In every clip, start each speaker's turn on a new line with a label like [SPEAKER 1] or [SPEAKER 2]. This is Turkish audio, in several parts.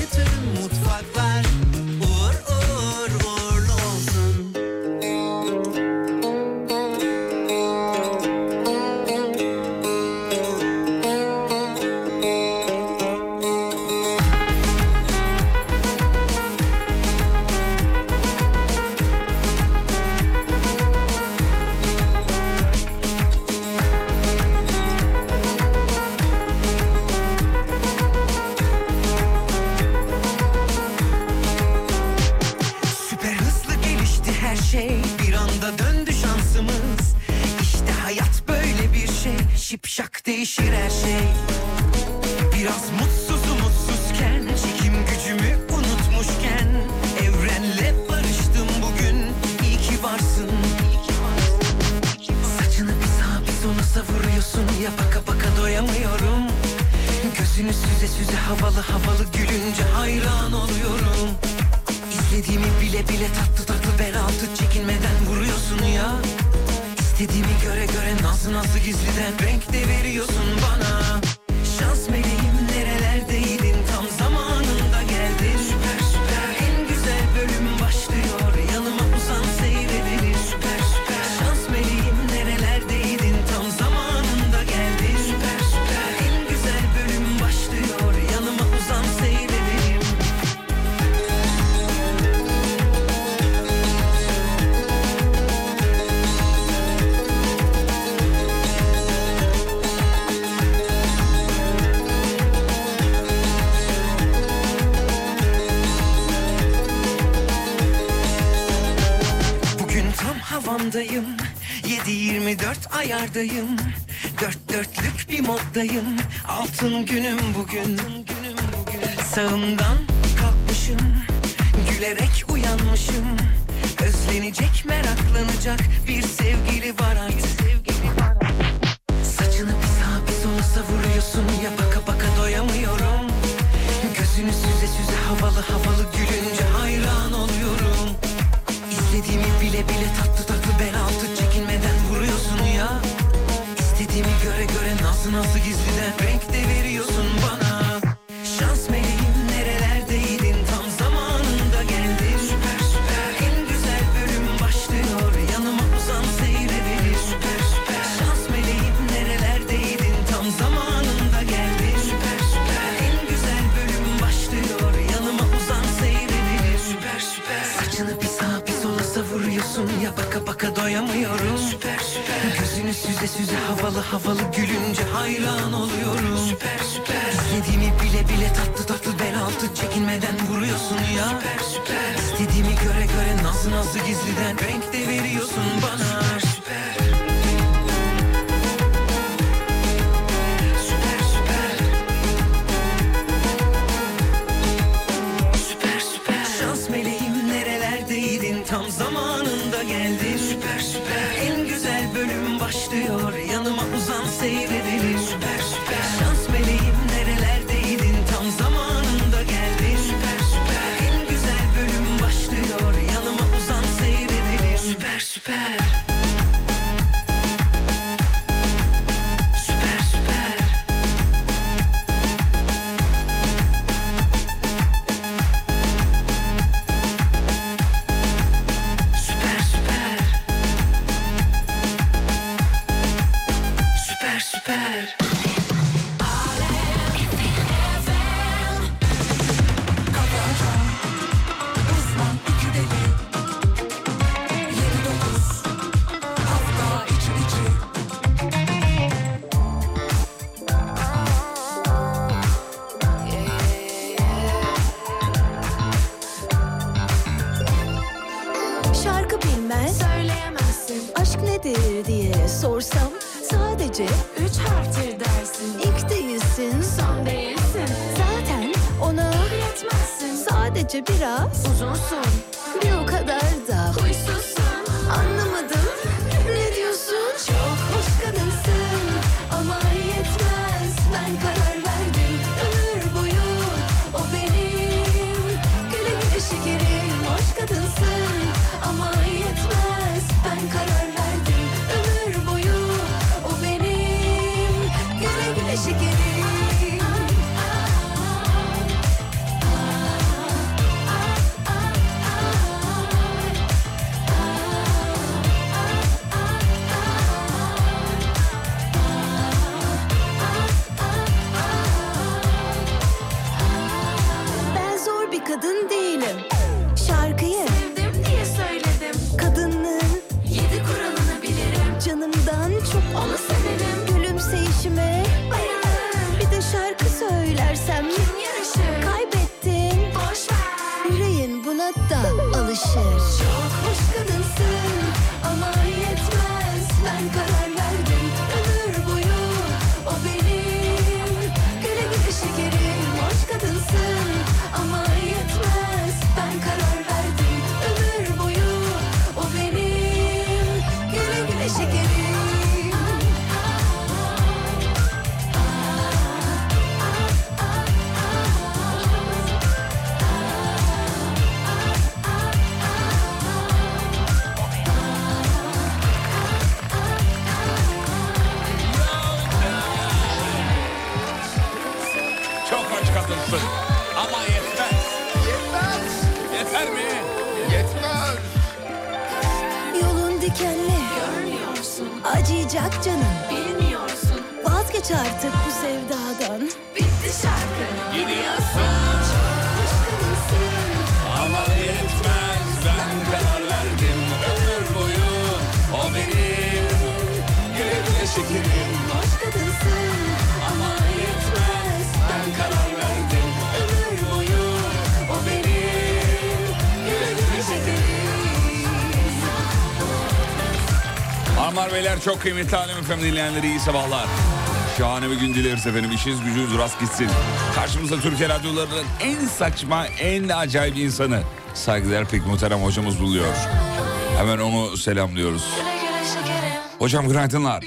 [SPEAKER 1] Bütün mutfaklar uğur uğur uğurlu olsun. Süper hızlı gelişti her şey. Bir anda döndü şansımız. İşte hayat böyle bir şey. Şipşak değişir her şey. Biraz mutsuz umutsuzken Çekim gücümü unutmuşken Evrenle barıştım bugün İyi ki varsın Saçını bir sağa bir sola savuruyorsun Ya baka baka doyamıyorum Gözünü süze süze havalı havalı gülünce hayran oluyorum İzlediğimi bile bile tatlı tatlı ben altı çekinmeden vuruyorsun ya İstediğimi göre göre nazlı nazlı gizliden renk de veriyorsun bana Şans meleğim nerelerdeydin tam zamanında geldin Süper süper en güzel bölüm başlıyor yanıma uzan seyredelim Süper süper şans meleğim nerelerdeydin tam zamanında geldin Süper süper en güzel bölüm başlıyor yanıma uzan seyredelim Bugün tam havamdayım 7-24 ayardayım Dört dörtlük bir moddayım Altın günüm bugün, günüm bugün. Sağımdan kalkmışım Gülerek uyanmışım Özlenecek meraklanacak Bir sevgili var artık Saçını bir sağa bir sola savuruyorsun Ya baka baka doyamıyorum Gözünü süze süze havalı havalı gülünce hayran oluyorum İstediğimi bile bile tatlı tatlı bel altı çekinmeden vuruyorsun ya İstediğimi göre göre nasıl nasıl gizliden renk de veriyorsun bana Şans meleğim nerelerdeydin tam zamanında geldin Süper süper en güzel bölüm başlıyor yanıma uzan seyredelim Süper süper şans meleğim nerelerdeydin tam zamanında geldin Süper süper en güzel bölüm başlıyor yanıma uzan seyredelim Süper süper saçını bir sağa bir sola savuruyorsun ya baka baka doyamıyorum Süper süper gözünü süze süze havalı havalı gülünce hayran oluyorum Süper süper İstediğimi bile bile tatlı tatlı bel altı çekinmeden vuruyorsun ya Süper süper İstediğimi göre göre nazlı nazlı gizliden renk de veriyorsun bana Süper süper Süper süper Süper süper Şans meleğim nerelerdeydin tam zamanında geldin Süper süper En güzel bölüm başlıyor yanıma uzan seyredelim Süper süper Şans meleğim nerelerdeydin tam zamanında geldin Süper süper En güzel bölüm başlıyor yanıma uzan seyredelim Süper süper Süper süper Süper süper. Süper süper.
[SPEAKER 2] Şarkı bilmez,
[SPEAKER 3] Söyleyemezsin,
[SPEAKER 2] aşk nedir diye sorsam sadece
[SPEAKER 3] üç harftir dersin.
[SPEAKER 2] ilk değilsin.
[SPEAKER 3] Son değilsin,
[SPEAKER 2] Zaten ona
[SPEAKER 3] yetmezsin.
[SPEAKER 2] sadece biraz,
[SPEAKER 3] Uzunsun,
[SPEAKER 2] bir o kadar da
[SPEAKER 3] huysuzsun.
[SPEAKER 2] anlamadım. Ne diyorsun?
[SPEAKER 3] Çok hoş kadınsın ama yetmez. Ben karar verdim ömür boyu. O benim güle güle şekerim. Hoş kadınsın ama yetmez. Ben karar verdim ömür boyu.
[SPEAKER 2] Canımdan çok
[SPEAKER 3] Onu severim.
[SPEAKER 2] Gülümseyişime
[SPEAKER 3] Bayılırım.
[SPEAKER 2] Bir de şarkı söylersem
[SPEAKER 3] Kim yarışır?
[SPEAKER 2] Kaybettin
[SPEAKER 3] Boş ver.
[SPEAKER 2] Yüreğin buna da alışır
[SPEAKER 3] Çok hoş kadınsın ama yetmez Ben karar verdim ömür boyu o benim Güle güle şekerim hoş kadınsın ama yetmez Ben karar verdim ömür boyu o benim Güle güle şekerim
[SPEAKER 4] Çok hoş kadınsın. Ama yetmez. Yetmez. Yeter mi? Yetmez.
[SPEAKER 2] Yolun dikenli
[SPEAKER 3] Görmüyorsun
[SPEAKER 2] Acıyacak canım
[SPEAKER 3] bilmiyorsun
[SPEAKER 2] Vazgeç artık bu sevdadan
[SPEAKER 3] bitti şarkı
[SPEAKER 4] Gidiyorsun
[SPEAKER 3] Hoş kadınsın
[SPEAKER 4] ama yetmez. Ben karar verdim ömür boyu. O benim. Güle güle şekerim.
[SPEAKER 3] Hoş kadınsın ama yetmez Ben karar verdim ömür boyu O benim güle güle şekerim
[SPEAKER 4] Hanımlar beyler çok kıymetli Alem Efem dinleyenleri iyi sabahlar. Şahane bir gün dileriz efendim. İşiniz gücünüz rast gitsin. Karşımızda Türkiye radyolarının en saçma, en acayip insanı saygıdeğer pek muhterem hocamız buluyor. Hemen onu selamlıyoruz.
[SPEAKER 3] Güle güle şekerim
[SPEAKER 4] Hocam günaydınlar.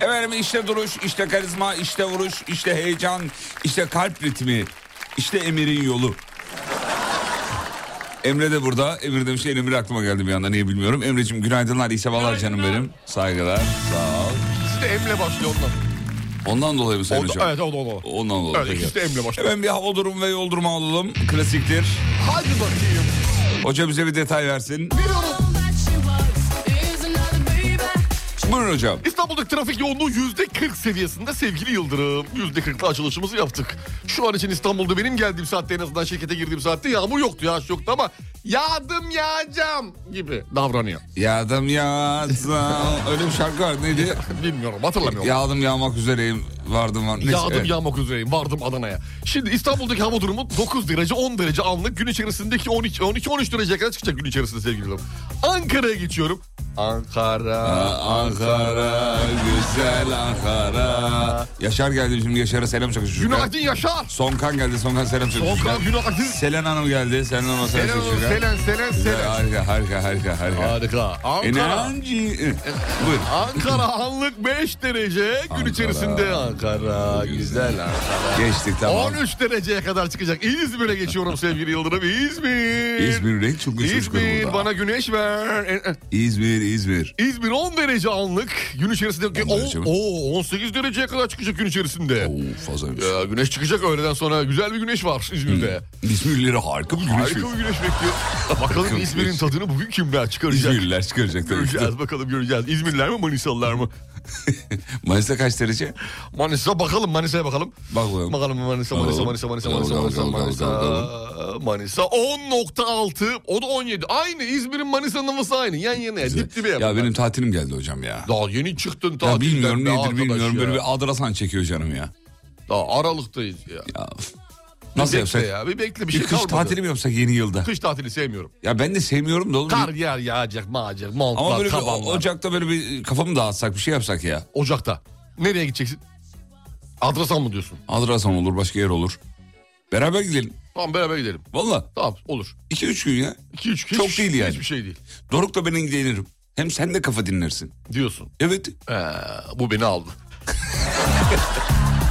[SPEAKER 4] Efendim işte duruş, işte karizma, işte vuruş, işte heyecan, işte kalp ritmi, işte Emir'in yolu. Emre de burada. Emir demiş ki Emir aklıma geldi bir anda niye bilmiyorum. Emre'cim günaydınlar, iyi sabahlar canım benim. Saygılar, sağ ol.
[SPEAKER 5] İşte emle başlıyor ondan.
[SPEAKER 4] Ondan dolayı mı sen
[SPEAKER 5] Onda-
[SPEAKER 4] hocam?
[SPEAKER 5] evet, o da- o da.
[SPEAKER 4] Ondan dolayı.
[SPEAKER 5] Öyle,
[SPEAKER 4] peki.
[SPEAKER 5] işte Emre başlıyor.
[SPEAKER 4] Hemen bir hava durum ve yol durumu alalım. Klasiktir.
[SPEAKER 5] Hadi bakayım.
[SPEAKER 4] Hoca bize bir detay versin.
[SPEAKER 5] Biliyorum
[SPEAKER 4] Buyurun hocam.
[SPEAKER 5] İstanbul'daki trafik yoğunluğu yüzde 40 seviyesinde sevgili Yıldırım. Yüzde 40'la açılışımızı yaptık. Şu an için İstanbul'da benim geldiğim saatte en azından şirkete girdiğim saatte yağmur yoktu. Yağış yoktu ama yağdım yağacağım gibi davranıyor.
[SPEAKER 4] Yağdım yağdım. Öyle bir şarkı var neydi?
[SPEAKER 5] Bilmiyorum hatırlamıyorum.
[SPEAKER 4] Yağdım yağmak üzereyim. Vardım var. Neyse,
[SPEAKER 5] Yağdım
[SPEAKER 4] evet.
[SPEAKER 5] yağmak üzereyim vardım Adana'ya. Şimdi İstanbul'daki hava durumu 9 derece 10 derece anlık gün içerisindeki 12 12 13 dereceye kadar çıkacak gün içerisinde sevgili Yıldırım. Ankara'ya geçiyorum. Ankara,
[SPEAKER 4] Ankara güzel Ankara. Yaşar geldi şimdi Yaşar'a selam çakın çocuklar.
[SPEAKER 5] Günaydın Yaşar.
[SPEAKER 4] Sonkan geldi Sonkan selam çakın çocuklar.
[SPEAKER 5] Volkan günaydın.
[SPEAKER 4] Selen Hanım geldi. Selen Hanım'a selam
[SPEAKER 5] Selen
[SPEAKER 4] çakın
[SPEAKER 5] oğlum,
[SPEAKER 4] çocuklar.
[SPEAKER 5] Selen Selen
[SPEAKER 4] Güzel,
[SPEAKER 5] Selen.
[SPEAKER 4] Harika harika harika harika.
[SPEAKER 5] Harika. Ankara.
[SPEAKER 4] Enerji. Buyur.
[SPEAKER 5] Ankara anlık 5 derece gün
[SPEAKER 4] Ankara.
[SPEAKER 5] içerisinde. Ankara güzel Ankara.
[SPEAKER 4] Geçtik tamam.
[SPEAKER 5] 13 dereceye kadar çıkacak. İzmir'e geçiyorum sevgili Yıldırım. İzmir.
[SPEAKER 4] İzmir renk çok güzel çocuklar
[SPEAKER 5] İzmir
[SPEAKER 4] burada.
[SPEAKER 5] bana güneş ver. E, e,
[SPEAKER 4] İzmir İzmir.
[SPEAKER 5] İzmir 10 derece anlık gün içerisinde.
[SPEAKER 4] 10 derece mi?
[SPEAKER 5] O, oo, 18 dereceye kadar çıkacak gün içerisinde.
[SPEAKER 4] Oo fazlaymış.
[SPEAKER 5] Ya, güneş çıkacak öğleden sonra. Güzel bir güneş var İzmir'de.
[SPEAKER 4] İzmirlileri harika bir Hmm. güneş.
[SPEAKER 5] Harika bir güneş bekliyor. Bakalım
[SPEAKER 4] Bakın
[SPEAKER 5] İzmir'in
[SPEAKER 4] güneş.
[SPEAKER 5] tadını bugün kimler çıkaracak?
[SPEAKER 4] İzmirliler çıkaracak tabii ki.
[SPEAKER 5] Göreceğiz bakalım göreceğiz. İzmirliler mi Manisalılar mı?
[SPEAKER 4] Mayıs'ta kaç derece?
[SPEAKER 5] Manisa bakalım Manisa'ya bakalım.
[SPEAKER 4] Bakalım.
[SPEAKER 5] Bakalım Manisa Manisa
[SPEAKER 4] Bakalım.
[SPEAKER 5] Manisa Manisa
[SPEAKER 4] Bakalım,
[SPEAKER 5] Manisa Manisa
[SPEAKER 4] bakalım,
[SPEAKER 5] Manisa Manisa 10.6 o da 17 aynı İzmir'in Manisa'nın nüfusu aynı yan yana dip dibe
[SPEAKER 4] Ya
[SPEAKER 5] yapıyorlar.
[SPEAKER 4] benim tatilim geldi hocam ya.
[SPEAKER 5] daha yeni çıktın
[SPEAKER 4] Ya
[SPEAKER 5] tatilden
[SPEAKER 4] bilmiyorum
[SPEAKER 5] be
[SPEAKER 4] nedir
[SPEAKER 5] arkadaş
[SPEAKER 4] bilmiyorum
[SPEAKER 5] ya.
[SPEAKER 4] böyle bir adrasan çekiyor canım ya.
[SPEAKER 5] Daha aralıktayız ya. Bir
[SPEAKER 4] ya. üf. Nasıl
[SPEAKER 5] bekle
[SPEAKER 4] yapsak?
[SPEAKER 5] ya bir bekle bir,
[SPEAKER 4] Bir
[SPEAKER 5] şey
[SPEAKER 4] kış
[SPEAKER 5] kalmadı.
[SPEAKER 4] tatili mi yapsak yeni yılda?
[SPEAKER 5] Kış tatili sevmiyorum.
[SPEAKER 4] Ya ben de sevmiyorum da oğlum.
[SPEAKER 5] Kar yer yağacak mağacak montlar
[SPEAKER 4] Ama böyle bir o-
[SPEAKER 5] tabanlar.
[SPEAKER 4] Ocak'ta böyle bir kafamı dağıtsak bir şey yapsak ya.
[SPEAKER 5] Ocak'ta. Nereye gideceksin? Adrasan mı diyorsun?
[SPEAKER 4] Adrasan olur başka yer olur. Beraber gidelim.
[SPEAKER 5] Tamam beraber gidelim.
[SPEAKER 4] Valla
[SPEAKER 5] Tamam olur.
[SPEAKER 4] 2-3 gün ya.
[SPEAKER 5] 2-3
[SPEAKER 4] Çok değil yani.
[SPEAKER 5] Hiçbir şey değil
[SPEAKER 4] Doruk da ben ilgilenirim. Hem sen de kafa dinlersin.
[SPEAKER 5] diyorsun.
[SPEAKER 4] Evet
[SPEAKER 5] Ee, bu beni aldı.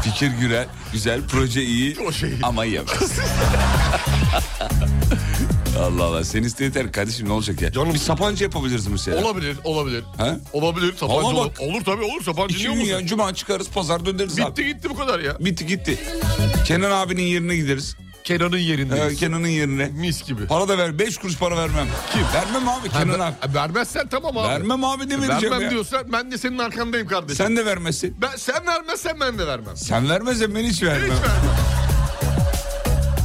[SPEAKER 4] fikir güzel, güzel proje iyi
[SPEAKER 5] O şey.
[SPEAKER 4] ama yemez. Allah Allah sen iste yeter kardeşim ne olacak ya.
[SPEAKER 5] Canım-
[SPEAKER 4] Bir sapanca yapabiliriz mesela.
[SPEAKER 5] Olabilir, olabilir.
[SPEAKER 4] He?
[SPEAKER 5] Olabilir. Sabancı
[SPEAKER 4] Ama
[SPEAKER 5] olur.
[SPEAKER 4] bak-
[SPEAKER 5] olur tabii olur. Sabancı
[SPEAKER 4] İki
[SPEAKER 5] niye
[SPEAKER 4] gün
[SPEAKER 5] olmasın?
[SPEAKER 4] ya cuma çıkarız pazar döneriz abi.
[SPEAKER 5] Bitti gitti bu kadar ya.
[SPEAKER 4] Bitti gitti. Kenan abinin yerine gideriz.
[SPEAKER 5] Kenan'ın yerindeyiz.
[SPEAKER 4] Ee, Kenan'ın yerine.
[SPEAKER 5] Mis gibi.
[SPEAKER 4] Para da ver. 5 kuruş para vermem. Kim? Vermem abi
[SPEAKER 5] Ha,
[SPEAKER 4] Kenan'a.
[SPEAKER 5] ver- vermezsen tamam abi.
[SPEAKER 4] Vermem abi ne vereceğim
[SPEAKER 5] Vermem
[SPEAKER 4] ya.
[SPEAKER 5] diyorsan ben de senin arkandayım kardeşim.
[SPEAKER 4] Sen de vermezsin.
[SPEAKER 5] Ben, sen vermezsen ben de vermem.
[SPEAKER 4] Sen vermezsen ben hiç vermem.
[SPEAKER 5] Hiç vermem.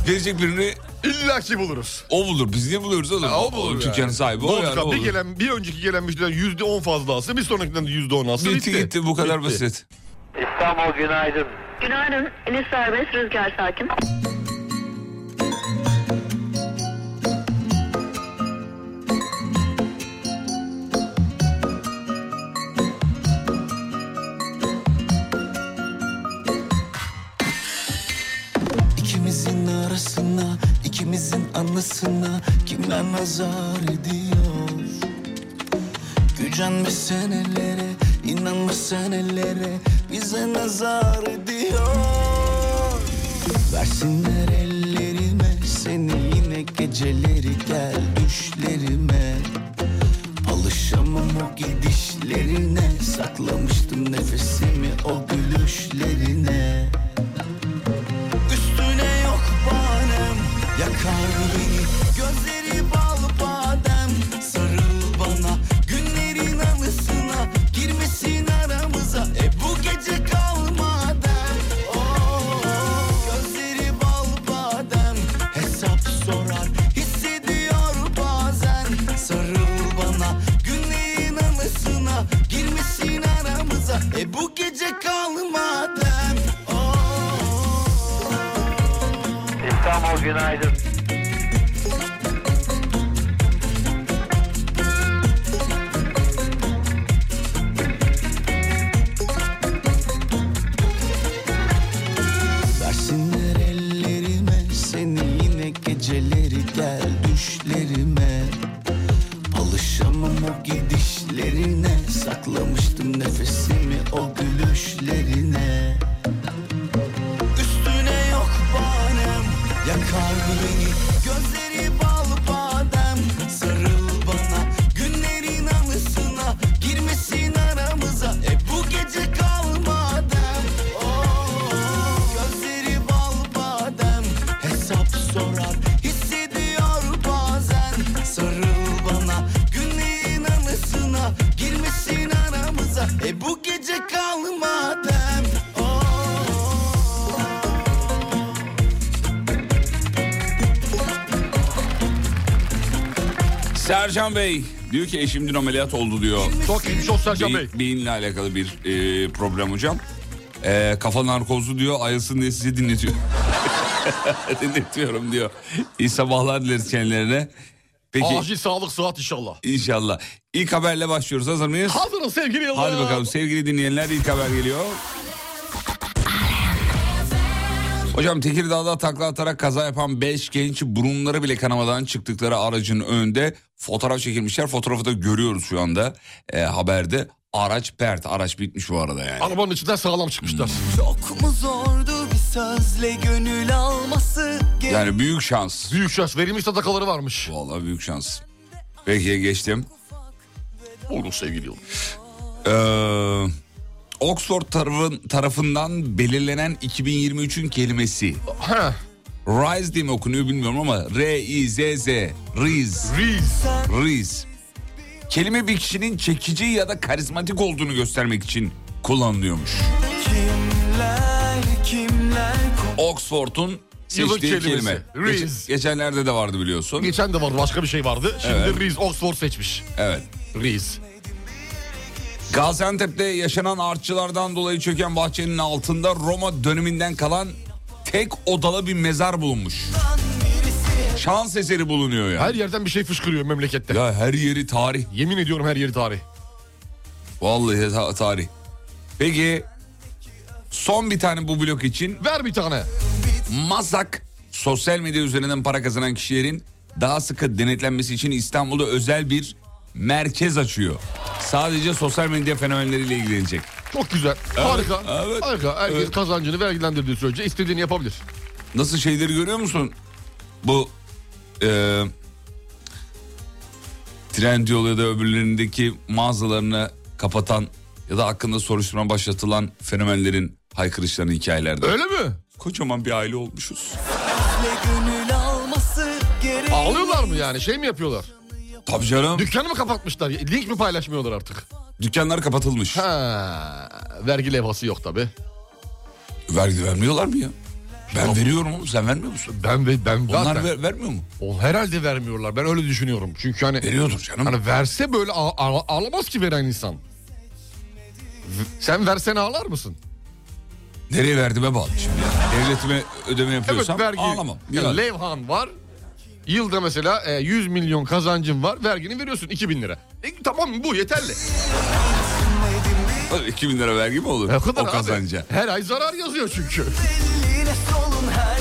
[SPEAKER 4] Verecek birini
[SPEAKER 5] İlla ki buluruz.
[SPEAKER 4] o bulur. Biz niye buluyoruz oğlum?
[SPEAKER 5] Ya, o bulur yani.
[SPEAKER 4] Dükkanın sahibi o
[SPEAKER 5] Vodka
[SPEAKER 4] yani. o
[SPEAKER 5] bir
[SPEAKER 4] bulur.
[SPEAKER 5] gelen bir önceki gelen müşteriden yüzde on fazla alsa bir sonrakinden de yüzde on alsa
[SPEAKER 4] Bitti,
[SPEAKER 5] bitti.
[SPEAKER 4] gitti, bu kadar
[SPEAKER 5] Bitti.
[SPEAKER 4] basit.
[SPEAKER 6] İstanbul günaydın.
[SPEAKER 1] Günaydın. Enes Serbest, Rüzgar Sakin.
[SPEAKER 7] İkimizin arasına, ikimizin anısına kimler nazar ediyor? Gücenme sen ellere, inanma sen ellere bize nazar ediyor. Versinler ellerime seni yine geceleri gel düşlerime. Alışamam o gidişlerine, saklamıştım nefesimi o gülüşlerine. Üstüne yok banem Yakar beni Gözleri bal badem Sarıl bana Günlerin anısına Girmesin aramıza E bu gece kal madem Oh, Gözleri bal badem Hesap sorar Hissediyor bazen Sarıl bana Günlerin anısına Girmesin aramıza E bu gece kal madem Oh.
[SPEAKER 6] İstanbul günaydın.
[SPEAKER 7] Versinler ellerime seni yine geceleri gel düşlerime Alışamam o gidişlerine saklamıştım nefesimi o gülüşlerine Üstüne yok banem yakar beni Gözleri bal badem sarıl bana Günlerin anısına girmesin aramıza E bu gece kal madem Oh, Gözleri bal badem hesap sorar Hissediyor bazen sarıl bana Günlerin anısına girmesin aramıza E bu gece kal madem Oh.
[SPEAKER 4] Sercan Bey diyor ki eşim dün ameliyat oldu diyor.
[SPEAKER 5] Çok geçmiş olsun Sercan Bey.
[SPEAKER 4] Beyin- Beyinle alakalı bir e, problem hocam. E, kafa narkozlu diyor ayılsın diye sizi dinletiyor. Dinletiyorum diyor. İyi sabahlar dileriz kendilerine. Peki
[SPEAKER 5] Acil sağlık sıhhat inşallah.
[SPEAKER 4] inşallah. İlk haberle başlıyoruz hazır mıyız?
[SPEAKER 5] Hazırız sevgili yıldız.
[SPEAKER 4] Hadi bakalım sevgili dinleyenler ilk haber geliyor. Hocam Tekirdağ'da takla atarak kaza yapan 5 genç burunları bile kanamadan çıktıkları aracın önünde fotoğraf çekilmişler. Fotoğrafı da görüyoruz şu anda e, haberde. Araç pert, araç bitmiş bu arada yani.
[SPEAKER 5] Arabanın içinden sağlam çıkmışlar.
[SPEAKER 4] Hmm.
[SPEAKER 7] Çok mu zordu bir sözle gönül alması Gerek
[SPEAKER 4] Yani büyük şans.
[SPEAKER 5] Büyük şans verilmiş sadakaları varmış.
[SPEAKER 4] Vallahi büyük şans. Peki geçtim.
[SPEAKER 5] Olur sevgili yıldız.
[SPEAKER 4] Ee, Oxford tarafın, tarafından belirlenen 2023'ün kelimesi.
[SPEAKER 5] Ha,
[SPEAKER 4] Rise diye mi okunuyor bilmiyorum ama R-I-Z-Z. Riz.
[SPEAKER 5] Reels.
[SPEAKER 4] Riz. Kelime bir kişinin çekici ya da karizmatik olduğunu göstermek için kullanılıyormuş.
[SPEAKER 7] kimler kimler
[SPEAKER 4] Oxford'un
[SPEAKER 5] Yılın
[SPEAKER 4] seçtiği kelime.
[SPEAKER 5] kelimesi.
[SPEAKER 4] Geç-
[SPEAKER 5] Riz.
[SPEAKER 4] geçenlerde de vardı biliyorsun.
[SPEAKER 5] Geçen de var başka bir şey vardı. Şimdi
[SPEAKER 4] Evet.
[SPEAKER 5] Reels Oxford seçmiş.
[SPEAKER 4] Evet.
[SPEAKER 5] Reels.
[SPEAKER 4] Gaziantep'te yaşanan artçılardan dolayı çöken bahçenin altında Roma döneminden kalan tek odalı bir mezar bulunmuş. Şans eseri bulunuyor ya.
[SPEAKER 5] Her yerden bir şey fışkırıyor memlekette.
[SPEAKER 4] Ya her yeri tarih.
[SPEAKER 5] Yemin ediyorum her yeri tarih.
[SPEAKER 4] Vallahi ta- tarih. Peki son bir tane bu blok için
[SPEAKER 5] Ver bir tane.
[SPEAKER 4] Mazak sosyal medya üzerinden para kazanan kişilerin daha sıkı denetlenmesi için İstanbul'da özel bir merkez açıyor. Sadece sosyal medya fenomenleriyle ilgilenecek.
[SPEAKER 5] Çok güzel. Harika.
[SPEAKER 4] evet,
[SPEAKER 5] Harika. Herkes
[SPEAKER 4] evet.
[SPEAKER 5] kazancını vergilendirdiği sürece istediğini yapabilir.
[SPEAKER 4] Nasıl şeyleri görüyor musun? Bu eee Trendyol ya da öbürlerindeki mağazalarını kapatan ya da hakkında soruşturma başlatılan fenomenlerin haykırışlarını hikayelerde.
[SPEAKER 5] Öyle mi?
[SPEAKER 4] Kocaman bir aile olmuşuz.
[SPEAKER 5] Ağlıyorlar mı yani? Şey mi yapıyorlar?
[SPEAKER 4] Tabii canım.
[SPEAKER 5] Dükkanı mı kapatmışlar? Link mi paylaşmıyorlar artık?
[SPEAKER 4] Dükkanlar kapatılmış.
[SPEAKER 5] Ha, vergi levhası yok tabi.
[SPEAKER 4] Vergi vermiyorlar mı ya? Ben veriyorum oğlum sen vermiyor musun?
[SPEAKER 5] Ben ve ben
[SPEAKER 4] Onlar
[SPEAKER 5] zaten-
[SPEAKER 4] ver- vermiyor mu?
[SPEAKER 5] O herhalde vermiyorlar. Ben öyle düşünüyorum. Çünkü hani
[SPEAKER 4] Veriyordur canım.
[SPEAKER 5] hani verse böyle ağ- ağ- ağlamaz ki veren insan. V- Sen versen ağlar mısın?
[SPEAKER 4] Nereye verdiğime bağlı şimdi. Devletime ödeme yapıyorsam ağlamam.
[SPEAKER 5] Yani
[SPEAKER 4] Yani.
[SPEAKER 5] levhan var. Yılda mesela e, 100 milyon kazancın var. Vergini veriyorsun 2000 lira. E, tamam bu yeterli.
[SPEAKER 4] 2000 lira vergi mi olur?
[SPEAKER 5] E, O kadar
[SPEAKER 4] o
[SPEAKER 5] abi.
[SPEAKER 4] kazanca.
[SPEAKER 5] Her ay zarar yazıyor çünkü.
[SPEAKER 7] Yine solun her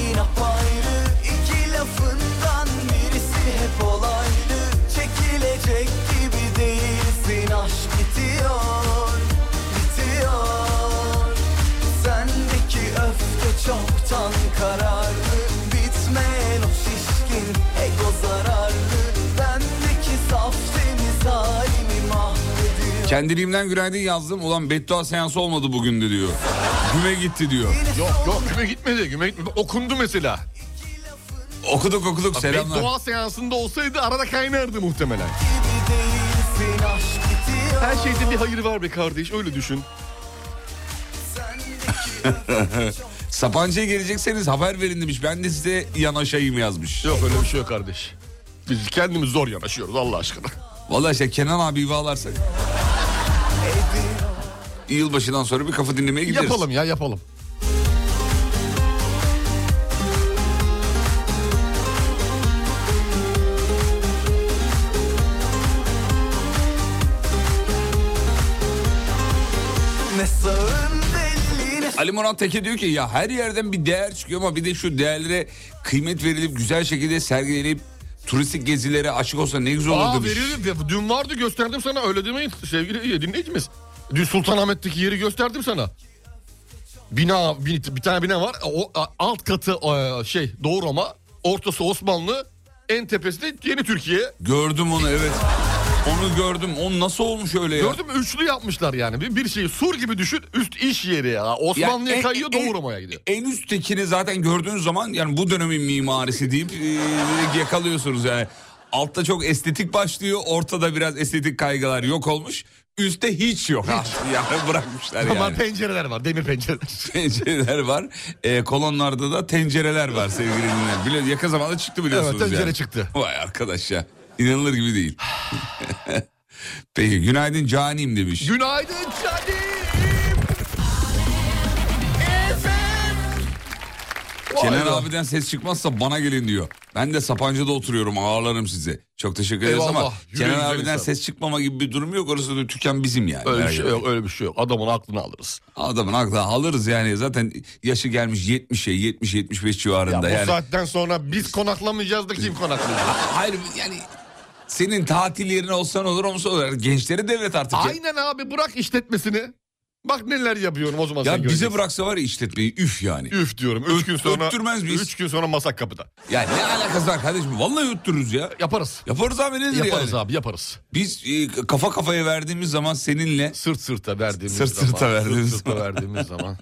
[SPEAKER 7] şeyin apayrı İki lafından birisi hep olaylı Çekilecek gibi değilsin aşk bitiyor Bitiyor Sendeki öfke çoktan kararlı Bitmeyen o şişkin ego zararlı Bendeki saf temiz halimi mahvediyor
[SPEAKER 4] Kendiliğimden günaydın yazdım. Ulan beddua seansı olmadı bugün de diyor. Güme gitti diyor.
[SPEAKER 5] Yok yok güme gitmedi. Güme gitmedi. Okundu mesela.
[SPEAKER 4] Okuduk okuduk selamlar.
[SPEAKER 5] Beddua seansında olsaydı arada kaynardı muhtemelen.
[SPEAKER 7] Değilsin aşk bitiyor
[SPEAKER 5] Her şeyde bir hayır var be kardeş öyle düşün.
[SPEAKER 4] Sapanca'ya gelecekseniz haber verin demiş. Ben de size yanaşayım yazmış.
[SPEAKER 5] Yok öyle bir şey yok kardeş. Biz kendimiz zor yanaşıyoruz Allah aşkına.
[SPEAKER 4] Vallahi işte Kenan abiyi bağlarsak. Yılbaşından sonra bir kafa dinlemeye gideriz.
[SPEAKER 5] Yapalım ya yapalım.
[SPEAKER 7] Ne sağın belli ne
[SPEAKER 4] Ali Murat Teke diyor ki ya her yerden bir değer çıkıyor ama bir de şu değerlere kıymet verilip güzel şekilde sergilenip turistik gezilere açık olsa ne güzel olur
[SPEAKER 5] Aa
[SPEAKER 4] demiş.
[SPEAKER 5] veririm. Ya, Dün vardı gösterdim sana öyle demeyin sevgili dinleyicimiz. Dün Sultanahmet'teki yeri gösterdim sana. Bina bir, bir tane bina var. O a, alt katı a, şey Doğu Roma, ortası Osmanlı, en tepesi de yeni Türkiye.
[SPEAKER 4] Gördüm onu evet. Onu gördüm. O nasıl olmuş öyle ya?
[SPEAKER 5] Gördün mü? Üçlü yapmışlar yani. Bir, bir şeyi sur gibi düşün. Üst iş yeri ya. e, Osmanlı'ya
[SPEAKER 4] en-
[SPEAKER 5] kayıyor
[SPEAKER 4] en-
[SPEAKER 5] Doğu Roma'ya gidiyor.
[SPEAKER 4] En üsttekini zaten gördüğünüz zaman yani bu dönemin mimarisi deyip e, yakalıyorsunuz yani. Altta çok estetik başlıyor. Ortada biraz estetik kaygılar yok olmuş. Üstte hiç yok. yani bırakmışlar
[SPEAKER 5] e, Ama
[SPEAKER 4] yani.
[SPEAKER 5] pencereler var. Demir pencereler.
[SPEAKER 4] Pencereler var. E, kolonlarda da tencereler var sevgili dinleyenler. Bile, yakın zamanda çıktı biliyorsunuz
[SPEAKER 5] Evet, tencere
[SPEAKER 4] yani.
[SPEAKER 5] çıktı.
[SPEAKER 4] Vay arkadaş ya. İnanılır gibi değil. Peki günaydın canim demiş.
[SPEAKER 5] Günaydın Kadir.
[SPEAKER 4] Kenan
[SPEAKER 5] Vay be.
[SPEAKER 4] abiden ses çıkmazsa bana gelin diyor. Ben de Sapanca'da oturuyorum ağırlarım sizi. Çok teşekkür ederiz
[SPEAKER 5] Eyvallah,
[SPEAKER 4] ama
[SPEAKER 5] yüreğinize
[SPEAKER 4] Kenan abiden
[SPEAKER 5] insan.
[SPEAKER 4] ses çıkmama gibi bir durum yok. Orası da tüken bizim yani.
[SPEAKER 5] Öyle bir
[SPEAKER 4] Merak
[SPEAKER 5] şey
[SPEAKER 4] etme.
[SPEAKER 5] yok, öyle bir şey yok. Adamın aklını alırız.
[SPEAKER 4] Adamın aklı alırız yani zaten yaşı gelmiş 70'e 70-75
[SPEAKER 5] Ya
[SPEAKER 4] civarında.
[SPEAKER 5] bu
[SPEAKER 4] yani.
[SPEAKER 5] saatten sonra biz konaklamayacağız da kim konaklayacak?
[SPEAKER 4] Hayır yani senin tatil yerine olsan olur olmasa olur. Gençleri devlet artık. ya.
[SPEAKER 5] Aynen abi bırak işletmesini. Bak neler yapıyorum o zaman
[SPEAKER 4] Ya
[SPEAKER 5] sen
[SPEAKER 4] bize
[SPEAKER 5] göreceksin.
[SPEAKER 4] bıraksa var ya işletmeyi üf yani.
[SPEAKER 5] Üf diyorum. Üç gün sonra.
[SPEAKER 4] öttürmez miyiz?
[SPEAKER 5] Üç gün sonra masak kapıda.
[SPEAKER 4] Ya ne alakası var kardeşim? Vallahi öttürürüz ya.
[SPEAKER 5] Yaparız.
[SPEAKER 4] Yaparız abi nedir
[SPEAKER 5] Yaparız
[SPEAKER 4] yani?
[SPEAKER 5] abi yaparız.
[SPEAKER 4] Biz e, kafa kafaya verdiğimiz zaman seninle
[SPEAKER 5] Sırt sırta verdiğimiz
[SPEAKER 4] Sırt
[SPEAKER 5] zaman.
[SPEAKER 4] sırta verdiğimiz
[SPEAKER 5] Sırt sırta
[SPEAKER 4] zaman.
[SPEAKER 5] verdiğimiz zaman.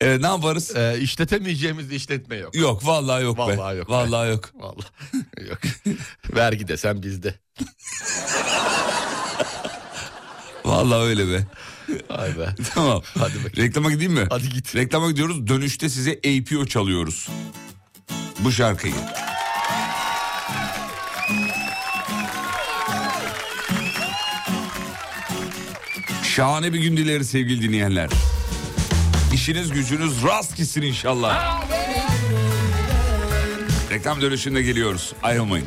[SPEAKER 4] e, ne yaparız?
[SPEAKER 5] Ee, işletemeyeceğimiz de işletme yok.
[SPEAKER 4] Yok vallahi yok be.
[SPEAKER 5] Vallahi yok be.
[SPEAKER 4] vallahi yok.
[SPEAKER 5] Vallahi yok. Vergi desen bizde.
[SPEAKER 4] Vallahi öyle be.
[SPEAKER 5] Ay be.
[SPEAKER 4] Tamam.
[SPEAKER 5] Hadi bakayım.
[SPEAKER 4] Reklama gideyim mi?
[SPEAKER 5] Hadi git.
[SPEAKER 4] Reklama gidiyoruz. Dönüşte size APO çalıyoruz. Bu şarkıyı. Şahane bir gün dileriz sevgili dinleyenler. İşiniz gücünüz rast gitsin inşallah. Reklam dönüşünde geliyoruz. Ayrılmayın.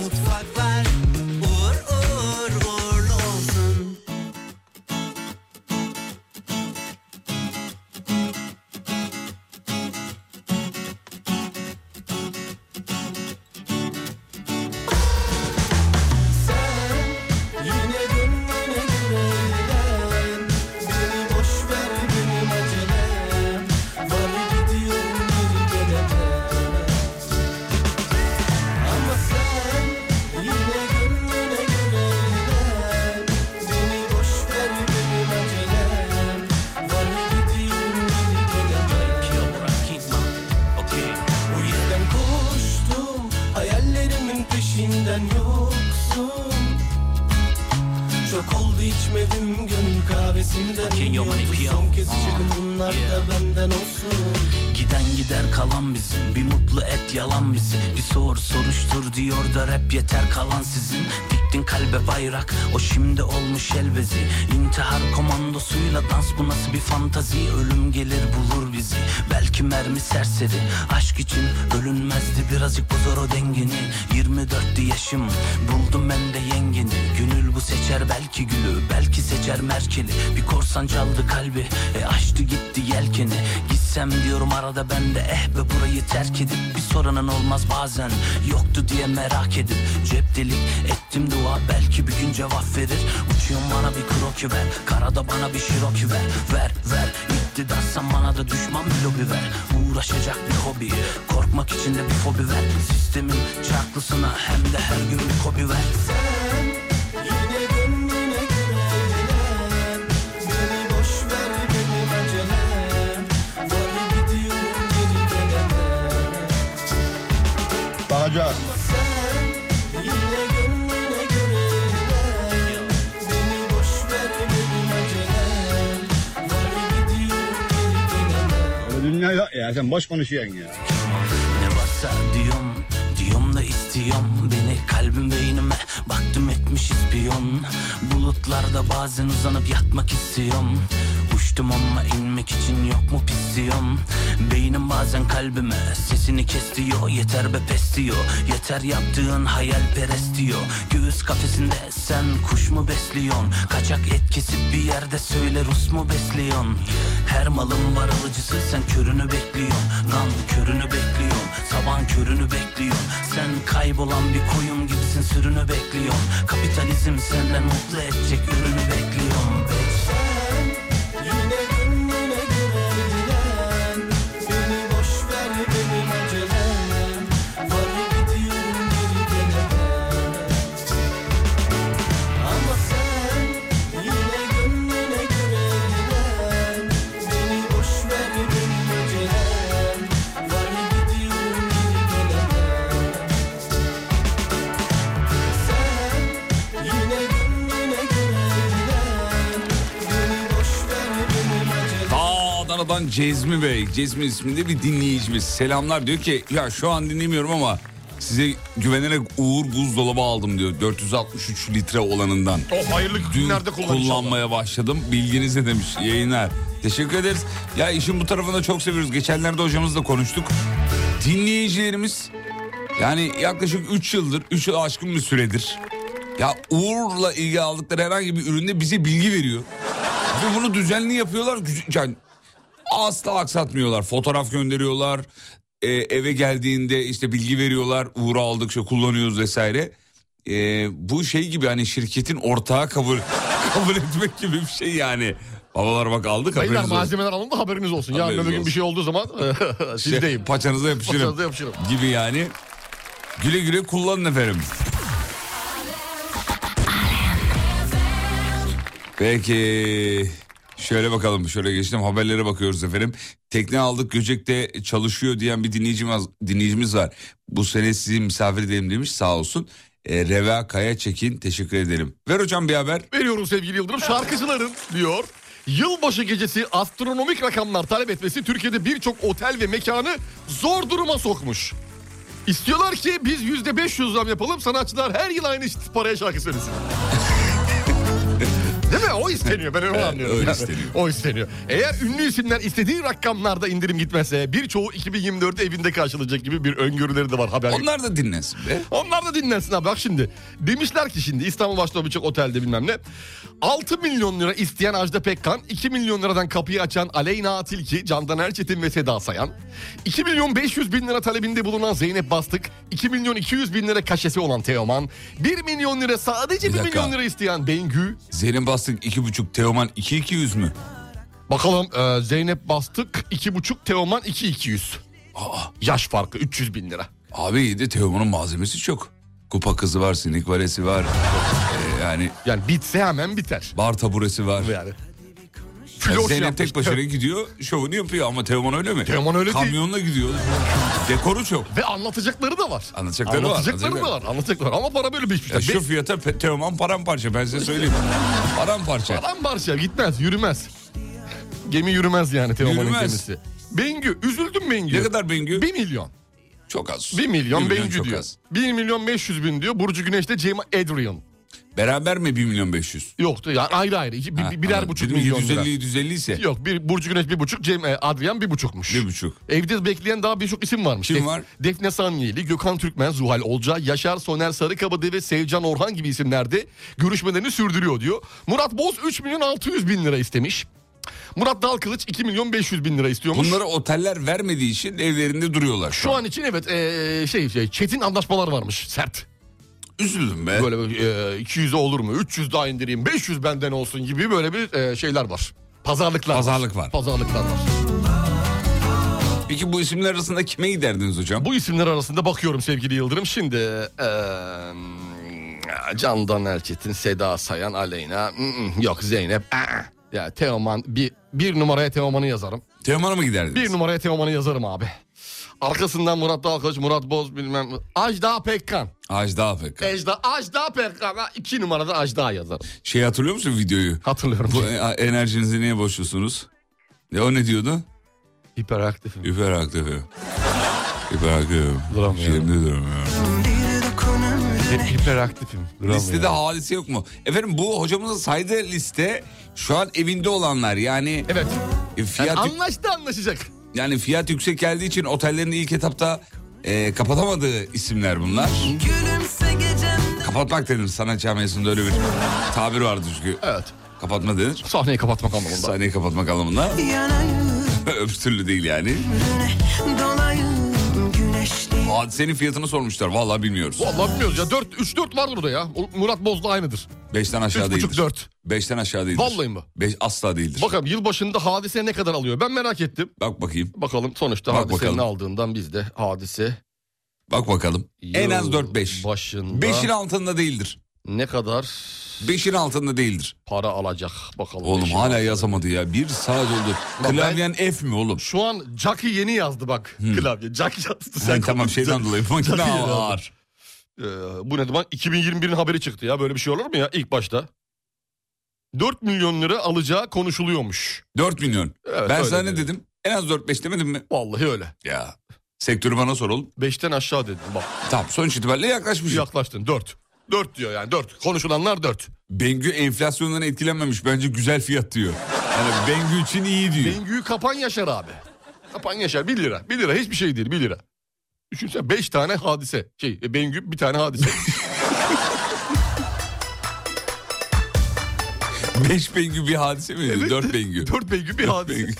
[SPEAKER 7] mutfaklar uğur uğur uğurlu olsun. Sen yine dön bana güvenen, beni boş ver benim acelem, var gidiyor bir gelemem. Ama sen
[SPEAKER 3] halen yoksun Çok oldu içmedim gönül kahvesinden
[SPEAKER 8] King Yomani
[SPEAKER 3] Yoktu
[SPEAKER 8] Piyam.
[SPEAKER 3] Son kez içelim bunlar da benden olsun
[SPEAKER 8] Giden gider kalan bizim Bir mutlu et yalan bizi Bir sor soruştur diyor da rap yeter kalan sizin Diktin kalbe bayrak o şimdi olmuş elbezi İntihar komandosuyla dans bu nasıl bir fantazi Ölüm gelir bulur bizi belki mermi serseri Aşk için ölünmezdi birazcık bu zor o dengini 24'tü yaşım buldum ben de yengini Gönül bu seçer belki gülü belki seçer merkeli Bir korsan çaldı kalbi e açtı gitti yelkeni Gitsem diyorum arada ben de eh be burayı terk edip Bir soranın olmaz bazen yoktu diye merak edip Cep delik ettim dua belki bir gün cevap verir Uçuyorum bana bir kroki ver karada bana bir şiroki ver Ver ver iktidarsan bana da düşman bir lobi ver Uğraşacak bir hobi korkmak için de bir fobi ver Sistemin çarklısına hem de her gün bir kobi ver
[SPEAKER 3] Yine gönlüne göre eğlen Beni boş ver benim acelem Var gidiyorum geri gelemem
[SPEAKER 5] Bağca.
[SPEAKER 3] Sen yine gönlüne göre eğlen Beni boş ver benim acelem Var gidiyorum geri gelemem
[SPEAKER 9] Dünya yok ya sen boş konuşuyorsun ya.
[SPEAKER 8] Ne varsa diyorum Diyorum da istiyorum beni kalbim beynime Baktım etmiş ispiyon Bulutlarda bazen uzanıp yatmak istiyorum Uçtum ama inmek için yok mu pisliyorum Beynim bazen kalbime sesini kes diyor Yeter be pes diyor Yeter yaptığın hayalperest diyor Göğüs kafesinde sen kuş mu besliyorsun Kaçak et kesip bir yerde söyle Rus mu besliyorsun Her malın var alıcısı sen körünü bekliyorsun Gam körünü bekliyorsun Saban körünü bekliyorsun Sen kaybolan bir koyun gibisin sürünü bekliyorsun Kapitalizm senden mutlu edecek ürünü bekliyorum
[SPEAKER 3] Yine gönlüne göre eğlen Beni boş ver benim acelem Var gidiyorum geri gelemem Ama sen yine gönlüne göre eğlen Beni boş ver benim acelem Var gidiyorum geri gelemem Sen yine gönlüne göre eğlen Beni boş ver benim acelem
[SPEAKER 4] Ta Adana'dan Cezmi Bey. Cezmi isminde bir dinleyicimiz. Selamlar diyor ki ya şu an dinlemiyorum ama size güvenerek Uğur buzdolabı aldım diyor. 463 litre olanından.
[SPEAKER 5] O hayırlı
[SPEAKER 4] Dün
[SPEAKER 5] günlerde kullan inşallah.
[SPEAKER 4] kullanmaya başladım. Bilginize demiş yayınlar. Teşekkür ederiz. Ya işin bu tarafını çok seviyoruz. Geçenlerde hocamızla konuştuk. Dinleyicilerimiz yani yaklaşık 3 yıldır, 3 yıl aşkın bir süredir. Ya Uğur'la ilgili aldıkları herhangi bir üründe bize bilgi veriyor. Ve bunu düzenli yapıyorlar. Güc- Yani asla aksatmıyorlar. Fotoğraf gönderiyorlar. Ee, eve geldiğinde işte bilgi veriyorlar. Uğur'u aldık, şu kullanıyoruz vesaire. Ee, bu şey gibi hani şirketin ortağı kabul kabul etmek gibi bir şey yani. Babalar bak aldık
[SPEAKER 5] Beyler
[SPEAKER 4] haberiniz olsun.
[SPEAKER 5] malzemeler alındı haberiniz olsun. Yarın
[SPEAKER 4] Haberiniz
[SPEAKER 5] öbür gün
[SPEAKER 4] olsun.
[SPEAKER 5] bir şey olduğu zaman
[SPEAKER 4] Şey,
[SPEAKER 5] sizdeyim.
[SPEAKER 4] Paçanıza yapışırım.
[SPEAKER 5] Paçanıza yapışırım.
[SPEAKER 4] Gibi yani. Güle güle kullanın efendim. Peki. Şöyle bakalım şöyle geçtim haberlere bakıyoruz efendim. Tekne aldık Göcek'te çalışıyor diyen bir dinleyicimiz, dinleyicimiz var. Bu sene sizi misafir edelim demiş sağ olsun. E, Reva Kaya Çekin teşekkür ederim. Ver hocam bir haber.
[SPEAKER 5] Veriyorum sevgili Yıldırım. Şarkıcıların diyor. Yılbaşı gecesi astronomik rakamlar talep etmesi Türkiye'de birçok otel ve mekanı zor duruma sokmuş. İstiyorlar ki biz yüzde 500 zam yapalım sanatçılar her yıl aynı işte paraya şarkı söylesin. Değil mi? O isteniyor. Ben öyle anlıyorum.
[SPEAKER 4] öyle
[SPEAKER 5] Yani
[SPEAKER 4] isteniyor.
[SPEAKER 5] O isteniyor. Eğer ünlü isimler istediği rakamlarda indirim gitmezse birçoğu 2024'te evinde karşılanacak gibi bir öngörüleri de var. Haber
[SPEAKER 4] Onlar da dinlensin be.
[SPEAKER 5] onlar da dinlensin abi. Bak şimdi demişler ki şimdi İstanbul başta birçok otelde bilmem ne. 6 milyon lira isteyen Ajda Pekkan, 2 milyon liradan kapıyı açan Aleyna Tilki, Candan Erçetin ve Seda Sayan, 2 milyon 500 bin lira talebinde bulunan Zeynep Bastık, 2 milyon 200 bin lira kaşesi olan Teoman, 1 milyon lira sadece
[SPEAKER 4] Bir
[SPEAKER 5] 1
[SPEAKER 4] dakika.
[SPEAKER 5] milyon lira isteyen Bengü.
[SPEAKER 4] Zeynep Bastık iki buçuk Teoman iki iki yüz mü?
[SPEAKER 5] Bakalım e, Zeynep Bastık 2,5, Teoman 2,200. Yaş farkı 300 bin lira.
[SPEAKER 4] Abi iyi de Teoman'ın malzemesi çok. Kupa kızı var, sinik varesi var. Ee, yani
[SPEAKER 5] Yani bitse hemen biter.
[SPEAKER 4] bar taburesi var.
[SPEAKER 5] Yani.
[SPEAKER 4] Ya
[SPEAKER 5] Floş
[SPEAKER 4] Zeynep
[SPEAKER 5] yapmış.
[SPEAKER 4] tek başına gidiyor şovunu yapıyor ama Teoman öyle mi?
[SPEAKER 5] Teoman öyle değil.
[SPEAKER 4] Kamyonla gidiyor. Dekoru çok.
[SPEAKER 5] Ve anlatacakları da var.
[SPEAKER 4] Anlatacakları da var,
[SPEAKER 5] Anlatacakları da var. Anlatacakları ama para böyle
[SPEAKER 4] Ya
[SPEAKER 5] biçmişler.
[SPEAKER 4] şu fiyata pe- Teoman paramparça ben size söyleyeyim. Paramparça.
[SPEAKER 5] Paramparça gitmez yürümez. Gemi yürümez yani Teoman'ın
[SPEAKER 4] Yürümez.
[SPEAKER 5] gemisi. Bengü üzüldüm Bengü.
[SPEAKER 4] Ne kadar Bengü?
[SPEAKER 5] 1 milyon.
[SPEAKER 4] Çok az.
[SPEAKER 5] 1 milyon,
[SPEAKER 4] Bir
[SPEAKER 5] Bengü
[SPEAKER 4] çok
[SPEAKER 5] diyor.
[SPEAKER 4] az.
[SPEAKER 5] 1 milyon 500 bin diyor. Burcu Güneş de Cem Adrian.
[SPEAKER 4] Beraber mi 1 milyon 500?
[SPEAKER 5] Yoktu yani ayrı ayrı. İki- bir-
[SPEAKER 4] Ha,
[SPEAKER 5] birer
[SPEAKER 4] anladım.
[SPEAKER 5] buçuk
[SPEAKER 4] Dedim
[SPEAKER 5] milyon
[SPEAKER 4] 750,
[SPEAKER 5] lira.
[SPEAKER 4] 750 ise
[SPEAKER 5] Yok bir Burcu Güneş bir buçuk, Cem e, Adrian bir buçukmuş.
[SPEAKER 4] bir buçuk.
[SPEAKER 5] Evde bekleyen daha birçok isim varmış.
[SPEAKER 4] Kim var?
[SPEAKER 5] Defne Samyeli, Gökhan Türkmen, Zuhal Olca, Yaşar Soner Sarıkabade ve Sevcan Orhan gibi isimlerde görüşmelerini sürdürüyor diyor. Murat Boz 3 milyon 600 bin lira istemiş. Murat Dalkılıç 2 milyon 500 bin lira istiyormuş.
[SPEAKER 4] Bunlara oteller vermediği için evlerinde duruyorlar.
[SPEAKER 5] Şu an için evet e, şey, şey çetin anlaşmalar varmış sert.
[SPEAKER 4] Üzüldüm be.
[SPEAKER 5] Böyle e, 200'e olur mu 300 daha indireyim 500 benden olsun gibi böyle bir e, şeyler var. Pazarlıklar
[SPEAKER 4] Pazarlık var.
[SPEAKER 5] Pazarlıklar var.
[SPEAKER 4] Peki bu isimler arasında kime giderdiniz hocam?
[SPEAKER 5] Bu isimler arasında bakıyorum sevgili Yıldırım. Şimdi eee Candan Erçetin, Seda Sayan, Aleyna, mm, mm, yok Zeynep. aa. Ya Teoman bir, bir numaraya Teoman'ı yazarım.
[SPEAKER 4] Teoman'a mı giderdiniz?
[SPEAKER 5] Bir numaraya Teoman'ı yazarım abi. Arkasından Murat Dalkılıç, Murat Boz bilmem. Ajda Pekkan.
[SPEAKER 4] Ajda Afek.
[SPEAKER 5] Ajda, Ajda Pekkan. Ha, İki numarada Ajda yazarım.
[SPEAKER 4] Şey hatırlıyor musun videoyu?
[SPEAKER 5] Hatırlıyorum.
[SPEAKER 4] Bu e- enerjinizi niye boşuyorsunuz? Ya o ne diyordu?
[SPEAKER 5] Hiperaktifim.
[SPEAKER 4] Hiperaktifim. Hiperaktifim.
[SPEAKER 5] Duramıyorum.
[SPEAKER 4] Şimdi duramıyorum.
[SPEAKER 5] Hiperaktifim.
[SPEAKER 4] Listede hadise yok mu? Efendim bu hocamızın saydığı liste şu an evinde olanlar yani
[SPEAKER 5] Evet.
[SPEAKER 4] e,
[SPEAKER 5] Yani
[SPEAKER 4] fiyat yük-
[SPEAKER 5] anlaştı anlaşacak.
[SPEAKER 4] yani fiyat yüksek geldiği için otellerin ilk etapta e, kapatamadığı isimler bunlar. Kapatmak denir sanat camiasında öyle bir tabir vardı çünkü.
[SPEAKER 5] Evet.
[SPEAKER 4] Kapatma denir.
[SPEAKER 5] Sahneyi kapatmak anlamında.
[SPEAKER 4] Sahneyi kapatmak anlamında. Öbür türlü değil yani. Hadisenin fiyatını sormuşlar. Vallahi bilmiyoruz.
[SPEAKER 5] Vallahi bilmiyoruz ya. 4, 3-4 var burada ya. Murat Boz da aynıdır.
[SPEAKER 4] Beşten aşağı değildir.
[SPEAKER 5] 3,5-4.
[SPEAKER 4] Beşten aşağı değildir.
[SPEAKER 5] Vallahi mi?
[SPEAKER 4] Beş, asla değildir.
[SPEAKER 5] Bakalım yılbaşında hadise ne kadar alıyor? Ben merak ettim.
[SPEAKER 4] Bak bakayım.
[SPEAKER 5] Bakalım sonuçta
[SPEAKER 4] Bak
[SPEAKER 5] hadisenin
[SPEAKER 4] bakalım.
[SPEAKER 5] aldığından biz de hadise
[SPEAKER 4] Bak bakalım. en az
[SPEAKER 5] yıl
[SPEAKER 4] 4-5.
[SPEAKER 5] Başında
[SPEAKER 4] 5'in altında değildir.
[SPEAKER 5] ne kadar
[SPEAKER 4] 5'in altında değildir.
[SPEAKER 5] para alacak bakalım.
[SPEAKER 4] Oğlum
[SPEAKER 5] beşin
[SPEAKER 4] hala
[SPEAKER 5] altında.
[SPEAKER 4] yazamadı ya. Bir saat oldu.
[SPEAKER 5] ben-
[SPEAKER 4] Klavyen F mi oğlum?
[SPEAKER 5] Şu an Jackie yeni yazdı bak klavye. Jackie yazdı sen.
[SPEAKER 4] Yani Hmm. tamam
[SPEAKER 5] konuştun.
[SPEAKER 4] şeyden dolayı. Makine
[SPEAKER 5] Jackie yazdı.
[SPEAKER 4] ağır.
[SPEAKER 5] Ee, bu ne zaman? 2021'in haberi çıktı ya. Böyle bir şey olur mu ya ilk başta? 4 milyon lira alacağı konuşuluyormuş.
[SPEAKER 4] 4 milyon.
[SPEAKER 5] Evet,
[SPEAKER 4] ben
[SPEAKER 5] öyle
[SPEAKER 4] sana ne
[SPEAKER 5] dedi.
[SPEAKER 4] dedim? En az 4-5 demedim mi?
[SPEAKER 5] Vallahi öyle.
[SPEAKER 4] Ya. Sektörü bana sor oğlum.
[SPEAKER 5] 5'ten aşağı dedim bak.
[SPEAKER 4] Tamam sonuç itibariyle yaklaşmışız.
[SPEAKER 5] Yaklaştın 4. 4 diyor yani 4. Konuşulanlar 4.
[SPEAKER 4] Bengü enflasyondan etkilenmemiş. Bence güzel fiyat diyor. Yani Bengü için iyi diyor.
[SPEAKER 5] Bengü'yü kapan yaşar abi. Kapan yaşar 1 lira. 1 lira hiçbir şey değil 1 lira. Düşünsene 5 tane hadise. Şey e, Bengü bir tane hadise.
[SPEAKER 4] 5 Bengü bir hadise mi? 4 Bengü.
[SPEAKER 5] 4 Bengü bir hadise.
[SPEAKER 4] Bengü.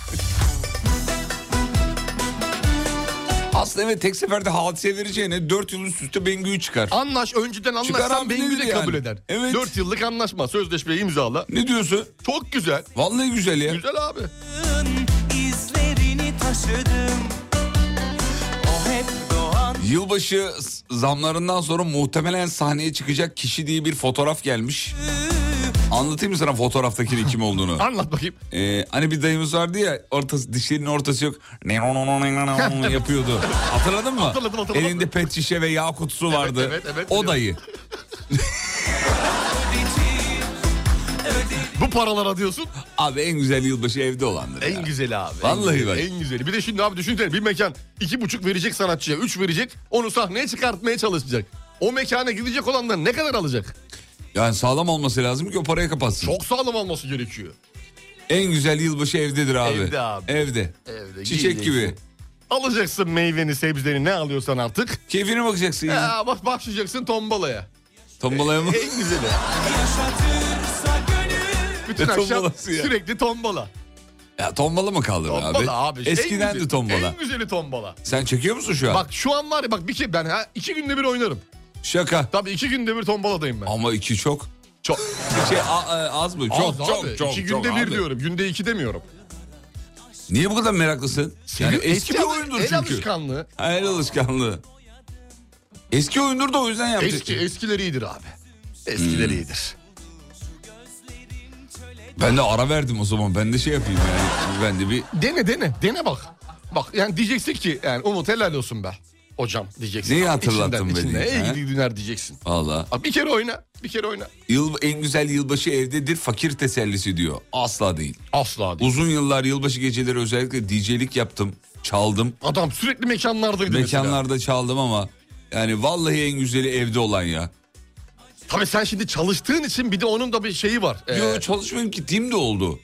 [SPEAKER 4] Aslında evet tek seferde hadise vereceğine 4 yıl üst üste Bengü'yü çıkar.
[SPEAKER 5] Anlaş önceden anlaşsan
[SPEAKER 4] abi
[SPEAKER 5] Bengü de
[SPEAKER 4] nedir yani?
[SPEAKER 5] kabul eder.
[SPEAKER 4] Evet.
[SPEAKER 5] 4 yıllık anlaşma sözleşmeyi imzala.
[SPEAKER 4] ne diyorsun?
[SPEAKER 5] Çok güzel.
[SPEAKER 4] Vallahi güzel ya.
[SPEAKER 5] Güzel abi.
[SPEAKER 8] İzlerini taşıdım O hep doğan
[SPEAKER 4] Yılbaşı s- zamlarından sonra muhtemelen sahneye çıkacak kişi diye bir fotoğraf gelmiş. Anlatayım mı sana fotoğraftakinin kim olduğunu?
[SPEAKER 5] Anlat bakayım.
[SPEAKER 4] Ee, hani bir dayımız vardı ya ortası, dişlerinin ortası yok. yapıyordu. Hatırladın mı?
[SPEAKER 5] Hatırladım, hatırladım.
[SPEAKER 4] Elinde pet şişe ve yağ kutusu vardı.
[SPEAKER 5] evet, evet,
[SPEAKER 4] o
[SPEAKER 5] biliyorum.
[SPEAKER 4] dayı.
[SPEAKER 5] Bu paralara diyorsun.
[SPEAKER 4] Abi en güzel yılbaşı evde olandır. ya.
[SPEAKER 5] En güzeli abi. en
[SPEAKER 4] Vallahi
[SPEAKER 5] güzeli,
[SPEAKER 4] bak.
[SPEAKER 5] En güzeli. Bir de şimdi abi düşünsene bir mekan iki buçuk verecek sanatçıya, üç verecek. Onu sahneye çıkartmaya çalışacak. O mekana gidecek olanlar ne kadar alacak?
[SPEAKER 4] Yani sağlam olması lazım ki o parayı kapatsın.
[SPEAKER 5] Çok sağlam olması gerekiyor.
[SPEAKER 4] En güzel yılbaşı evdedir abi.
[SPEAKER 5] Evde abi.
[SPEAKER 4] Evde.
[SPEAKER 5] Evde
[SPEAKER 4] Çiçek
[SPEAKER 5] giyeceksin.
[SPEAKER 4] gibi.
[SPEAKER 5] Alacaksın meyveni, sebzeni ne alıyorsan artık.
[SPEAKER 4] Keyfine bakacaksın ya.
[SPEAKER 5] Ya bak başlayacaksın tombalaya.
[SPEAKER 4] Tombalaya mı?
[SPEAKER 5] En güzeli.
[SPEAKER 8] yaşatırsa gönül
[SPEAKER 5] Bütün
[SPEAKER 4] Ne
[SPEAKER 5] akşam
[SPEAKER 4] E, tombalası ya?
[SPEAKER 5] sürekli tombala.
[SPEAKER 4] Ya tombala mı kaldı
[SPEAKER 5] E- Tombala abi.
[SPEAKER 4] abi?
[SPEAKER 5] en
[SPEAKER 4] Eskiden de
[SPEAKER 5] güzeli-
[SPEAKER 4] tombala.
[SPEAKER 5] En güzeli tombala.
[SPEAKER 4] Sen çekiyor musun şu an?
[SPEAKER 5] Bak şu an var ya bak bir şey ben ha iki günde bir oynarım.
[SPEAKER 4] Şaka.
[SPEAKER 5] Tabii iki günde bir tombaladayım ben.
[SPEAKER 4] Ama iki çok.
[SPEAKER 5] Çok.
[SPEAKER 4] Şey, a- a- az mı? Çok
[SPEAKER 5] Az
[SPEAKER 4] çok
[SPEAKER 5] abi.
[SPEAKER 4] çok.
[SPEAKER 5] İki
[SPEAKER 4] çok
[SPEAKER 5] günde bir
[SPEAKER 4] abi.
[SPEAKER 5] diyorum. Günde iki demiyorum.
[SPEAKER 4] Niye bu kadar meraklısın? Yani
[SPEAKER 5] Çünkü
[SPEAKER 4] eski bir
[SPEAKER 5] al-
[SPEAKER 4] oyundur
[SPEAKER 5] el
[SPEAKER 4] çünkü.
[SPEAKER 5] alışkanlığı.
[SPEAKER 4] Ha, El alışkanlığı. Eski oyundur da o yüzden yaptık. Hmm.
[SPEAKER 5] Eski, eskileri iyidir abi. Eskileri iyidir.
[SPEAKER 4] Ben de ara verdim o zaman. Ben de şey yapayım yani. Ben de bir
[SPEAKER 5] Dene dene dene bak. Bak yani diyeceksin ki yani Umut helal olsun be hocam diyeceksin.
[SPEAKER 4] Neyi hatırlattın
[SPEAKER 5] İçinden,
[SPEAKER 4] beni?
[SPEAKER 5] içinden.
[SPEAKER 4] He?
[SPEAKER 5] Ey gidi günler diyeceksin.
[SPEAKER 4] valla.
[SPEAKER 5] Abi bir kere oyna bir kere oyna.
[SPEAKER 4] Yıl, en güzel yılbaşı evdedir fakir tesellisi diyor. Asla değil.
[SPEAKER 5] Asla değil.
[SPEAKER 4] Uzun yıllar yılbaşı geceleri özellikle DJ'lik yaptım. Çaldım.
[SPEAKER 5] Adam sürekli mekanlardaydı mesela.
[SPEAKER 4] Mekanlarda çaldım ama yani vallahi en güzeli evde olan ya.
[SPEAKER 5] Tabii sen şimdi çalıştığın için bir de onun da bir şeyi var. Ee,
[SPEAKER 4] Yo çalışmıyorum gittiğim de oldu.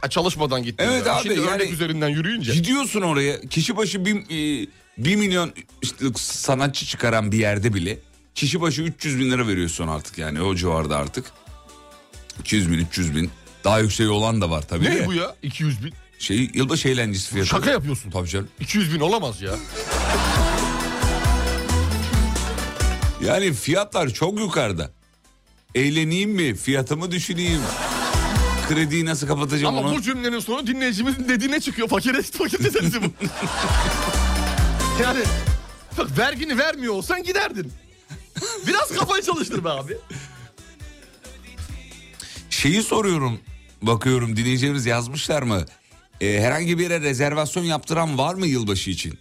[SPEAKER 5] ha, çalışmadan gittin.
[SPEAKER 4] Evet
[SPEAKER 5] ya.
[SPEAKER 4] abi,
[SPEAKER 5] Şimdi örnek
[SPEAKER 4] yani-
[SPEAKER 5] üzerinden yürüyünce.
[SPEAKER 4] Gidiyorsun oraya kişi başı bir, e, bir milyon işte sanatçı çıkaran bir yerde bile kişi başı 300 bin lira veriyorsun artık yani o civarda artık. 200 bin 300 bin daha yüksek olan da var tabii. de.
[SPEAKER 5] Ne bu ya? 200 bin.
[SPEAKER 4] Şey, yılbaşı eğlencesi fiyatı.
[SPEAKER 5] Şaka yapıyorsun.
[SPEAKER 4] Tabii canım.
[SPEAKER 5] 200 bin olamaz ya.
[SPEAKER 4] Yani fiyatlar çok yukarıda. Eğleneyim mi? Fiyatımı düşüneyim. Krediyi nasıl kapatacağım
[SPEAKER 5] Ama
[SPEAKER 4] onu?
[SPEAKER 5] bu cümlenin sonu dinleyicimizin dediğine çıkıyor. Fakir eski fakir meselesi bu. yani bak vergini vermiyor olsan giderdin. Biraz kafayı çalıştır be abi.
[SPEAKER 4] Şeyi soruyorum. Bakıyorum dinleyicilerimiz yazmışlar mı? Ee, herhangi bir yere rezervasyon yaptıran var mı yılbaşı için?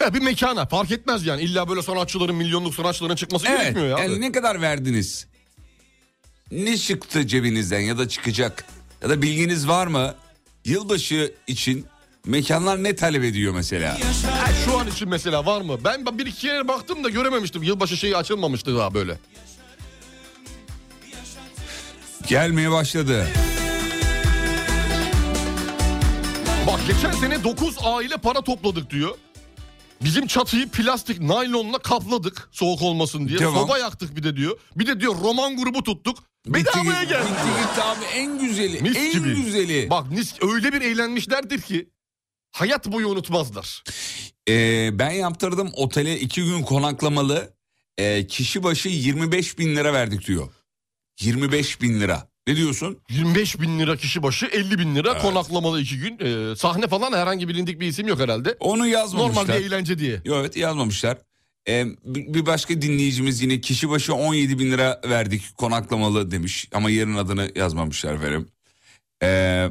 [SPEAKER 5] Ya bir mekana fark etmez yani. İlla böyle sanatçıların, milyonluk sanatçıların çıkması gerekmiyor ya.
[SPEAKER 4] yani ne kadar verdiniz? Ne çıktı cebinizden ya da çıkacak? Ya da bilginiz var mı? Yılbaşı için mekanlar ne talep ediyor mesela?
[SPEAKER 5] Ha, şu an için mesela var mı? Ben bir iki yere baktım da görememiştim. Yılbaşı şeyi açılmamıştı daha böyle.
[SPEAKER 4] Gelmeye başladı.
[SPEAKER 5] Bak geçen sene 9 aile para topladık diyor. Bizim çatıyı plastik naylonla kapladık soğuk olmasın diye.
[SPEAKER 4] Tamam.
[SPEAKER 5] Soba yaktık bir de diyor. Bir de diyor roman grubu tuttuk. Bedavaya
[SPEAKER 4] Bitti-
[SPEAKER 5] geldi.
[SPEAKER 4] Bitti gitti abi en güzeli.
[SPEAKER 5] Mis
[SPEAKER 4] en
[SPEAKER 5] gibi.
[SPEAKER 4] güzeli.
[SPEAKER 5] Bak Nis öyle bir eğlenmişlerdir ki hayat boyu unutmazlar.
[SPEAKER 4] Ee, ben yaptırdım otele iki gün konaklamalı. Ee, kişi başı 25 bin lira verdik diyor. 25 bin lira. Ne diyorsun?
[SPEAKER 5] 25 bin lira kişi başı 50 bin lira konaklamalı iki gün. Ee, sahne falan herhangi bilindik bir isim yok herhalde.
[SPEAKER 4] Onu yazmamışlar.
[SPEAKER 5] Normal bir eğlence diye.
[SPEAKER 4] Yo, Evet yazmamışlar. Ee, bi- bir başka dinleyicimiz yine kişi başı 17 bin lira verdik konaklamalı demiş. Ama yerin adını yazmamışlar efendim. Ee,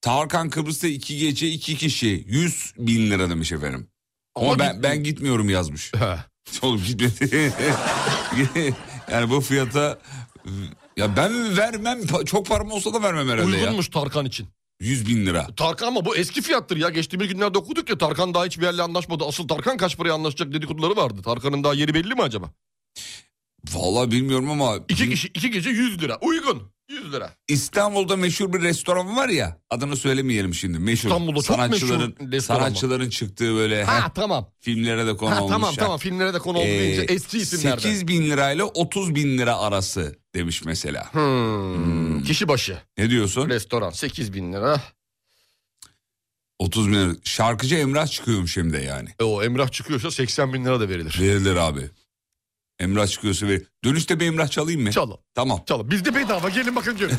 [SPEAKER 4] Tarkan Kıbrıs'ta iki gece iki kişi 100 bin lira demiş efendim. Ama,
[SPEAKER 5] Ama
[SPEAKER 4] ben,
[SPEAKER 5] git-
[SPEAKER 4] ben gitmiyorum yazmış.
[SPEAKER 5] He.
[SPEAKER 4] Oğlum gitmedi. yani bu fiyata ya ben vermem pa- çok param olsa da vermem herhalde ya.
[SPEAKER 5] Uygunmuş Tarkan için.
[SPEAKER 4] 100 bin lira.
[SPEAKER 5] Tarkan ama bu eski fiyattır ya. Geçtiğimiz günlerde okuduk ya Tarkan daha hiçbir yerle anlaşmadı. Asıl Tarkan kaç paraya anlaşacak dedikoduları vardı. Tarkan'ın daha yeri belli mi acaba?
[SPEAKER 4] Vallahi bilmiyorum ama
[SPEAKER 5] İki kişi iki gece 100 lira. Uygun. 100 lira.
[SPEAKER 4] İstanbul'da meşhur bir restoran var ya adını söylemeyelim şimdi meşhur
[SPEAKER 5] İstanbul'da çok
[SPEAKER 4] sanatçıların
[SPEAKER 5] meşhur restoran var.
[SPEAKER 4] sanatçıların çıktığı böyle
[SPEAKER 5] Ha,
[SPEAKER 4] heh,
[SPEAKER 5] tamam.
[SPEAKER 4] filmlere de konu
[SPEAKER 5] Ha,
[SPEAKER 4] olmuş. Ee,
[SPEAKER 5] tamam tamam filmlere de konu oldu deyince eski isimlerden.
[SPEAKER 4] 8 bin lirayla 30 bin lira arası demiş mesela.
[SPEAKER 5] Hmm. Kişi başı.
[SPEAKER 4] Ne diyorsun?
[SPEAKER 5] Restoran 8 bin lira.
[SPEAKER 4] 30 bin lira. Şarkıcı Emrah çıkıyormuş hem de yani.
[SPEAKER 5] E o Emrah çıkıyorsa 80 bin lira da verilir.
[SPEAKER 4] Verilir abi. Emrah çıkıyorsa ver. Dönüşte bir Emrah çalayım mı?
[SPEAKER 5] Çalın.
[SPEAKER 4] Tamam.
[SPEAKER 5] Çalın. Bizde bedava gelin bakın görün.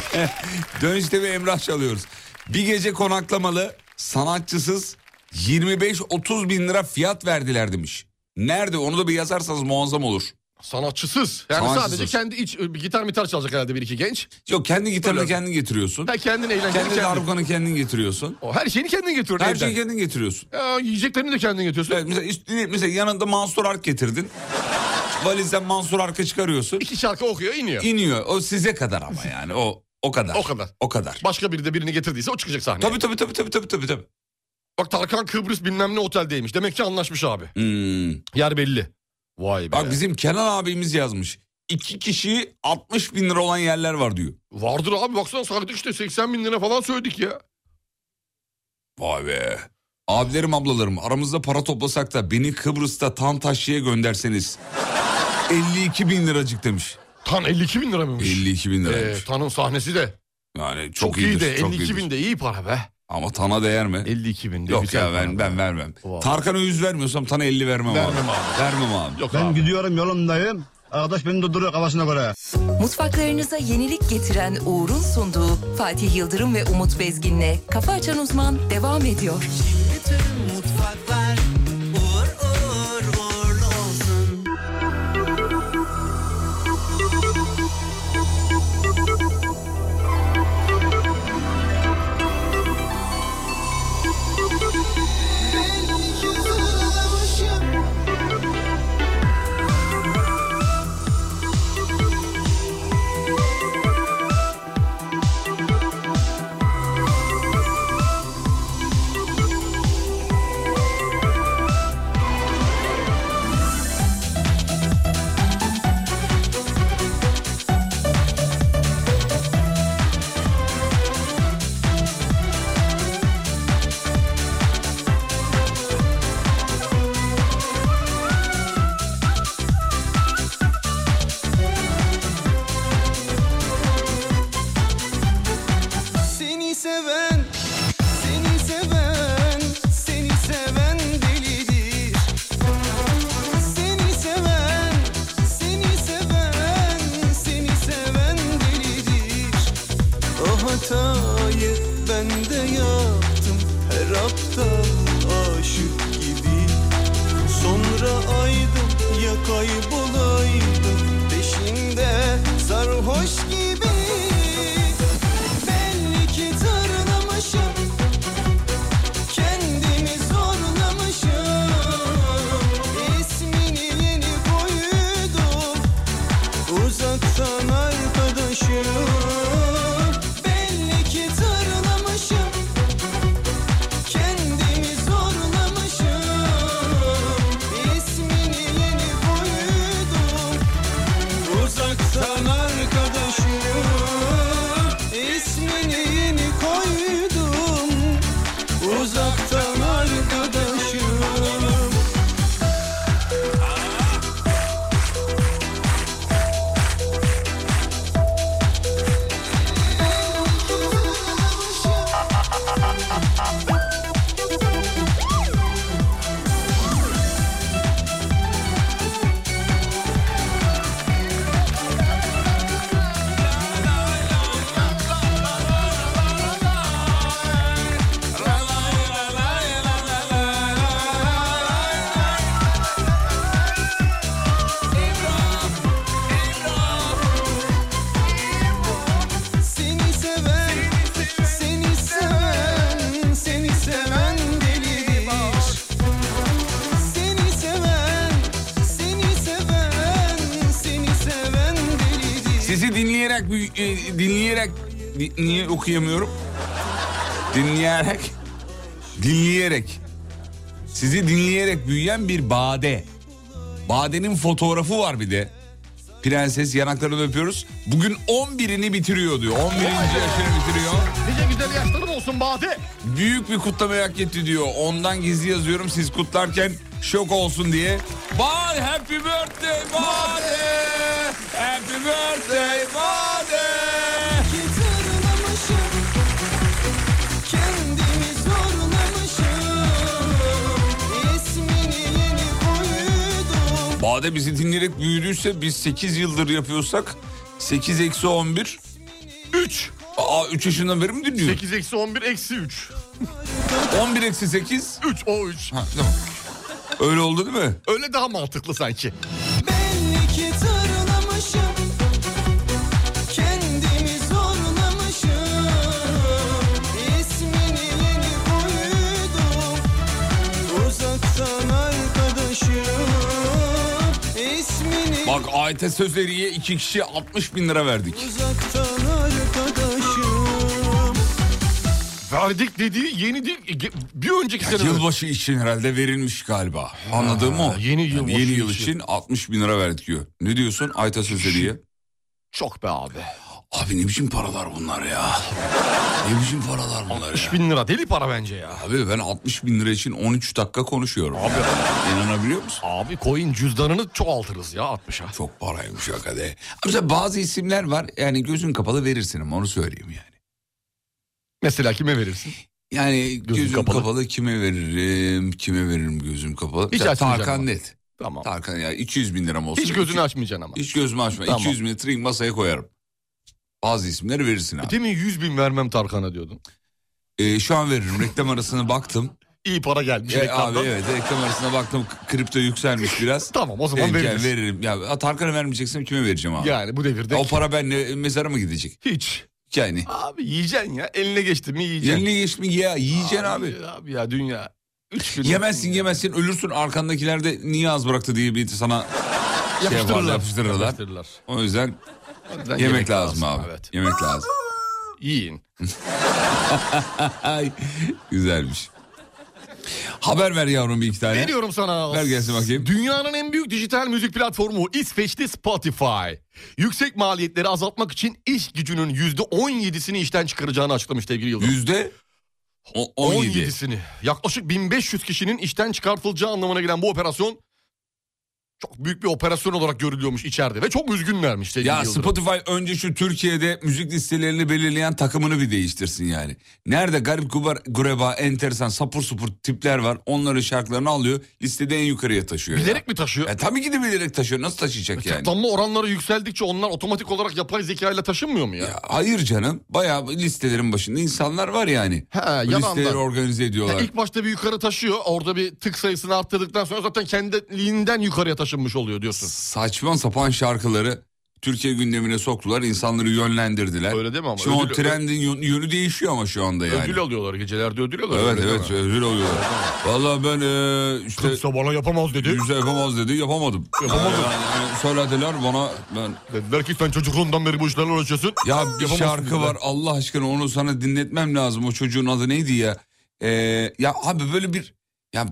[SPEAKER 4] Dönüşte bir Emrah çalıyoruz. Bir gece konaklamalı sanatçısız 25-30 bin lira fiyat verdiler demiş. Nerede onu da bir yazarsanız muazzam olur.
[SPEAKER 5] Sanatçısız. Yani
[SPEAKER 4] Sanatçısız.
[SPEAKER 5] sadece kendi iç e, gitar mitar çalacak herhalde bir iki genç.
[SPEAKER 4] Yok kendi gitarını
[SPEAKER 5] Öyle.
[SPEAKER 4] kendin getiriyorsun.
[SPEAKER 5] Ha kendin eğlenceli
[SPEAKER 4] Kendi
[SPEAKER 5] kendin.
[SPEAKER 4] darbukanı kendin getiriyorsun.
[SPEAKER 5] O her şeyini kendin getiriyorsun
[SPEAKER 4] Her
[SPEAKER 5] evden.
[SPEAKER 4] şeyi kendin getiriyorsun.
[SPEAKER 5] Ya, yiyeceklerini de kendin getiriyorsun.
[SPEAKER 4] Evet, mesela, üstüne- mesela yanında Mansur Ark getirdin. Valizden Mansur Ark'ı çıkarıyorsun.
[SPEAKER 5] İki şarkı okuyor iniyor.
[SPEAKER 4] İniyor. O size kadar ama yani. O o kadar.
[SPEAKER 5] O kadar.
[SPEAKER 4] O kadar.
[SPEAKER 5] Başka biri de birini getirdiyse o çıkacak sahneye.
[SPEAKER 4] Tabii tabii tabii tabii tabii tabii. tabii.
[SPEAKER 5] Bak Tarkan Kıbrıs bilmem ne oteldeymiş. Demek ki anlaşmış abi.
[SPEAKER 4] Hmm.
[SPEAKER 5] Yer belli. Vay be.
[SPEAKER 4] Bak bizim Kenan abimiz yazmış. İki kişi 60 bin lira olan yerler var diyor.
[SPEAKER 5] Vardır abi baksana sardık işte 80 bin lira falan söyledik ya.
[SPEAKER 4] Vay be. Abilerim ablalarım aramızda para toplasak da beni Kıbrıs'ta Tantaşlı'ya gönderseniz 52 bin liracık demiş.
[SPEAKER 5] Tan 52 bin lira mıymış?
[SPEAKER 4] 52 bin
[SPEAKER 5] Ee,
[SPEAKER 4] liraymış.
[SPEAKER 5] Tan'ın sahnesi de
[SPEAKER 4] yani çok,
[SPEAKER 5] çok, iyi
[SPEAKER 4] iyidir,
[SPEAKER 5] de
[SPEAKER 4] çok
[SPEAKER 5] 52
[SPEAKER 4] iyidir.
[SPEAKER 5] bin de iyi para be.
[SPEAKER 4] Ama Tan'a değer mi?
[SPEAKER 5] 52 bin de
[SPEAKER 4] Yok
[SPEAKER 5] güzel
[SPEAKER 4] ya ben,
[SPEAKER 5] para
[SPEAKER 4] ben
[SPEAKER 5] be.
[SPEAKER 4] vermem.
[SPEAKER 5] Vallahi.
[SPEAKER 4] Tarkan'a 100 vermiyorsam Tan'a 50 vermem,
[SPEAKER 5] Vermem
[SPEAKER 4] abi. Vermem abi.
[SPEAKER 5] Yok
[SPEAKER 10] Ben
[SPEAKER 5] abi.
[SPEAKER 10] gidiyorum yolumdayım. Arkadaş beni durduruyor kafasına göre.
[SPEAKER 11] Mutfaklarınıza yenilik getiren Uğur'un sunduğu Fatih Yıldırım ve Umut Bezgin'le Kafa Açan Uzman devam ediyor.
[SPEAKER 8] Bütün mutfaklar uğur uğur uğurlu olsun.
[SPEAKER 7] şey
[SPEAKER 4] dinleyerek büyü- e, dinleyerek di- niye okuyamıyorum? Dinleyerek dinleyerek sizi dinleyerek büyüyen bir bade. Badenin fotoğrafı var bir de. Prenses yanaklarını öpüyoruz. Bugün 11'ini bitiriyor diyor. 11. yaşını bitiriyor.
[SPEAKER 5] Nice güzel yaşlarım olsun Bade.
[SPEAKER 4] Büyük bir kutlamaya hak etti diyor. Ondan gizli yazıyorum siz kutlarken şok olsun diye. Bade happy birthday Bade. Happy birthday Bade.
[SPEAKER 8] Kendimi zorlamışım İsmini yeni koydum
[SPEAKER 4] Bade bizi dinleyerek büyüdüyse biz 8 yıldır yapıyorsak 8 eksi 11.
[SPEAKER 5] 3.
[SPEAKER 4] Aa 3 yaşından beri mi dinliyor?
[SPEAKER 5] 8 eksi 11 eksi 3.
[SPEAKER 4] 11 eksi 8.
[SPEAKER 5] 3 o 3.
[SPEAKER 4] Ha, tamam. Öyle oldu değil mi?
[SPEAKER 5] Öyle daha mantıklı sanki.
[SPEAKER 8] Belli ki tırlamışım Kendimi zorlamışım İsmini yeni koydum Uzaktan arkadaşım İsmini
[SPEAKER 4] Bak Ayte Sözeri'ye 2 kişi 60 bin lira verdik.
[SPEAKER 8] uzaktan arkadaşım
[SPEAKER 5] Verdik dediği yeni değil. e, ge- Bir önceki sene.
[SPEAKER 4] Yılbaşı için herhalde verilmiş galiba. Anladığım o.
[SPEAKER 5] yeni yılbaşı
[SPEAKER 4] yeni yıl için.
[SPEAKER 5] için.
[SPEAKER 4] 60 bin lira verdik diyor. Ne diyorsun Ayta Sözeri'ye?
[SPEAKER 5] Çok be abi.
[SPEAKER 4] Abi ne biçim paralar bunlar ya? Ne biçim paralar bunlar ya?
[SPEAKER 5] 3000 lira deli para bence ya.
[SPEAKER 4] Abi ben 60 bin lira için 13 dakika konuşuyorum. Abi. İnanabiliyor musun?
[SPEAKER 5] Abi coin cüzdanını çoğaltırız ya 60'a.
[SPEAKER 4] Çok paraymış hakikaten. Mesela bazı isimler var yani gözün kapalı verirsin ama onu söyleyeyim yani.
[SPEAKER 5] Mesela kime verirsin?
[SPEAKER 4] Yani gözüm, kapalı.
[SPEAKER 5] kapalı.
[SPEAKER 4] kime veririm, kime veririm gözüm kapalı. Mesela
[SPEAKER 5] açmayacağım
[SPEAKER 4] Tarkan
[SPEAKER 5] ama.
[SPEAKER 4] net.
[SPEAKER 5] Tamam.
[SPEAKER 4] Tarkan ya 200 bin liram olsun.
[SPEAKER 5] Hiç gözünü açmayacaksın ama.
[SPEAKER 4] Hiç gözümü açma.
[SPEAKER 5] Tamam.
[SPEAKER 4] 200 bin lira trink masaya koyarım. Bazı isimleri verirsin abi.
[SPEAKER 5] Demin 100 bin vermem Tarkan'a diyordun.
[SPEAKER 4] Ee, şu an veririm. Reklam arasına baktım.
[SPEAKER 5] İyi para gelmiş.
[SPEAKER 4] Ee, abi
[SPEAKER 5] reklamdan.
[SPEAKER 4] evet reklam arasına baktım. K- Kripto yükselmiş biraz.
[SPEAKER 5] Tamam o zaman
[SPEAKER 4] Dedim ki,
[SPEAKER 5] veririz.
[SPEAKER 4] veririm. Ya Tarkan'a vermeyeceksem kime vereceğim E, abi?
[SPEAKER 5] Yani bu devirde
[SPEAKER 4] Ya o para benle mezara mı gidecek?
[SPEAKER 5] hiç.
[SPEAKER 4] Yani.
[SPEAKER 5] Abi yiyeceksin ya. Eline geçti mi yiyeceksin.
[SPEAKER 4] Yerine geçme ya yiyeceksin abi.
[SPEAKER 5] Abi, abi ya dünya. Üç bin
[SPEAKER 4] Yemezsin yemezsin ölürsün arkandakiler de niye az bıraktı diye bir sana şey
[SPEAKER 5] Yapıştırırlar.
[SPEAKER 4] yaparlar, yapıştırırlar.
[SPEAKER 5] Yapıştırırlar.
[SPEAKER 4] O yüzden
[SPEAKER 5] O yüzden
[SPEAKER 4] yemek, lazım, abi.
[SPEAKER 5] Evet.
[SPEAKER 4] Yemek lazım.
[SPEAKER 5] Yiyin.
[SPEAKER 4] Ay güzelmiş. Haber ver yavrum bir iki tane.
[SPEAKER 5] Veriyorum sana.
[SPEAKER 4] Ver gelsin bakayım.
[SPEAKER 5] Dünyanın en büyük dijital müzik platformu İsveçli Spotify. Yüksek maliyetleri azaltmak için iş gücünün %17'sini işten çıkaracağını açıklamış sevgili Yıldırım.
[SPEAKER 4] Yüzde o- 17.
[SPEAKER 5] 17'sini. Yaklaşık 1500 kişinin işten çıkartılacağı anlamına gelen bu operasyon çok büyük bir operasyon olarak görülüyormuş içeride ve çok üzgünlermiş sevgili
[SPEAKER 4] Ya
[SPEAKER 5] Yıldırım.
[SPEAKER 4] Spotify önce şu Türkiye'de müzik listelerini belirleyen takımını bir değiştirsin yani. Nerede garip gubar, gureba, enteresan, sapur supur tipler var. Onların şarkılarını alıyor. Listede en yukarıya taşıyor. ya.
[SPEAKER 5] Bilerek E, mi taşıyor?
[SPEAKER 4] E, tabii ki de bilerek taşıyor. Nasıl taşıyacak yani?
[SPEAKER 5] Tıklanma oranları yükseldikçe onlar otomatik olarak yapay zeka ile taşınmıyor mu ya?
[SPEAKER 4] Ya Hayır canım. Bayağı listelerin başında insanlar var yani.
[SPEAKER 5] He,
[SPEAKER 4] Bu
[SPEAKER 5] yalandan.
[SPEAKER 4] Listeleri organize ediyorlar.
[SPEAKER 5] Ya ilk başta bir yukarı taşıyor. Orada bir tık sayısını arttırdıktan sonra zaten kendiliğinden yukarıya taşınmış oluyor diyorsun.
[SPEAKER 4] Saçma sapan şarkıları Türkiye gündemine soktular. insanları yönlendirdiler.
[SPEAKER 5] Öyle değil mi ama?
[SPEAKER 4] Şimdi o
[SPEAKER 5] Ödül-
[SPEAKER 4] trendin yön- yönü değişiyor ama şu anda yani.
[SPEAKER 5] Ödül alıyorlar gecelerde ödül alıyorlar.
[SPEAKER 4] Evet
[SPEAKER 5] öyle
[SPEAKER 4] evet
[SPEAKER 5] değil mi?
[SPEAKER 4] ödül alıyorlar. Valla ben e, işte
[SPEAKER 5] Kimse bana yapamaz dedi.
[SPEAKER 4] yüzde yapamaz dedi yapamadım.
[SPEAKER 5] Yapamadım.
[SPEAKER 4] Yani, yani söylediler bana ben
[SPEAKER 5] Dediler ki sen çocukluğundan beri bu işlerle uğraşıyorsun.
[SPEAKER 4] ya bir
[SPEAKER 5] Yapamazsın
[SPEAKER 4] şarkı
[SPEAKER 5] dediler.
[SPEAKER 4] var Allah aşkına onu sana dinletmem lazım. O çocuğun adı neydi ya? E, ya abi böyle bir ya,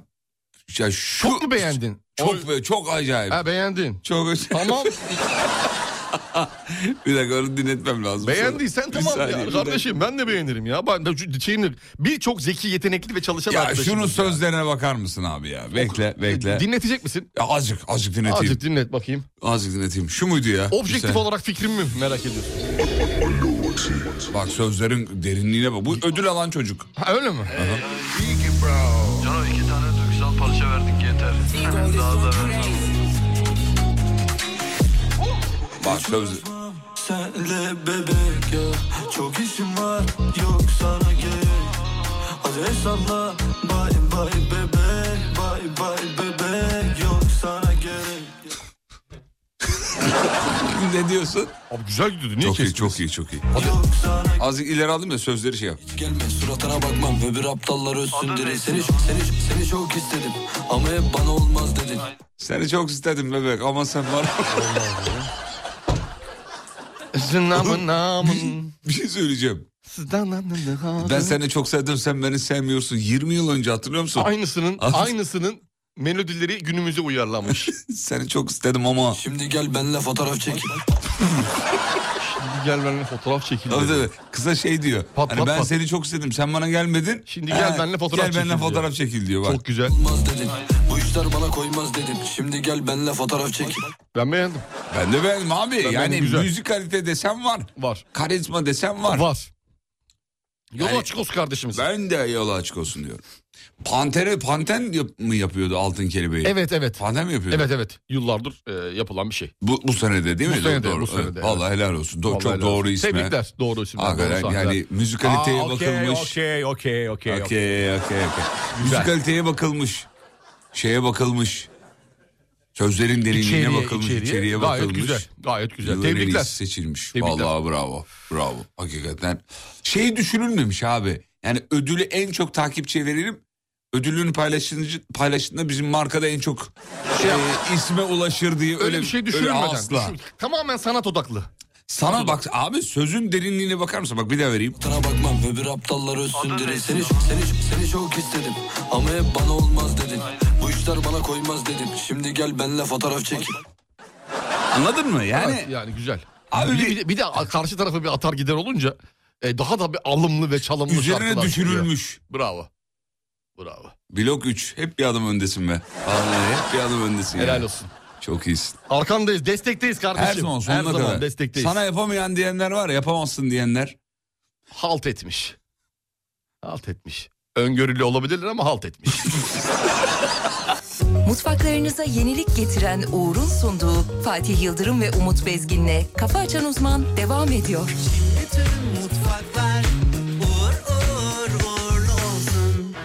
[SPEAKER 4] ya şu
[SPEAKER 5] Çok mu beğendin?
[SPEAKER 4] Çok be- çok acayip.
[SPEAKER 5] Ha beğendin.
[SPEAKER 4] Çok acayip.
[SPEAKER 5] Tamam.
[SPEAKER 4] bir dakika onu dinletmem lazım.
[SPEAKER 5] Beğendiysen
[SPEAKER 4] Bir
[SPEAKER 5] tamam
[SPEAKER 4] saniye,
[SPEAKER 5] ya.
[SPEAKER 4] bir
[SPEAKER 5] Kardeşim ben de beğenirim ya. Ben de şu şeyini birçok zeki, yetenekli ve çalışan
[SPEAKER 4] Ya
[SPEAKER 5] arkadaşım. E,
[SPEAKER 4] şunun sözlerine bakar mısın abi ya? Bekle bekle.
[SPEAKER 5] Dinletecek misin?
[SPEAKER 4] Ya azıcık azıcık dinleteyim.
[SPEAKER 5] Azıcık dinlet bakayım.
[SPEAKER 4] Azıcık dinleteyim. Şu muydu ya?
[SPEAKER 5] Objektif
[SPEAKER 4] Sen-
[SPEAKER 5] olarak fikrim mi? Merak ediyorum.
[SPEAKER 4] Bak sözlerin derinliğine bak. Bu ödül alan çocuk.
[SPEAKER 5] Ha, öyle mi?
[SPEAKER 12] Cano iki tane duygusal parça verdik yeter. Daha da vermem.
[SPEAKER 4] Bak söz...
[SPEAKER 8] Senle bebek ya Çok işim var yok sana gerek Hadi salla bay bay bebek Bay bay bebek yok sana gerek
[SPEAKER 4] ne diyorsun?
[SPEAKER 5] Abi güzel gidiyordu. Niye
[SPEAKER 4] Çok iyi
[SPEAKER 5] kestin?
[SPEAKER 4] çok iyi çok iyi. Azıcık ileri aldım da sözleri şey yap.
[SPEAKER 8] Gelme suratına bakmam öbür aptallar özsündürür Seni çok seni, seni çok istedim ama hep bana olmaz dedin
[SPEAKER 4] Seni çok istedim bebek ama sen var.
[SPEAKER 5] namın namın.
[SPEAKER 4] Bir şey söyleyeceğim. Ben seni çok sevdim sen beni sevmiyorsun. 20 yıl önce hatırlıyor musun?
[SPEAKER 5] Aynısının, aynısının melodileri günümüze uyarlanmış.
[SPEAKER 4] seni çok istedim ama.
[SPEAKER 5] Şimdi gel benle fotoğraf çek. Şimdi gel benimle fotoğraf çekin.
[SPEAKER 4] Tabii tabii. Kısa şey diyor. hani
[SPEAKER 5] pat,
[SPEAKER 4] ben
[SPEAKER 5] pat.
[SPEAKER 4] seni çok istedim. Sen bana gelmedin. Şimdi
[SPEAKER 5] gel benimle fotoğraf
[SPEAKER 4] Gel benimle
[SPEAKER 5] çekil diyor.
[SPEAKER 4] fotoğraf çekil diyor. Bak.
[SPEAKER 5] Çok güzel.
[SPEAKER 8] Olmaz dedin. Bu işler bana koymaz dedin. Şimdi gel benle fotoğraf çek.
[SPEAKER 5] Ben beğendim.
[SPEAKER 4] Ben de beğendim abi.
[SPEAKER 8] Ben
[SPEAKER 4] yani
[SPEAKER 8] beğendim, güzel.
[SPEAKER 4] müzik kalite desem var.
[SPEAKER 5] Var.
[SPEAKER 4] Karizma desem var.
[SPEAKER 5] Var. Yol açık olsun kardeşimiz.
[SPEAKER 4] Ben de yolu açık olsun diyorum. Pantere Panten yap- mı yapıyordu Altın Kelebeği?
[SPEAKER 5] Evet evet.
[SPEAKER 4] Panten mi yapıyordu?
[SPEAKER 5] Evet evet. Yıllardır e, yapılan bir şey.
[SPEAKER 4] Bu, bu senede değil mi?
[SPEAKER 5] Bu senede,
[SPEAKER 4] Doğru.
[SPEAKER 5] bu senede,
[SPEAKER 4] Evet. Vallahi
[SPEAKER 5] evet.
[SPEAKER 4] helal olsun. Do-
[SPEAKER 5] Vallahi
[SPEAKER 4] çok
[SPEAKER 5] helal
[SPEAKER 4] doğru
[SPEAKER 5] olsun.
[SPEAKER 4] isme.
[SPEAKER 5] Tebrikler, doğru isimler,
[SPEAKER 4] Hakikaten
[SPEAKER 5] doğru sahneler.
[SPEAKER 4] yani müzikaliteye
[SPEAKER 5] Aa, okey,
[SPEAKER 4] bakılmış.
[SPEAKER 5] okey, okey, okey, okey.
[SPEAKER 4] Okey, okey, okey. Müzikaliteye bakılmış. Şeye bakılmış. Sözlerin derinliğine
[SPEAKER 5] İçeriye,
[SPEAKER 4] bakılmış.
[SPEAKER 5] içeriye.
[SPEAKER 4] içeriye
[SPEAKER 5] Gayet
[SPEAKER 4] bakılmış.
[SPEAKER 5] güzel, gayet güzel.
[SPEAKER 4] Yılın en
[SPEAKER 5] Tebrikler.
[SPEAKER 4] iyisi seçilmiş.
[SPEAKER 5] Tebrikler.
[SPEAKER 4] Vallahi bravo. Bravo. Hakikaten. Şey düşünülmemiş abi. Yani ödülü en çok takipçiye verelim. Ödülünü paylaşınca, paylaştığında bizim markada en çok e, isme ulaşır diye öyle,
[SPEAKER 5] Şey Öyle bir şey
[SPEAKER 4] öyle
[SPEAKER 5] düşünülmeden.
[SPEAKER 4] asla.
[SPEAKER 5] düşün- Tamamen sanat odaklı.
[SPEAKER 4] Sana bak abi sözün derinliğine bakar mısın? Bak bir daha vereyim.
[SPEAKER 8] Sana bakmam öbür aptallar özsün direkt. Seni, seni, seni çok istedim ama hep bana olmaz dedin. Bu işler bana koymaz dedin. Şimdi gel benle fotoğraf çek.
[SPEAKER 4] Anladın mı? Yani
[SPEAKER 5] Evet, yani güzel.
[SPEAKER 4] Abi
[SPEAKER 5] bir, de- bir, de, bir de karşı tarafı bir atar gider olunca e, daha da bir alımlı ve çalımlı
[SPEAKER 4] üzerine
[SPEAKER 5] şarkılar
[SPEAKER 4] düşürülmüş.
[SPEAKER 5] çıkıyor. Bravo. Bravo.
[SPEAKER 4] Blok 3. Hep bir adım öndesin be. Vallahi hep bir adım öndesin.
[SPEAKER 5] Helal
[SPEAKER 4] yani.
[SPEAKER 5] olsun.
[SPEAKER 4] Çok iyisin.
[SPEAKER 5] Arkandayız, destekteyiz kardeşim.
[SPEAKER 4] Her zaman sonuna
[SPEAKER 5] Her zaman
[SPEAKER 4] kadar.
[SPEAKER 5] destekteyiz.
[SPEAKER 4] Sana yapamayan diyenler var ya, yapamazsın diyenler.
[SPEAKER 5] halt etmiş. Halt etmiş. Öngörülü olabilirler ama halt etmiş.
[SPEAKER 11] Mutfaklarınıza yenilik getiren Uğur'un sunduğu Fatih Yıldırım ve Umut Bezgin'le Kafa Açan Uzman devam ediyor.
[SPEAKER 7] mutfaklar uğur uğur uğurlu olsun.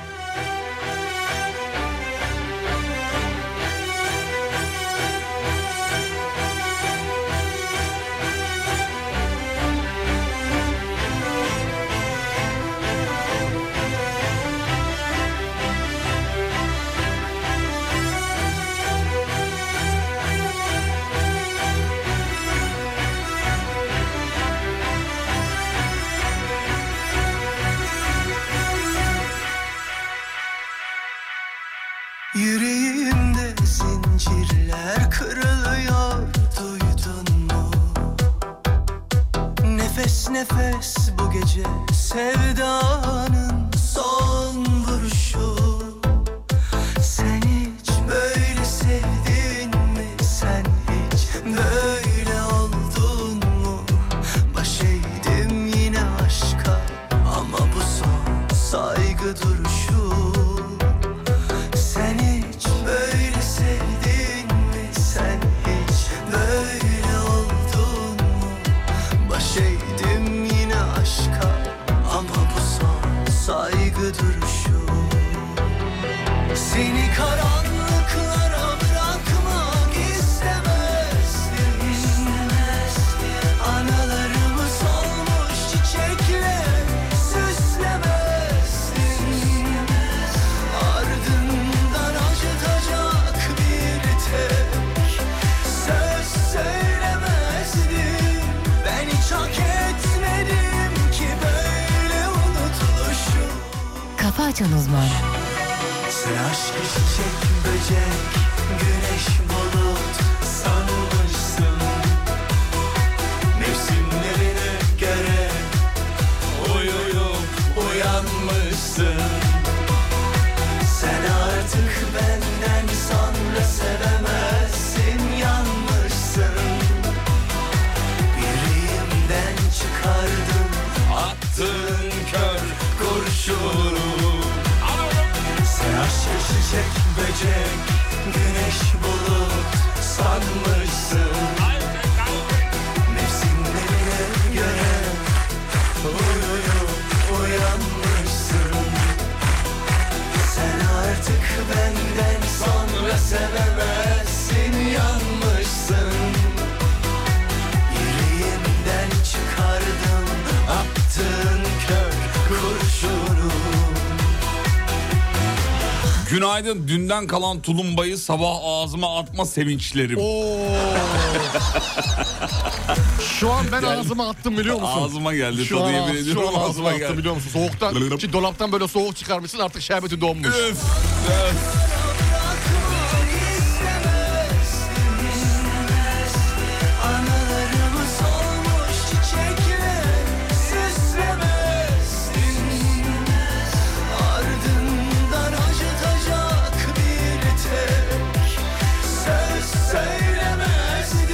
[SPEAKER 7] Yüreğimde zincirler kırılıyor duydun mu? Nefes nefes bu gece sevdanın son vuruşu Sen hiç böyle sevdin mi? Sen hiç böyle oldun mu? Baş eğdim yine aşka ama bu son saygı duruşu sen hiç böyle sevdin mi? Sen hiç böyle oldun mu? Baş eğdim yine aşka ama bu son saygı duruşu Seni karanlıklara bırakmak istemezdim Analarımı solmuş çiçekle süslemezdim Ardından acıtacak bir tek söz söylemezdim Ben hiç hak etmedim ki böyle unutuluşu
[SPEAKER 13] Kafa Açan Uzman.
[SPEAKER 7] Sen aşk çiçek böcek güneş bulut sanılmışsın Mevsimlerine göre uyuyup uyanmışsın Sen artık benden sonra sevemezsin yanmışsın Yüreğimden çıkardım attığın kör kurşunu sen aşkı çiçek böcek Güneş bulut sanmışsın Mevsimlerine göre Uyuyup uyanmışsın Sen artık benden sonra sevemezsin Yanmışsın Yüreğimden çıkardım Attığın kör kurşunu
[SPEAKER 4] Günaydın dünden kalan tulumbayı sabah ağzıma atma sevinçlerim.
[SPEAKER 5] Şu an ben ağzıma attım biliyor musun?
[SPEAKER 4] Ağzıma geldi.
[SPEAKER 5] Şu
[SPEAKER 4] Tadı
[SPEAKER 5] an,
[SPEAKER 4] yemin
[SPEAKER 5] şu
[SPEAKER 4] ediyorum
[SPEAKER 5] an ağzıma
[SPEAKER 4] ağzıma
[SPEAKER 5] attım
[SPEAKER 4] geldi.
[SPEAKER 5] biliyor musun? Soğuktan, ki dolaptan böyle soğuk çıkarmışsın artık şerbeti donmuş.
[SPEAKER 4] Öf.
[SPEAKER 7] İstemez Anılarımız olmuş çiçekle Süslemez Ardından acıtacak bir tek Söz söylemezdin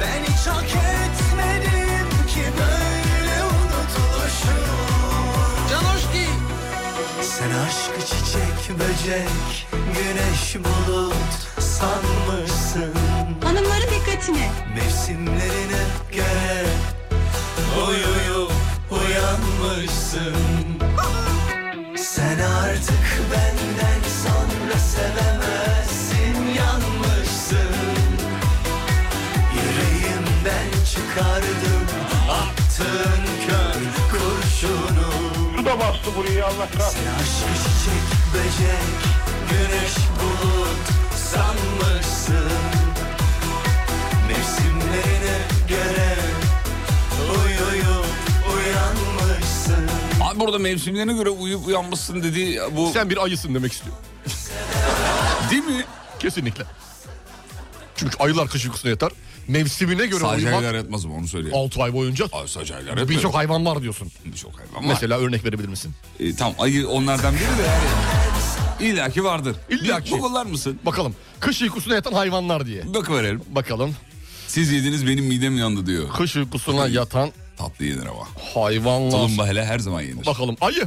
[SPEAKER 7] Ben hiç hak etmedim ki böyle unutuluşum Canoşki sen aşkı çiçek böcek güneş bulut sanmışsın
[SPEAKER 14] Hanımların dikkatine.
[SPEAKER 7] Mevsimlerine göre uyuyup uyanmışsın Sen artık benden sonra sevemezsin yanmışsın Yüreğimden çıkardım attığın kör kurşunu Su da bastı buraya Allah kahretsin Sen aşkı çiçek böcek güneş bulut sanmışsın Mevsimlerine göre uyuyup uyanmışsın
[SPEAKER 4] Abi burada mevsimlerine göre uyup uyanmışsın dediği bu...
[SPEAKER 5] Sen bir ayısın demek istiyor.
[SPEAKER 4] Değil mi?
[SPEAKER 5] Kesinlikle. Çünkü ayılar kış uykusuna yatar. Mevsimine göre
[SPEAKER 4] Sadece
[SPEAKER 5] uyumak
[SPEAKER 4] aylar yatmaz mı onu söyleyeyim.
[SPEAKER 5] 6 ay boyunca
[SPEAKER 4] Sadece aylar yatmıyor.
[SPEAKER 5] birçok hayvan var diyorsun.
[SPEAKER 4] Birçok hayvan var.
[SPEAKER 5] Mesela örnek verebilir misin?
[SPEAKER 4] E, tamam ayı onlardan biri de yani. İlla ki vardır.
[SPEAKER 5] İlla ki.
[SPEAKER 4] Google'lar mısın?
[SPEAKER 5] Bakalım. Kış uykusuna yatan hayvanlar diye.
[SPEAKER 4] Bakıverelim.
[SPEAKER 5] Bakalım.
[SPEAKER 4] Siz yediniz benim midem yandı diyor.
[SPEAKER 5] Kış uykusuna yatan
[SPEAKER 4] Tatlı yenir ama.
[SPEAKER 5] hayvanlar.
[SPEAKER 4] Tulumba hele her zaman yenir.
[SPEAKER 5] Bakalım ayı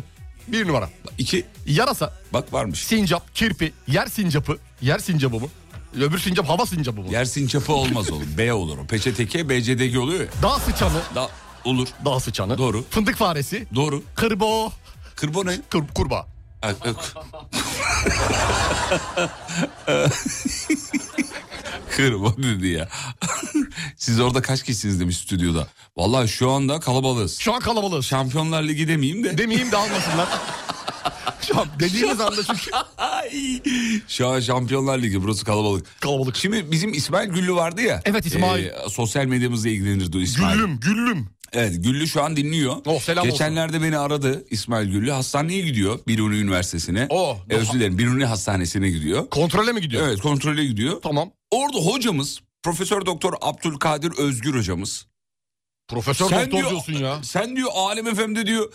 [SPEAKER 5] bir numara.
[SPEAKER 4] İki.
[SPEAKER 5] Yarasa.
[SPEAKER 4] Bak varmış.
[SPEAKER 5] Sincap, kirpi, yer sincapı. Yer sincapı mı? Öbür sincap hava sincapı mı?
[SPEAKER 4] Yer sinçapı olmaz oğlum. B olur o. Peçeteke BC'deki oluyor ya.
[SPEAKER 5] Dağ sıçanı.
[SPEAKER 4] Da olur.
[SPEAKER 5] Dağ sıçanı.
[SPEAKER 4] Doğru.
[SPEAKER 5] Fındık faresi.
[SPEAKER 4] Doğru.
[SPEAKER 5] Kırbo.
[SPEAKER 4] Kırbo ne?
[SPEAKER 5] Kur, kurbağa.
[SPEAKER 4] E, e, Kırbo dedi ya. Siz orada kaç kişisiniz demiş stüdyoda. Vallahi şu anda kalabalığız.
[SPEAKER 5] Şu an kalabalığız.
[SPEAKER 4] Şampiyonlar Ligi demeyeyim de.
[SPEAKER 5] Demeyeyim de almasınlar. Şu an dediğimiz anda çünkü.
[SPEAKER 4] Şu an Şampiyonlar Ligi burası kalabalık.
[SPEAKER 5] Kalabalık.
[SPEAKER 4] Şimdi bizim İsmail Güllü vardı ya.
[SPEAKER 5] Evet, İsmail.
[SPEAKER 4] Ee, sosyal medyamızla ilgilenirdi o İsmail.
[SPEAKER 5] Güllüm, güllüm.
[SPEAKER 4] Evet Güllü şu an dinliyor.
[SPEAKER 5] Oh, selam olsun.
[SPEAKER 4] Geçenlerde beni aradı İsmail Güllü. Hastaneye gidiyor Biruni Üniversitesi'ne.
[SPEAKER 5] Oh,
[SPEAKER 4] Ee, Özür dilerim Biruni Hastanesi'ne gidiyor.
[SPEAKER 5] Kontrole mi gidiyor?
[SPEAKER 4] Evet kontrole gidiyor.
[SPEAKER 5] Tamam.
[SPEAKER 4] Orada hocamız Profesör Doktor Abdülkadir Özgür hocamız.
[SPEAKER 5] Profesör
[SPEAKER 4] Sen
[SPEAKER 5] doktor
[SPEAKER 4] diyor-
[SPEAKER 5] diyorsun ya.
[SPEAKER 4] Sen diyor Alem FM'de diyor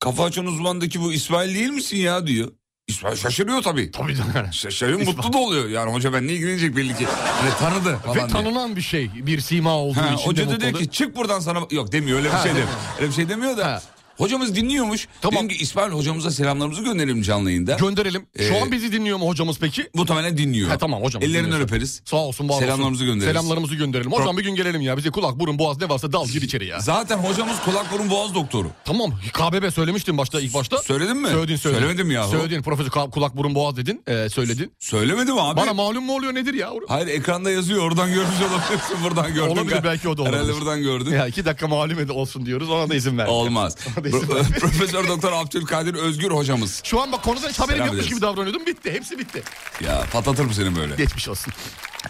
[SPEAKER 4] kafa açan uzmandaki bu İsmail değil misin ya diyor. İsmail şaşırıyor tabii.
[SPEAKER 5] Tabii
[SPEAKER 4] Şaşırıyor mutlu da oluyor. Yani hoca benimle ilgilenecek belli ki. Hani tanıdı falan
[SPEAKER 5] Ve
[SPEAKER 4] diye.
[SPEAKER 5] tanınan bir şey. Bir sima olduğu
[SPEAKER 4] Ha,
[SPEAKER 5] için. de
[SPEAKER 4] hoca da
[SPEAKER 5] mutlu
[SPEAKER 4] diyor
[SPEAKER 5] oluyor.
[SPEAKER 4] ki çık buradan sana. Yok demiyor öyle bir
[SPEAKER 5] Ha,
[SPEAKER 4] şey demiyor.
[SPEAKER 5] demiyor.
[SPEAKER 4] Öyle bir şey demiyor da. Hocamız dinliyormuş. Tamam. Dedim ki İsmail hocamıza selamlarımızı gönderelim canlı yayında.
[SPEAKER 5] Gönderelim. Şu
[SPEAKER 4] Ee,
[SPEAKER 5] an bizi dinliyor mu hocamız peki?
[SPEAKER 4] Muhtemelen dinliyor.
[SPEAKER 5] Ha, tamam hocam.
[SPEAKER 4] Ellerinden
[SPEAKER 5] dinliyorsa.
[SPEAKER 4] öperiz.
[SPEAKER 5] Sağ olsun var olsun.
[SPEAKER 4] Selamlarımızı göndeririz.
[SPEAKER 5] Selamlarımızı gönderelim. Hocam bir gün gelelim ya. Bize kulak, burun, boğaz ne varsa dal gir içeri ya.
[SPEAKER 4] Zaten hocamız kulak burun boğaz doktoru.
[SPEAKER 5] Tamam KBB söylemiştin başta ilk başta.
[SPEAKER 4] Söyledin mi?
[SPEAKER 5] Söyledin söyledin.
[SPEAKER 4] Söylemedim yahu.
[SPEAKER 5] Söyledin profesör ka- kulak burun boğaz dedin ee, söyledin.
[SPEAKER 4] Söylemedim abi.
[SPEAKER 5] Bana malum mu oluyor nedir ya?
[SPEAKER 4] Hayır ekranda yazıyor oradan görmüş olabilirsin buradan gördün.
[SPEAKER 5] Olabilir belki o da olabilir.
[SPEAKER 4] Herhalde buradan gördün.
[SPEAKER 5] Ya iki dakika malum ed- olsun diyoruz ona da izin ver.
[SPEAKER 4] Olmaz.
[SPEAKER 5] Ona da
[SPEAKER 4] Pro-
[SPEAKER 5] izin ver.
[SPEAKER 4] Profesör Doktor Abdülkadir Özgür hocamız.
[SPEAKER 5] Şu an bak konuda hiç haberim
[SPEAKER 4] Selam
[SPEAKER 5] yokmuş
[SPEAKER 4] ederiz.
[SPEAKER 5] gibi davranıyordum bitti hepsi bitti.
[SPEAKER 4] Ya patlatır mı seni böyle?
[SPEAKER 5] Geçmiş olsun.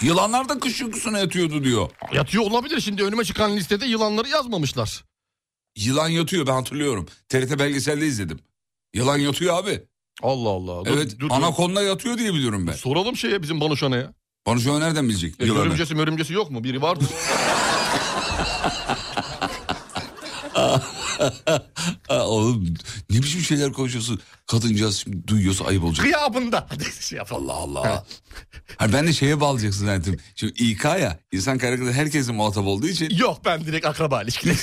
[SPEAKER 4] Yılanlar da kış uykusuna yatıyordu diyor.
[SPEAKER 5] Yatıyor olabilir şimdi önüme çıkan listede yılanları yazmamışlar.
[SPEAKER 4] Yılan yatıyor ben hatırlıyorum. TRT belgeselde izledim. Yılan yatıyor abi.
[SPEAKER 5] Allah Allah. Dur,
[SPEAKER 4] evet
[SPEAKER 5] dur, dur.
[SPEAKER 4] anakonda yatıyor diye biliyorum ben.
[SPEAKER 5] Soralım şeye bizim Banuşan'a ya.
[SPEAKER 4] Bana şu an nereden bilecek
[SPEAKER 5] E,
[SPEAKER 4] yılanı?
[SPEAKER 5] örümcesi mörümcesi yok mu? Biri vardır.
[SPEAKER 4] Aa, Oğlum ne biçim şeyler konuşuyorsun? Kadıncağız şimdi duyuyorsa ayıp olacak.
[SPEAKER 5] Gıyabında. şey yapalım.
[SPEAKER 4] Allah Allah. Hani ben de şeye bağlayacaksın zannettim. Şimdi İK ya insan kaynakları herkesin muhatap olduğu için
[SPEAKER 5] Yok ben direkt akraba ilişkileri.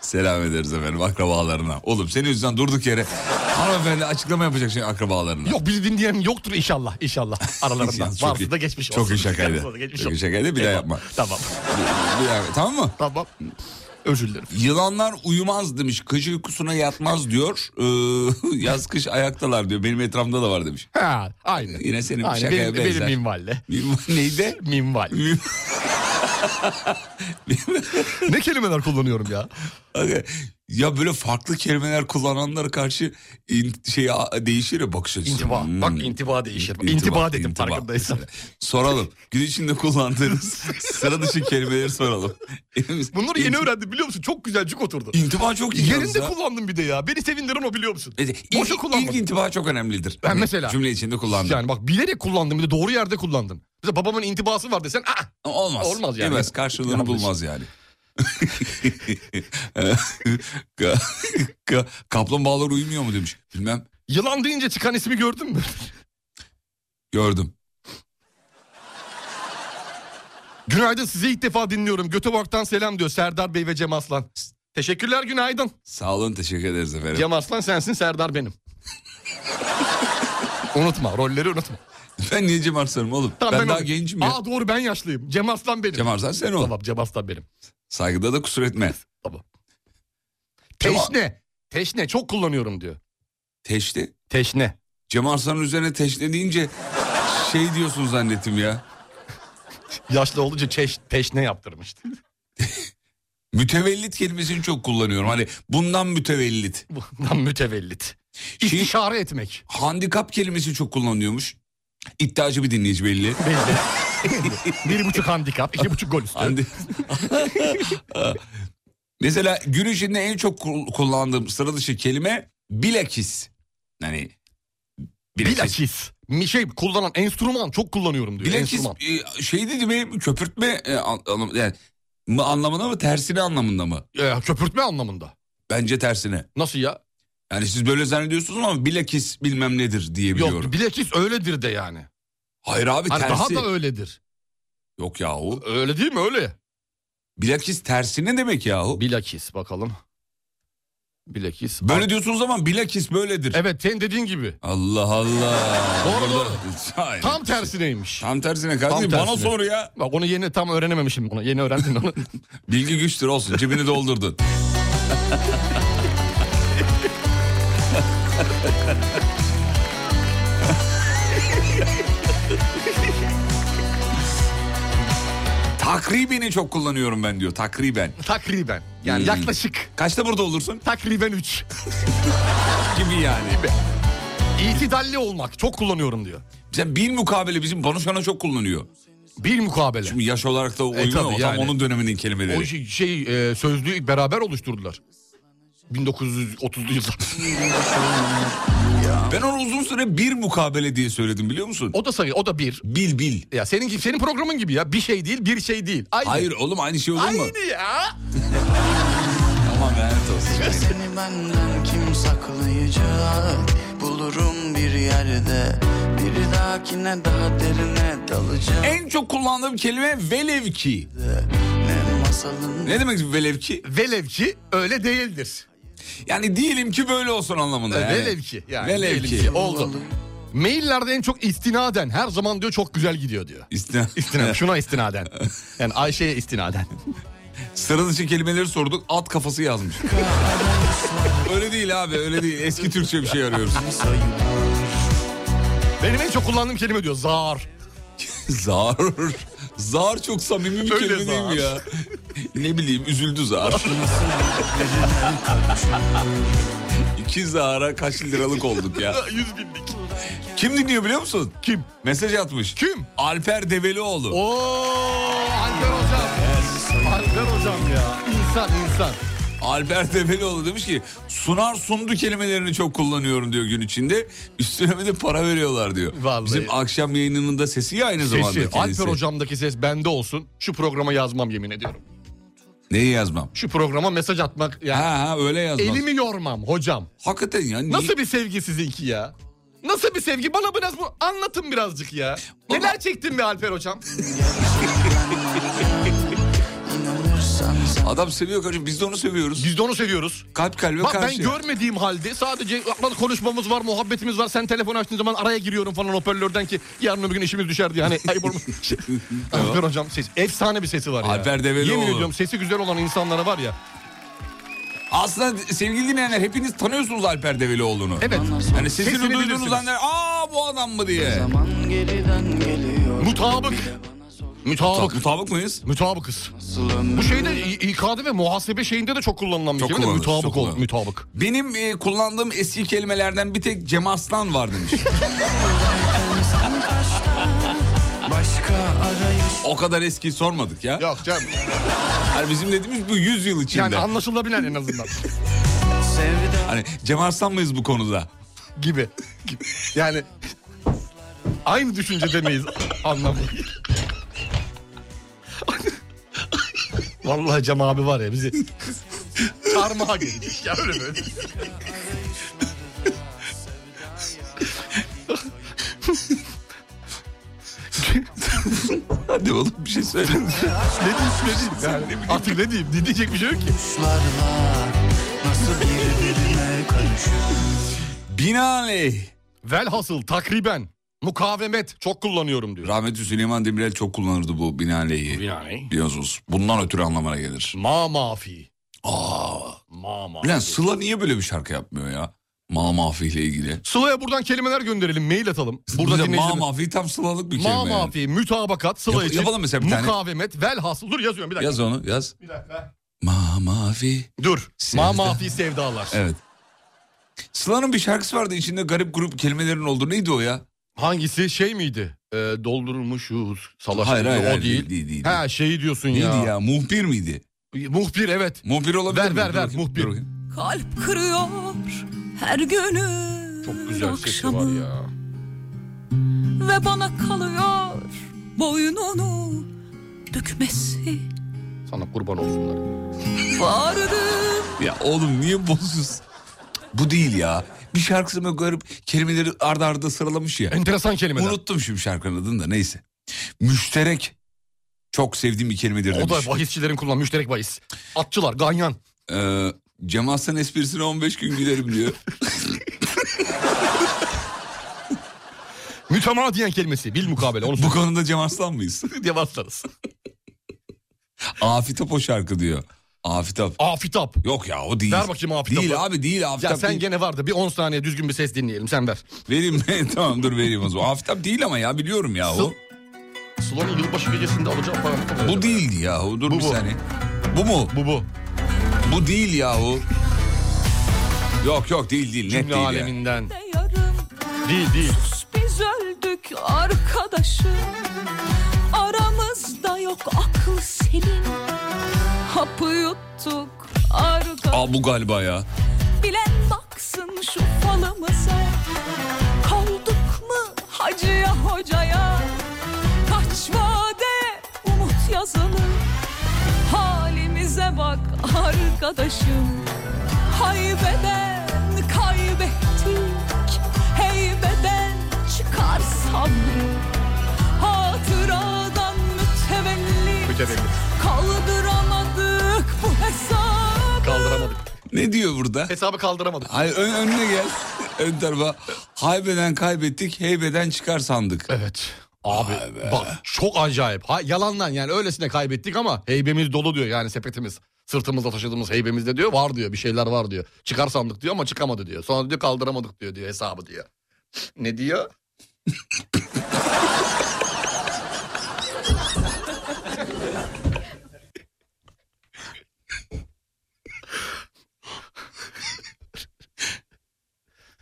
[SPEAKER 4] selam ederiz efendim akrabalarına. Oğlum senin yüzünden durduk yere hanımefendi açıklama yapacak şey akrabalarına.
[SPEAKER 5] Yok bizi dinleyen yoktur inşallah inşallah aralarından.
[SPEAKER 4] Çok
[SPEAKER 5] Varsa
[SPEAKER 4] iyi.
[SPEAKER 5] da geçmiş olsun.
[SPEAKER 4] Çok iyi şakaydı.
[SPEAKER 5] Varsa da geçmiş
[SPEAKER 4] Çok iyi
[SPEAKER 5] olsun.
[SPEAKER 4] şakaydı bir daha yapma.
[SPEAKER 5] Tamam.
[SPEAKER 4] Bir- bir daha- tamam mı?
[SPEAKER 5] Tamam. Özür dilerim.
[SPEAKER 4] Yılanlar uyumaz demiş. Kış uykusuna yatmaz diyor. Ee, yaz kış ayaktalar diyor. Benim etrafımda da var demiş.
[SPEAKER 5] Ha, aynı.
[SPEAKER 4] Yine senin
[SPEAKER 5] aynı.
[SPEAKER 4] şakaya
[SPEAKER 5] benim,
[SPEAKER 4] benzer.
[SPEAKER 5] benim minvalle.
[SPEAKER 4] Minval neydi?
[SPEAKER 5] Minval. ne kelimeler kullanıyorum ya.
[SPEAKER 4] Ya böyle farklı kelimeler kullananlara karşı in- şey a- değişir ya bakış açısı. Hmm.
[SPEAKER 5] İntiba. Bak intiba değişir. İntiba, dedim farkındaysan.
[SPEAKER 4] Soralım. Gün içinde kullandığınız sıra dışı kelimeleri soralım.
[SPEAKER 5] Bunları yeni öğrendim biliyor musun? Çok güzelcik oturdu.
[SPEAKER 4] İntiba çok iyi yalnız
[SPEAKER 5] Yerinde
[SPEAKER 4] ha.
[SPEAKER 5] kullandım bir de ya. Beni sevindiren o biliyor musun?
[SPEAKER 4] Evet, İlk, ilk intiba çok önemlidir.
[SPEAKER 5] Ben mesela-
[SPEAKER 4] Cümle içinde kullandım.
[SPEAKER 5] Yani bak bilerek kullandım bir de doğru yerde kullandım. Mesela babamın intibası var desen aa,
[SPEAKER 4] Olmaz.
[SPEAKER 5] Olmaz yani.
[SPEAKER 4] Yemez, karşılığını
[SPEAKER 5] Yanlış.
[SPEAKER 4] bulmaz yani. Ka- ka- Kaplumbağalar uyumuyor mu demiş. Bilmem.
[SPEAKER 5] Yılan deyince çıkan ismi gördün mü?
[SPEAKER 4] Gördüm.
[SPEAKER 5] Günaydın sizi ilk defa dinliyorum. Göteborg'dan selam diyor Serdar Bey ve Cem Aslan. Teşekkürler günaydın.
[SPEAKER 4] Sağ olun teşekkür ederiz efendim.
[SPEAKER 5] Cem Aslan sensin Serdar benim. unutma rolleri unutma.
[SPEAKER 4] Ben niye Cem Arslan'ım oğlum? ben, daha
[SPEAKER 5] olayım.
[SPEAKER 4] gencim ya.
[SPEAKER 5] Aa doğru ben yaşlıyım. Cem Aslan benim.
[SPEAKER 4] Cem Arslan sen ol.
[SPEAKER 5] Tamam Cem Aslan benim.
[SPEAKER 4] Saygıda da kusur etme.
[SPEAKER 5] Tamam. Teşne. Teşne çok kullanıyorum diyor.
[SPEAKER 4] Teşne.
[SPEAKER 5] Teşne.
[SPEAKER 4] Cem Arslan'ın üzerine teşne deyince şey diyorsun zannettim ya.
[SPEAKER 5] Yaşlı olunca çeş, teşne yaptırmıştı.
[SPEAKER 4] mütevellit kelimesini çok kullanıyorum. Hani bundan mütevellit.
[SPEAKER 5] Bundan mütevellit. İstişare etmek.
[SPEAKER 4] Handikap kelimesi çok kullanıyormuş. İddiacı bir dinleyici belli.
[SPEAKER 5] bir buçuk handikap, iki buçuk gol üstü.
[SPEAKER 4] Handi- Mesela gün içinde en çok kul- kullandığım sıra dışı kelime bilakis. Yani
[SPEAKER 5] Bilakis. Mi- Şey kullanan enstrüman çok kullanıyorum diyor.
[SPEAKER 4] Bilakis
[SPEAKER 5] enstrüman.
[SPEAKER 4] e, şey dedi mi köpürtme e, an- anlam- yani mı anlamına mı tersine anlamında mı?
[SPEAKER 5] Ya, Ee, köpürtme anlamında.
[SPEAKER 4] Bence tersine.
[SPEAKER 5] Nasıl ya?
[SPEAKER 4] Yani siz böyle zannediyorsunuz ama bilakis bilmem nedir diye biliyorum.
[SPEAKER 5] Yok bilakis öyledir de yani.
[SPEAKER 4] Hayır abi
[SPEAKER 5] Hani
[SPEAKER 4] tersi.
[SPEAKER 5] Daha da öyledir.
[SPEAKER 4] Yok yahu.
[SPEAKER 5] Öyle değil mi öyle?
[SPEAKER 4] Bilakis tersi ne demek yahu?
[SPEAKER 5] Bilakis bakalım. Bilakis.
[SPEAKER 4] Böyle diyorsunuz ama bilakis böyledir.
[SPEAKER 5] Evet senin dediğin gibi.
[SPEAKER 4] Allah Allah.
[SPEAKER 5] Doğru, doğru.
[SPEAKER 4] Hayır.
[SPEAKER 5] Tam tersineymiş.
[SPEAKER 4] Tam tersine kardeşim
[SPEAKER 5] Tam
[SPEAKER 4] bana
[SPEAKER 5] tersine.
[SPEAKER 4] sor ya.
[SPEAKER 5] Bak onu yeni tam öğrenememişim. Onu yeni öğrendin onu.
[SPEAKER 4] Bilgi güçtür olsun cebini doldurdun. Takribini çok kullanıyorum ben diyor. Takriben.
[SPEAKER 5] Takriben. Yani
[SPEAKER 4] Hmm.
[SPEAKER 5] yaklaşık.
[SPEAKER 4] Kaçta burada olursun?
[SPEAKER 5] Takriben 3.
[SPEAKER 4] Gibi yani.
[SPEAKER 5] İtidalli olmak çok kullanıyorum diyor.
[SPEAKER 4] Mesela bir mukabele bizim Banuşan'a çok kullanıyor.
[SPEAKER 5] Bir mukabele.
[SPEAKER 4] Şimdi yaş olarak da uymuyor.
[SPEAKER 5] E, tabii
[SPEAKER 4] o zaman
[SPEAKER 5] yani.
[SPEAKER 4] onun döneminin kelimeleri.
[SPEAKER 5] O şey, şey, e, sözlüğü beraber oluşturdular. 1930'lu yıllar.
[SPEAKER 4] Ben onu uzun süre bir mukabele diye söyledim biliyor musun?
[SPEAKER 5] O da sayı, o da bir.
[SPEAKER 4] Bil bil.
[SPEAKER 5] Ya senin gibi, senin programın gibi ya. Bir şey değil, bir şey değil. Aynı.
[SPEAKER 4] Hayır oğlum aynı şey olur mu?
[SPEAKER 5] Aynı ya.
[SPEAKER 4] Tamam lanet olsun.
[SPEAKER 7] Seni benden kim saklayacak Bulurum bir yerde Bir dahakine daha derine dalacağım
[SPEAKER 15] E-
[SPEAKER 4] En çok kullandığım kelime velev ki.
[SPEAKER 7] Ne masalın
[SPEAKER 4] Ne demek velev ki?
[SPEAKER 5] Velev ki öyle değildir.
[SPEAKER 4] Yani diyelim ki böyle olsun anlamında. yani.
[SPEAKER 5] E, Velev ki. Yani
[SPEAKER 4] Velev
[SPEAKER 5] diyelim
[SPEAKER 4] ki.
[SPEAKER 5] Oldu. Maillerde en çok istinaden her zaman diyor çok güzel gidiyor diyor.
[SPEAKER 4] İstina-
[SPEAKER 5] İstinaden. Şuna istinaden. Yani Ayşe'ye istinaden.
[SPEAKER 4] Sıra dışı kelimeleri sorduk at kafası yazmış. öyle değil abi öyle değil. Eski Türkçe bir şey arıyoruz.
[SPEAKER 5] Benim en çok kullandığım kelime diyor zar.
[SPEAKER 4] zar. Zar çok samimi bir
[SPEAKER 5] Öyle
[SPEAKER 4] kelime değil mi
[SPEAKER 5] zar.
[SPEAKER 4] ya? ne bileyim üzüldü zar. İki zara kaç liralık olduk ya.
[SPEAKER 5] 100 binlik.
[SPEAKER 4] Kim dinliyor biliyor musun?
[SPEAKER 5] Kim?
[SPEAKER 4] Mesaj atmış.
[SPEAKER 5] Kim?
[SPEAKER 4] Alper Develioğlu.
[SPEAKER 5] Oo Alper hocam. Alper hocam ya. İnsan insan.
[SPEAKER 4] Alper Develioğlu demiş ki sunar sundu kelimelerini çok kullanıyorum diyor gün içinde. Üstüne bir de para veriyorlar diyor.
[SPEAKER 5] Vallahi.
[SPEAKER 4] Bizim akşam yayınının da sesi ya aynı
[SPEAKER 5] Sesi
[SPEAKER 4] zamanda kendisi.
[SPEAKER 5] Alper hocamdaki ses bende olsun. Şu programa yazmam yemin ediyorum.
[SPEAKER 4] Neyi yazmam?
[SPEAKER 5] Şu programa mesaj atmak yani.
[SPEAKER 4] Ha ha öyle yazmam.
[SPEAKER 5] Elimi yormam hocam.
[SPEAKER 4] Hakikaten ya. niye-
[SPEAKER 5] Nasıl bir sevgi sizinki ya? Nasıl bir sevgi? Bana biraz bu anlatın birazcık ya. Neler çektin be Alper hocam?
[SPEAKER 4] Adam seviyor kardeşim biz de onu seviyoruz.
[SPEAKER 5] Biz de onu seviyoruz.
[SPEAKER 4] Kalp kalbe
[SPEAKER 5] Bak ben
[SPEAKER 4] karşı.
[SPEAKER 5] görmediğim halde sadece lan konuşmamız var, muhabbetimiz var. Sen telefon açtığın zaman araya giriyorum falan hoparlörden ki yarın öbür gün işimiz düşer diye. Hani ayıp olmuş. Alper hocam ses, efsane bir sesi var ya.
[SPEAKER 4] Alper Develioğlu.
[SPEAKER 5] Yemin ediyorum sesi güzel olan insanlara var ya.
[SPEAKER 4] Aslında sevgili dinleyenler hepiniz tanıyorsunuz Alper Develioğlu'nu.
[SPEAKER 5] Evet.
[SPEAKER 4] Hani sesini,
[SPEAKER 5] Sesini
[SPEAKER 4] duyduğunuz
[SPEAKER 5] bilirsiniz.
[SPEAKER 4] anda aa bu adam mı diye.
[SPEAKER 7] zaman geriden geliyor
[SPEAKER 5] Mutabık. Mutabık.
[SPEAKER 4] Mutabık mıyız?
[SPEAKER 5] Mutabıkız. Bu şeyde İ- İK'de ve muhasebe şeyinde de çok kullanılan bir
[SPEAKER 4] Çok
[SPEAKER 5] kelime. de
[SPEAKER 4] kullanılır, çok
[SPEAKER 5] Mutabık ol,
[SPEAKER 4] kullanılır.
[SPEAKER 5] mutabık.
[SPEAKER 4] Benim e, kullandığım eski kelimelerden bir tek Cem Aslan var demiş. o kadar eski sormadık ya.
[SPEAKER 5] Yok Cem.
[SPEAKER 4] Yani bizim dediğimiz bu 100 yıl içinde.
[SPEAKER 5] Yani anlaşılabilen en azından.
[SPEAKER 4] Hani Cem Arslan mıyız bu konuda?
[SPEAKER 5] gibi. gibi. Yani aynı düşüncede miyiz anlamı? Vallahi Cem abi var ya bizi çarmıha gelecek ya öyle böyle.
[SPEAKER 4] Hadi oğlum bir şey söyle. ne
[SPEAKER 5] diyeyim ne diyeyim yani artık ne diyeyim diyecek bir şey yok ki.
[SPEAKER 3] Nasıl birbirine karışır
[SPEAKER 4] Binaenaleyh.
[SPEAKER 5] Velhasıl takriben mukavemet çok kullanıyorum diyor.
[SPEAKER 4] Rahmetli Süleyman Demirel çok kullanırdı bu binaenaleyhi.
[SPEAKER 5] Binaenaleyh.
[SPEAKER 4] Biliyorsunuz. Bundan ötürü anlamına gelir.
[SPEAKER 5] Ma mafi.
[SPEAKER 4] Aa.
[SPEAKER 5] Ma mafi.
[SPEAKER 4] Ulan Sıla niye böyle bir şarkı yapmıyor ya? Ma mafi ile ilgili.
[SPEAKER 5] Sıla'ya buradan kelimeler gönderelim, mail atalım. Burada
[SPEAKER 4] Güzel, ma
[SPEAKER 5] dinleyicilerimiz-
[SPEAKER 4] mafi tam sılalık bir kelime.
[SPEAKER 5] Ma
[SPEAKER 4] yani.
[SPEAKER 5] mafi, mütabakat, Sıla
[SPEAKER 4] Yap-
[SPEAKER 5] için.
[SPEAKER 4] yapalım mesela bir tane.
[SPEAKER 5] Mukavemet, velhasıl. Dur yazıyorum bir dakika.
[SPEAKER 4] Yaz onu yaz.
[SPEAKER 5] Bir dakika.
[SPEAKER 4] Ma mafi.
[SPEAKER 5] Dur.
[SPEAKER 4] Sevda.
[SPEAKER 5] Ma mafi sevdalar.
[SPEAKER 4] Evet. Sıla'nın bir şarkısı vardı içinde garip grup kelimelerin olduğu. Neydi o ya?
[SPEAKER 5] Hangisi şey miydi? Ee, doldurulmuşuz. Salaş
[SPEAKER 4] Hayır,
[SPEAKER 5] mıydı?
[SPEAKER 4] hayır,
[SPEAKER 5] o
[SPEAKER 4] hayır,
[SPEAKER 5] değil.
[SPEAKER 4] değil, değil,
[SPEAKER 5] ha şeyi diyorsun
[SPEAKER 4] Neydi
[SPEAKER 5] ya.
[SPEAKER 4] ya? Muhbir miydi?
[SPEAKER 5] Muhbir evet.
[SPEAKER 4] Muhbir olabilir
[SPEAKER 5] Ver,
[SPEAKER 4] mi?
[SPEAKER 5] ver,
[SPEAKER 4] Dur
[SPEAKER 5] ver,
[SPEAKER 4] bakayım,
[SPEAKER 5] muhbir.
[SPEAKER 4] dur bakayım.
[SPEAKER 16] Kalp kırıyor her günü
[SPEAKER 5] Çok güzel sesi
[SPEAKER 16] akşamı
[SPEAKER 5] var ya.
[SPEAKER 16] ve bana kalıyor boynunu bükmesi.
[SPEAKER 5] Sana kurban olsunlar.
[SPEAKER 16] Vardım
[SPEAKER 4] Ya oğlum niye bozuyorsun? Bu değil ya. Bir şarkısı böyle garip kelimeleri arda arda sıralamış ya.
[SPEAKER 5] Enteresan kelimeler.
[SPEAKER 4] Unuttum şimdi şarkının adını da neyse. Müşterek. Çok sevdiğim bir kelimedir
[SPEAKER 5] O da
[SPEAKER 4] demiş.
[SPEAKER 5] bahisçilerin kullandığı müşterek bahis. Atçılar, ganyan.
[SPEAKER 4] Ee, Cem Aslan esprisine 15 gün gülerim diyor.
[SPEAKER 5] Mütemadiyen kelimesi. Bil mukabele. Onu
[SPEAKER 4] Bu konuda Cem Arslan mıyız?
[SPEAKER 5] Cem Arslan'ız.
[SPEAKER 4] Afitap o şarkı diyor. Afitap.
[SPEAKER 5] Afitap.
[SPEAKER 4] Yok ya o değil.
[SPEAKER 5] Ver bakayım afitapı.
[SPEAKER 4] Değil abi değil afitap
[SPEAKER 5] Ya sen
[SPEAKER 4] değil.
[SPEAKER 5] gene vardı. Bir 10 saniye düzgün bir ses dinleyelim. Sen ver.
[SPEAKER 4] Vereyim mi? tamam dur vereyim o zaman. Afitap değil ama ya biliyorum ya o.
[SPEAKER 5] Sıla'nın yılbaşı gecesinde alacağım param.
[SPEAKER 4] Bu değildi yahu dur
[SPEAKER 5] Bu,
[SPEAKER 4] bir
[SPEAKER 5] bu.
[SPEAKER 4] saniye. Bu mu?
[SPEAKER 5] Bu bu.
[SPEAKER 4] Bu değil yahu. Yok yok değil değil net
[SPEAKER 5] Cümle
[SPEAKER 4] değil. ya.
[SPEAKER 5] aleminden.
[SPEAKER 16] yarım
[SPEAKER 5] Değil değil.
[SPEAKER 16] biz öldük arkadaşım. Aramızda yok akıl senin. Hapı yuttuk arka.
[SPEAKER 4] Aa bu galiba ya.
[SPEAKER 16] Bilen baksın şu falımıza Kaldık mı hacıya hocaya Kaçma de umut yazalım Halimize bak arkadaşım Haybeden kaybettik Heybeden çıkar sabrı Hatıradan mütevellit
[SPEAKER 5] Mütevellit.
[SPEAKER 16] Kaldıramadık bu hesabı
[SPEAKER 5] Kaldıramadık.
[SPEAKER 4] Ne diyor burada?
[SPEAKER 5] Hesabı kaldıramadık.
[SPEAKER 4] Hayır ön, önüne gel. Ön tarafa. Haybeden kaybettik, heybeden çıkar sandık.
[SPEAKER 5] Evet. Abi bak çok acayip. Ha, yalandan yani öylesine kaybettik ama heybemiz dolu diyor yani sepetimiz. Sırtımızda taşıdığımız heybemizde diyor var diyor bir şeyler var diyor. Çıkar sandık diyor ama çıkamadı diyor. Sonra diyor kaldıramadık diyor diyor hesabı diyor. Ne diyor?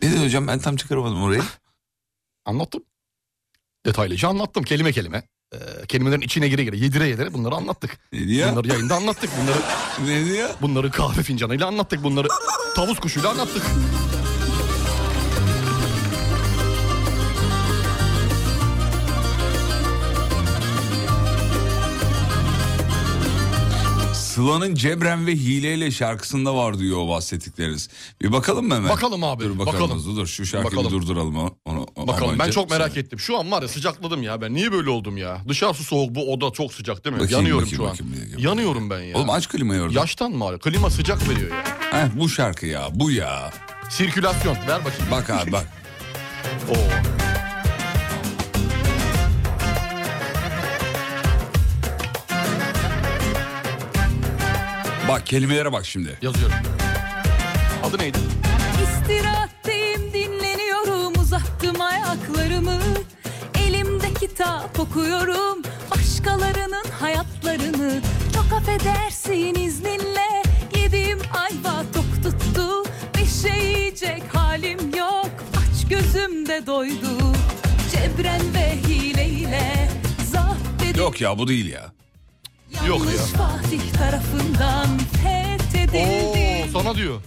[SPEAKER 4] Ne dedi hocam ben tam çıkaramadım orayı.
[SPEAKER 5] Anlattım. Detaylıca anlattım kelime kelime. Ee, kelimelerin içine gire gire yedire yedire bunları anlattık.
[SPEAKER 4] Ne diyor?
[SPEAKER 5] Bunları yayında anlattık. Bunları
[SPEAKER 4] Ne diyor?
[SPEAKER 5] bunları kahve fincanıyla anlattık. Bunları tavus kuşuyla anlattık.
[SPEAKER 4] Sıla'nın Cebren ve Hileyle şarkısında var diyor o bahsettikleriniz. Bir bakalım mı hemen?
[SPEAKER 5] Bakalım abi,
[SPEAKER 4] Dur bakalım.
[SPEAKER 5] bakalım.
[SPEAKER 4] Dur, dur şu şarkıyı
[SPEAKER 5] Bakalım.
[SPEAKER 4] bir durduralım. o- Onu, o-
[SPEAKER 5] Bakalım
[SPEAKER 4] ama
[SPEAKER 5] ben
[SPEAKER 4] önce- şey-
[SPEAKER 5] çok merak ettim. Şu an var ya sıcakladım ya ben. Niye böyle oldum ya? Dışarısı soğuk bu oda çok sıcak değil mi?
[SPEAKER 4] Bakayım,
[SPEAKER 5] Yanıyorum
[SPEAKER 4] bakayım,
[SPEAKER 5] şu an.
[SPEAKER 4] bakayım, bakayım.
[SPEAKER 5] Yanıyorum ben ya.
[SPEAKER 4] Oğlum aç klimayı orada.
[SPEAKER 5] Yaştan mı abi? Klima sıcak veriyor ya.
[SPEAKER 4] Heh, bu şarkı ya bu ya.
[SPEAKER 5] Sirkülasyon ver bakayım.
[SPEAKER 4] Bak abi bak.
[SPEAKER 5] Oo.
[SPEAKER 4] Bak kelimelere bak şimdi.
[SPEAKER 5] Yazıyorum. Adı neydi?
[SPEAKER 16] İstirahatteyim dinleniyorum uzattım ayaklarımı Elimde kitap okuyorum aşk başkalarının hayatlarını Çok affedersin izninle Yediğim ayva tok tuttu Bir şey yiyecek halim yok Aç gözümde doydu Cebren ve hileyle Zapt edildi
[SPEAKER 4] Yok ya bu değil ya.
[SPEAKER 16] yanlış Fatih tarafından fethedildi
[SPEAKER 5] Sana diyor.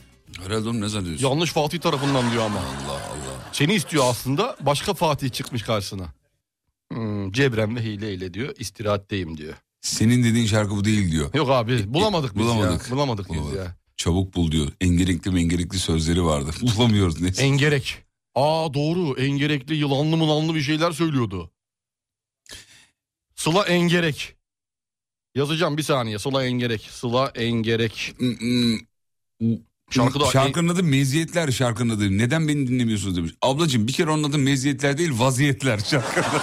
[SPEAKER 4] Herhalde onu ne zannediyorsun?
[SPEAKER 5] Yanlış Fatih tarafından diyor ama. Allah Allah. Seni istiyor aslında başka Fatih çıkmış karşısına. Hmm, Cebrem ve hileyle diyor istirahatteyim diyor.
[SPEAKER 4] Senin dediğin şarkı bu değil diyor.
[SPEAKER 5] Yok abi bulamadık biz
[SPEAKER 4] bulamadık.
[SPEAKER 5] ya. Bulamadık biz ya.
[SPEAKER 4] Çabuk bul diyor. Engerekli mengerekli sözleri vardı. Bulamıyoruz neyse.
[SPEAKER 5] Engerek. Aa doğru engerekli yılanlı mılanlı bir şeyler söylüyordu. Sıla engerek. Yazacağım bir saniye. Sıla engerek. Sıla engerek. Şarkıda
[SPEAKER 4] Hmm, Şarkının adı meziyetler şarkının adı. Neden beni dinlemiyorsunuz demiş. Ablacığım bir kere onun adı meziyetler değil vaziyetler şarkının adı.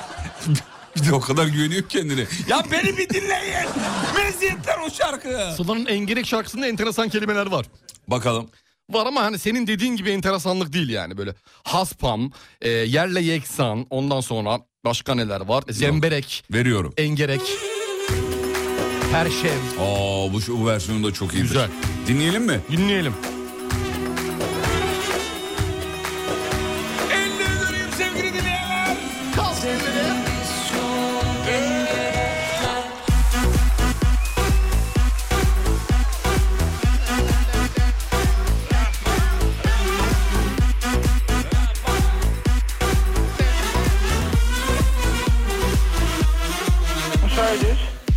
[SPEAKER 4] bir de o kadar güveniyor kendine. Ya beni bir dinleyin. Meziyetler o şarkı.
[SPEAKER 5] Sıla'nın engerek şarkısında enteresan kelimeler var.
[SPEAKER 4] Bakalım.
[SPEAKER 5] Var ama hani senin dediğin gibi enteresanlık değil yani böyle haspam, e, yerle yeksan, ondan sonra başka neler var? Zemberek,
[SPEAKER 4] Veriyorum.
[SPEAKER 5] engerek, her şey.
[SPEAKER 4] Aa bu, şu- bu versiyonu da çok iyi. Güzel. Dinleyelim mi?
[SPEAKER 5] Dinleyelim.
[SPEAKER 4] sevgili dinleyenler.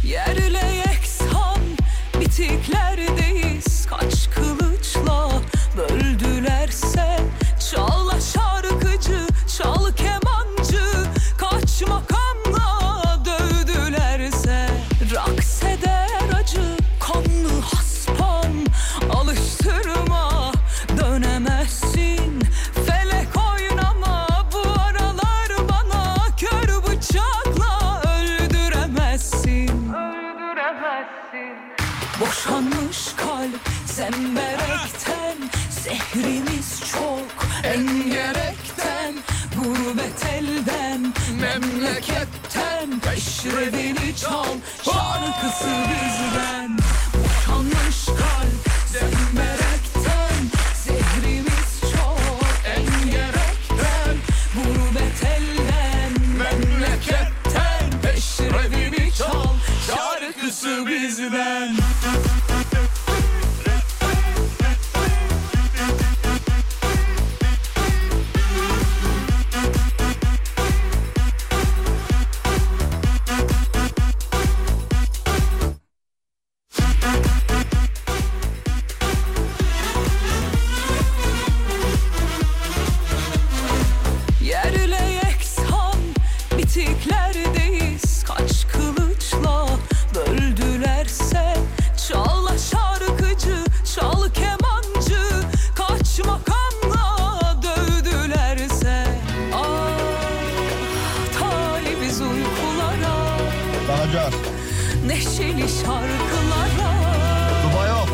[SPEAKER 16] Yerle yeksan bitiklerdeyiz Kaç kılıçla böldülerse Çal şarkıcı, çal kemancı Kaç makamla dövdülerse Raks eder acı, kanlı haspan Alıştırma, dönemezsin Felek oynama, bu aralar bana Kör bıçakla öldüremezsin Öldüremezsin Boşanmış kalp zemberekten Zehrimiz çok engerekten Gurbet elden, memleketten Peşrevini çal, şarkısı bizden Boşanmış kalp zemberekten Zehrimiz çok engerekten Gurbet elden, memleketten Peşrevini çal, şarkısı bizden Yerle yeksan bitiklerdeyiz Kaç kılıçla böldülerse Çal şarkıcı, çal kemancı Kaç makamla dövdülerse Ah talibiz uykulara
[SPEAKER 10] Bakacağız.
[SPEAKER 16] Neşeli şarkılara
[SPEAKER 10] Duba yok.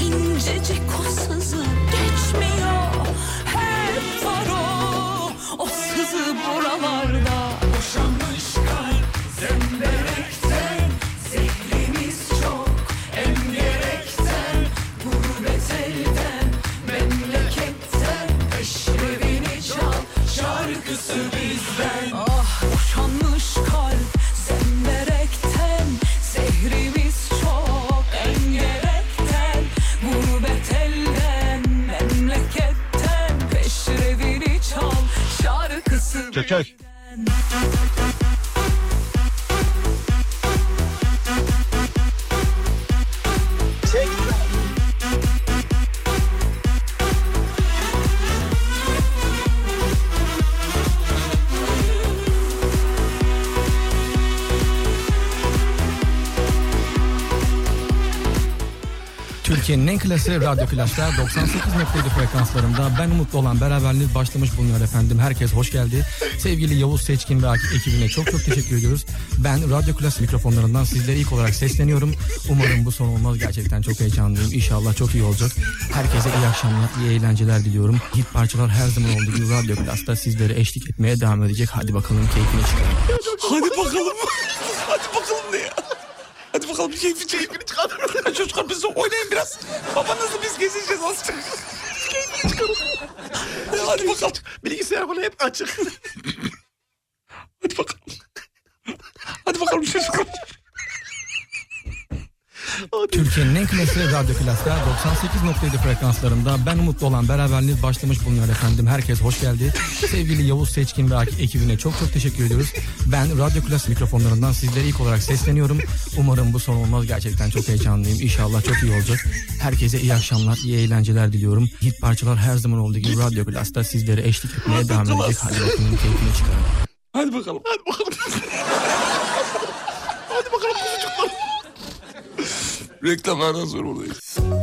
[SPEAKER 16] İncecik o sızı geçmiyor Hep var o, o sızı buralarda Boşanmış kalp zemberekten Zehrimiz çok emgerekten Gurbet elden, memleketten Eşrevini çal, şarkısı bizden Ah boşanmış kalp zemberekten Zehrimiz çok engerekten Gurbet elden, memleketten Peşrevini çal, şarkısı
[SPEAKER 10] Çek çek.
[SPEAKER 16] Çek.
[SPEAKER 17] Türkiye'nin en klası Radyo Flaş'ta 98.7 frekanslarında ben mutlu olan beraberliği başlamış bulunuyor efendim. Herkes hoş geldi. Sevgili Yavuz Seçkin ve ekibine çok çok teşekkür ediyoruz. Ben Radyo Klas mikrofonlarından sizlere ilk olarak sesleniyorum. Umarım bu son olmaz. Gerçekten çok heyecanlıyım. İnşallah çok iyi olacak. Herkese iyi akşamlar, iyi eğlenceler diliyorum. Hit parçalar her zaman olduğu gibi Radyo Klas'ta sizlere eşlik etmeye devam edecek. Hadi bakalım keyfini çıkarın.
[SPEAKER 4] Hadi bakalım. Hadi bakalım ne ya? Hadi bakalım keyfi keyfini çıkartın. Çocuklar biz de oynayın biraz. Babanızla biz gezeceğiz azıcık. Keyfini çıkarın. Hadi bakalım. Bilgisayar bana hep açık. Hadi bakalım. Hadi bakalım çocuklar.
[SPEAKER 17] Türkiye'nin en klası Radyo Klas'ta 98.7 frekanslarında ben mutlu olan beraberliği başlamış bulunuyor efendim. Herkes hoş geldi. Sevgili Yavuz Seçkin ve ekibine çok çok teşekkür ediyoruz. Ben Radyo Klas mikrofonlarından sizlere ilk olarak sesleniyorum. Umarım bu son olmaz. Gerçekten çok heyecanlıyım. İnşallah çok iyi olacak. Herkese iyi akşamlar, iyi eğlenceler diliyorum. Hit parçalar her zaman olduğu gibi Radyo Klas'ta sizlere eşlik etmeye devam edecek. Hadi bakalım keyfini çıkarın.
[SPEAKER 4] Hadi bakalım. Hadi bakalım.
[SPEAKER 5] Hadi bakalım kuzucuklar.
[SPEAKER 4] Reklamlardan sonra buradayız.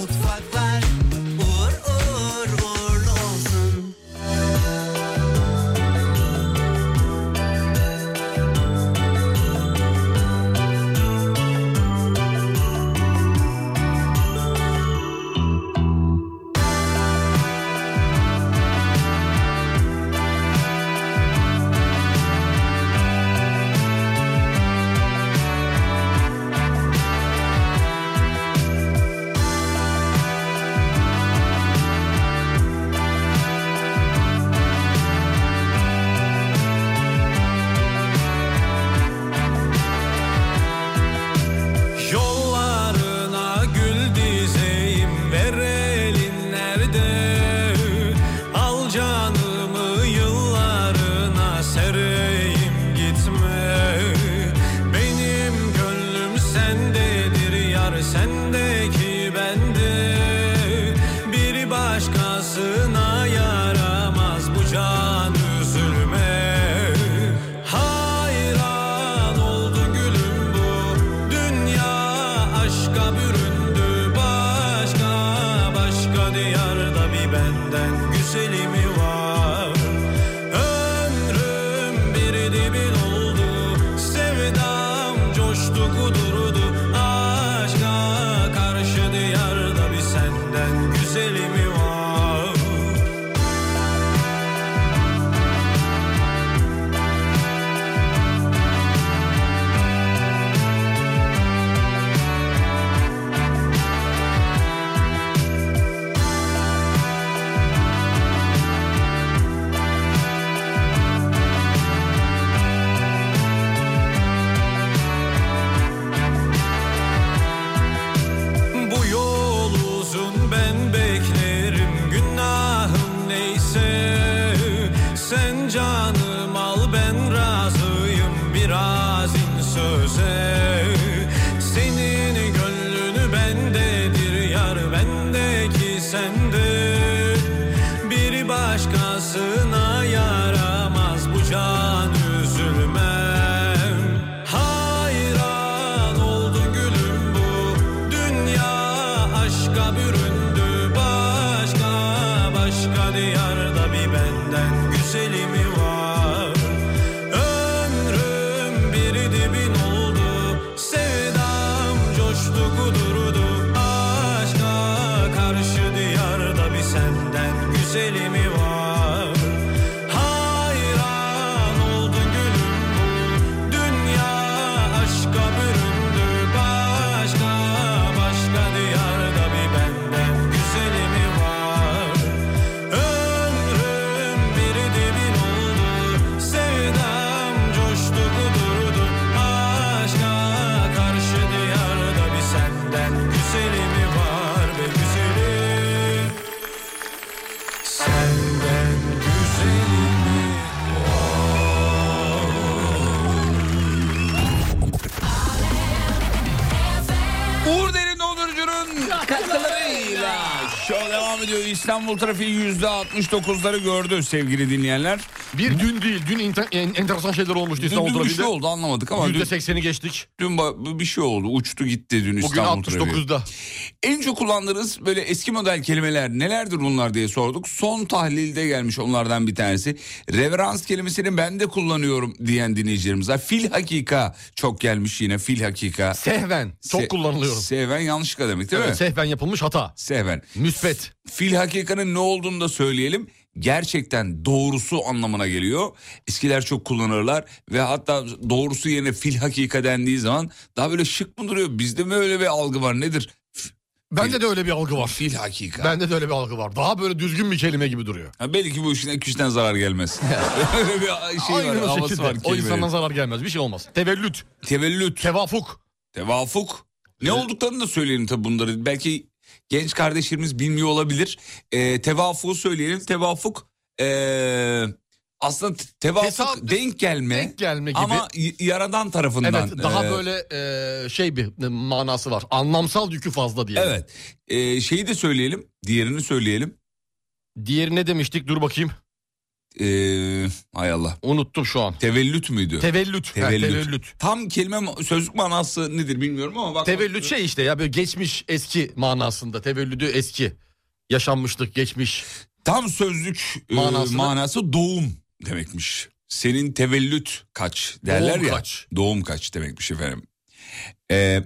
[SPEAKER 16] Mutfaklar uğur uğur uğurlu olsun.
[SPEAKER 15] Yollarına gül dizeyim ver elin nerede Al canımı yıllarına sereyim gitme Benim gönlüm sendedir yar sendeki bende Bir başkasına yaramaz bu can üzülme Hayran oldu gülüm bu Dünya aşka büründü başka başka diyarda bir benden güzeli mi var? Ömrüm bir dibin oldu, sevdam coştu kudurdu aşka karşı diyarda bir senden güzeli mi var? Bu yol uzun ben beklerim günahım neyse Sen canım al ben razıyım biraz in söze Senin gönlünü bendedir yar bendeki sende Bir başkasına yaramaz bu can üzülmem Hayran oldu gülüm bu Dünya aşka büründü başka başka diyarda bir benden güzeli mi var? Ömrüm bir dibin oldu, sevdam coştu kudurdu aşka karşı diyarda bir senden güzeli mi var? Hayran oldun gülüm bu dünya aşka büründü başka başka diyarda bir benden güzeli mi var? Ömrüm bir dibin oldu sevdam coştu kudurdu aşka karşı diyarda bir senden güzeli mi var be güzelim? Senden güzeli mi
[SPEAKER 4] Uğur Derin Dondurucu'nun katkılarıyla şov devam devam ediyor. İstanbul trafiği yüzde 69'ları gördü sevgili dinleyenler.
[SPEAKER 5] Bir dün değil. Dün inter- en- enteresan şeyler olmuştu İstanbul
[SPEAKER 4] dün, dün bir
[SPEAKER 5] trafiğinde.
[SPEAKER 4] şey oldu anlamadık ama.
[SPEAKER 5] Yüzde
[SPEAKER 4] dün-
[SPEAKER 5] 80'i geçtik.
[SPEAKER 4] Dün ba- bir şey oldu uçtu gitti dün
[SPEAKER 5] Bugün
[SPEAKER 4] İstanbul trafiği.
[SPEAKER 5] 69'da.
[SPEAKER 4] En çok kullandığınız böyle eski model kelimeler nelerdir bunlar diye sorduk. Son tahlilde gelmiş onlardan bir tanesi. Reverans kelimesini ben de kullanıyorum diyen dinleyicilerimize. Fil hakika çok gelmiş yine fil hakika.
[SPEAKER 5] Sehven, çok kullanılıyor.
[SPEAKER 4] Sehven yanlışlıkla demek değil
[SPEAKER 5] Evet,
[SPEAKER 4] mi?
[SPEAKER 5] sehven yapılmış hata.
[SPEAKER 4] Sehven.
[SPEAKER 5] Müspet.
[SPEAKER 4] Fil hakikanın ne olduğunu da söyleyelim. Gerçekten doğrusu anlamına geliyor. Eskiler çok kullanırlar ve hatta doğrusu yerine fil hakika dendiği zaman daha böyle şık mı duruyor? Bizde mi öyle bir algı var nedir?
[SPEAKER 5] Bende de öyle bir algı var.
[SPEAKER 4] Fil hakika.
[SPEAKER 5] Bende de öyle bir algı var. Daha böyle düzgün bir kelime gibi duruyor.
[SPEAKER 4] Ha, belki bu işin iki üçten zarar gelmez. öyle bir şey
[SPEAKER 5] Aynı
[SPEAKER 4] var,
[SPEAKER 5] o
[SPEAKER 4] havası
[SPEAKER 5] şekilde.
[SPEAKER 4] var
[SPEAKER 5] O
[SPEAKER 4] kelimenin.
[SPEAKER 5] insandan zarar gelmez. Bir şey olmaz. Tevellüt.
[SPEAKER 4] Tevellüt.
[SPEAKER 5] Tevafuk.
[SPEAKER 4] Tevafuk. Ne olduklarını da söyleyelim tabii bunları. Belki genç kardeşlerimiz bilmiyor olabilir. Ee, tevafuğu söyleyelim. Tevafuk ee, aslında te- tevafuk denk gelme.
[SPEAKER 5] gelme gibi.
[SPEAKER 4] Ama y- yaradan tarafından.
[SPEAKER 5] Evet daha
[SPEAKER 4] ee,
[SPEAKER 5] böyle e, şey bir e, manası var. Anlamsal yükü fazla diye.
[SPEAKER 4] Evet. Ee, şeyi de söyleyelim. Diğerini söyleyelim.
[SPEAKER 5] Diğeri ne demiştik dur bakayım.
[SPEAKER 4] Ee, hay Allah.
[SPEAKER 5] Unuttum şu an.
[SPEAKER 4] Tevellüt müydü?
[SPEAKER 5] Tevellüt. Ha,
[SPEAKER 4] Tevellüt.
[SPEAKER 5] tevellüt.
[SPEAKER 4] Tam kelime sözlük manası nedir bilmiyorum ama bak.
[SPEAKER 5] Tevellüt şey işte ya böyle geçmiş eski manasında. Tevellüdü eski. Yaşanmışlık geçmiş.
[SPEAKER 4] Tam sözlük e,
[SPEAKER 5] Manasını-
[SPEAKER 4] manası doğum demekmiş. Senin tevellüt kaç derler
[SPEAKER 5] Doğum
[SPEAKER 4] ya.
[SPEAKER 5] kaç.
[SPEAKER 4] Doğum kaç demekmiş efendim. Ee,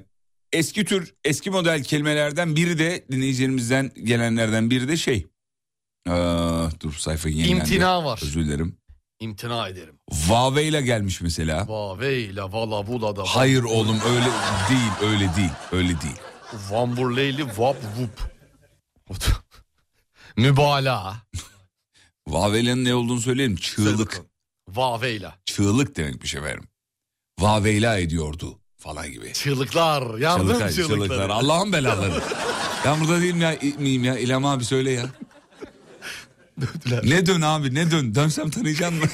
[SPEAKER 4] eski tür eski model kelimelerden biri de dinleyicilerimizden gelenlerden biri de şey. Ee, dur sayfa yenilendi.
[SPEAKER 5] İmtina var.
[SPEAKER 4] Özür dilerim.
[SPEAKER 5] İmtina ederim.
[SPEAKER 4] Vaveyle gelmiş mesela.
[SPEAKER 5] Vaveyla vala vula da.
[SPEAKER 4] Hayır oğlum öyle değil öyle değil öyle değil.
[SPEAKER 5] Vamburleyli vap vup. Mübalağa.
[SPEAKER 4] Vaveyle'nin ne olduğunu söyleyelim çığlık.
[SPEAKER 5] Vaveyla.
[SPEAKER 4] Çığlık demekmiş efendim. Vaveyla ediyordu falan gibi.
[SPEAKER 5] Çığlıklar. Yardım
[SPEAKER 4] Çığlıklar,
[SPEAKER 5] çığlıkları.
[SPEAKER 4] çığlıklar. Allah'ın belaları. ben burada değil mi ya, miyim ya? İlham abi söyle ya. ne dön abi ne dön? Dönsem tanıyacaksın mı?